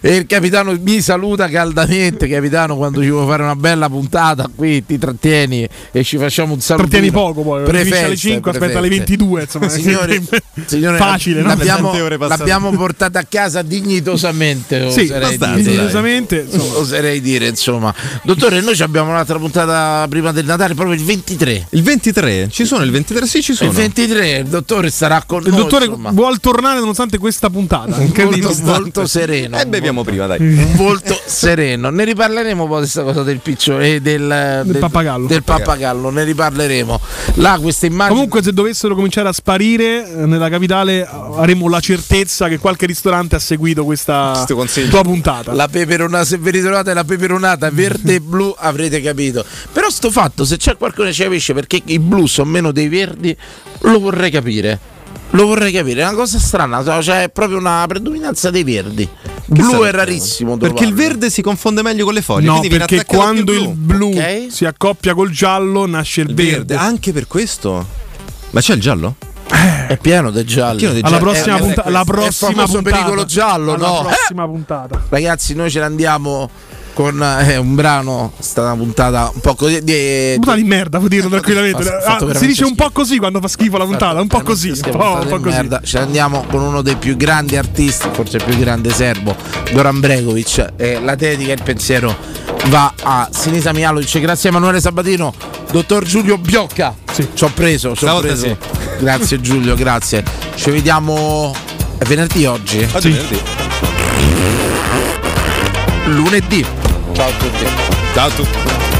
E il capitano mi saluta caldamente, capitano, quando ci vuoi fare una bella puntata qui ti trattieni e ci facciamo un saluto.
Trattieni poco poi, finisce alle 5, aspetta alle 22, insomma.
Signori, signore,
Facile, no?
l'abbiamo,
Tante ore passate.
l'abbiamo portata a casa dignitosamente,
Sì,
oserei
abbastanza,
dire.
dignitosamente,
insomma. Oserei dire, insomma. Dottore, noi ci abbiamo un'altra puntata prima del Natale, proprio il 23.
Il 23? Ci sono il 23? Sì, ci sono.
Il 23, il dottore sarà con
Il
noi,
dottore
insomma.
vuol tornare nonostante questa puntata.
Incredibile.
Incredibile. Eh,
Volto, volto sereno.
E beviamo prima, dai.
Un volto sereno. Ne riparleremo poi di questa cosa del piccione eh, del, del-
pappagallo.
del pappagallo, ne riparleremo. Là queste immagini
Comunque, se dovessero cominciare a sparire eh, nella capitale, avremo la certezza che qualche ristorante ha seguito questa
Questo consiglio.
tua puntata.
la peperonata, se vi ritrovate la peperonata verde e blu avrete capito. Però sto fatto, se c'è qualcuno che ci capisce perché i blu sono meno dei verdi, lo vorrei capire. Lo vorrei capire, è una cosa strana, so- cioè è proprio una predominanza dei verdi. Blu
sarà?
è rarissimo.
Perché il
trovarlo.
verde si confonde meglio con le foglie.
no,
quindi viene
perché
attaccato più
quando il blu si accoppia col giallo nasce il,
verde.
verde.
Anche per questo. Ma c'è il giallo?
È pieno del giallo. Cioè,
Pieno del
Alla
giallo.
prossima
Eh, eh,
puntata.
questo
La
è
prossima
famoso
puntata.
pericolo giallo,
Alla
no?
prossima puntata.
Ragazzi, noi ce ne andiamo con eh, un brano, è stata una puntata un po' così. Di, Eh,
Puntata di merda, vuol dire tranquillamente.
Fatto- fatto
Ah, si
veramente
dice un po' così quando fa schifo la puntata, un po' così. un po'- un po'
Esatto. Puntata di
così.
merda. Ce ne andiamo con uno dei più grandi artisti, forse il più grande serbo, Goran Bregovic. Eh, la dedica e il pensiero va a Sinisa Mialovic. Grazie Emanuele Sabatino, dottor Giulio Biocca. Ci ho preso, ci ho
Stavolta
preso.
sì.
Grazie Giulio, grazie. Ci vediamo. È venerdì oggi?
Oggi è venerdì.
Lunedì. Ciao a tutti.
Ciao a tutti.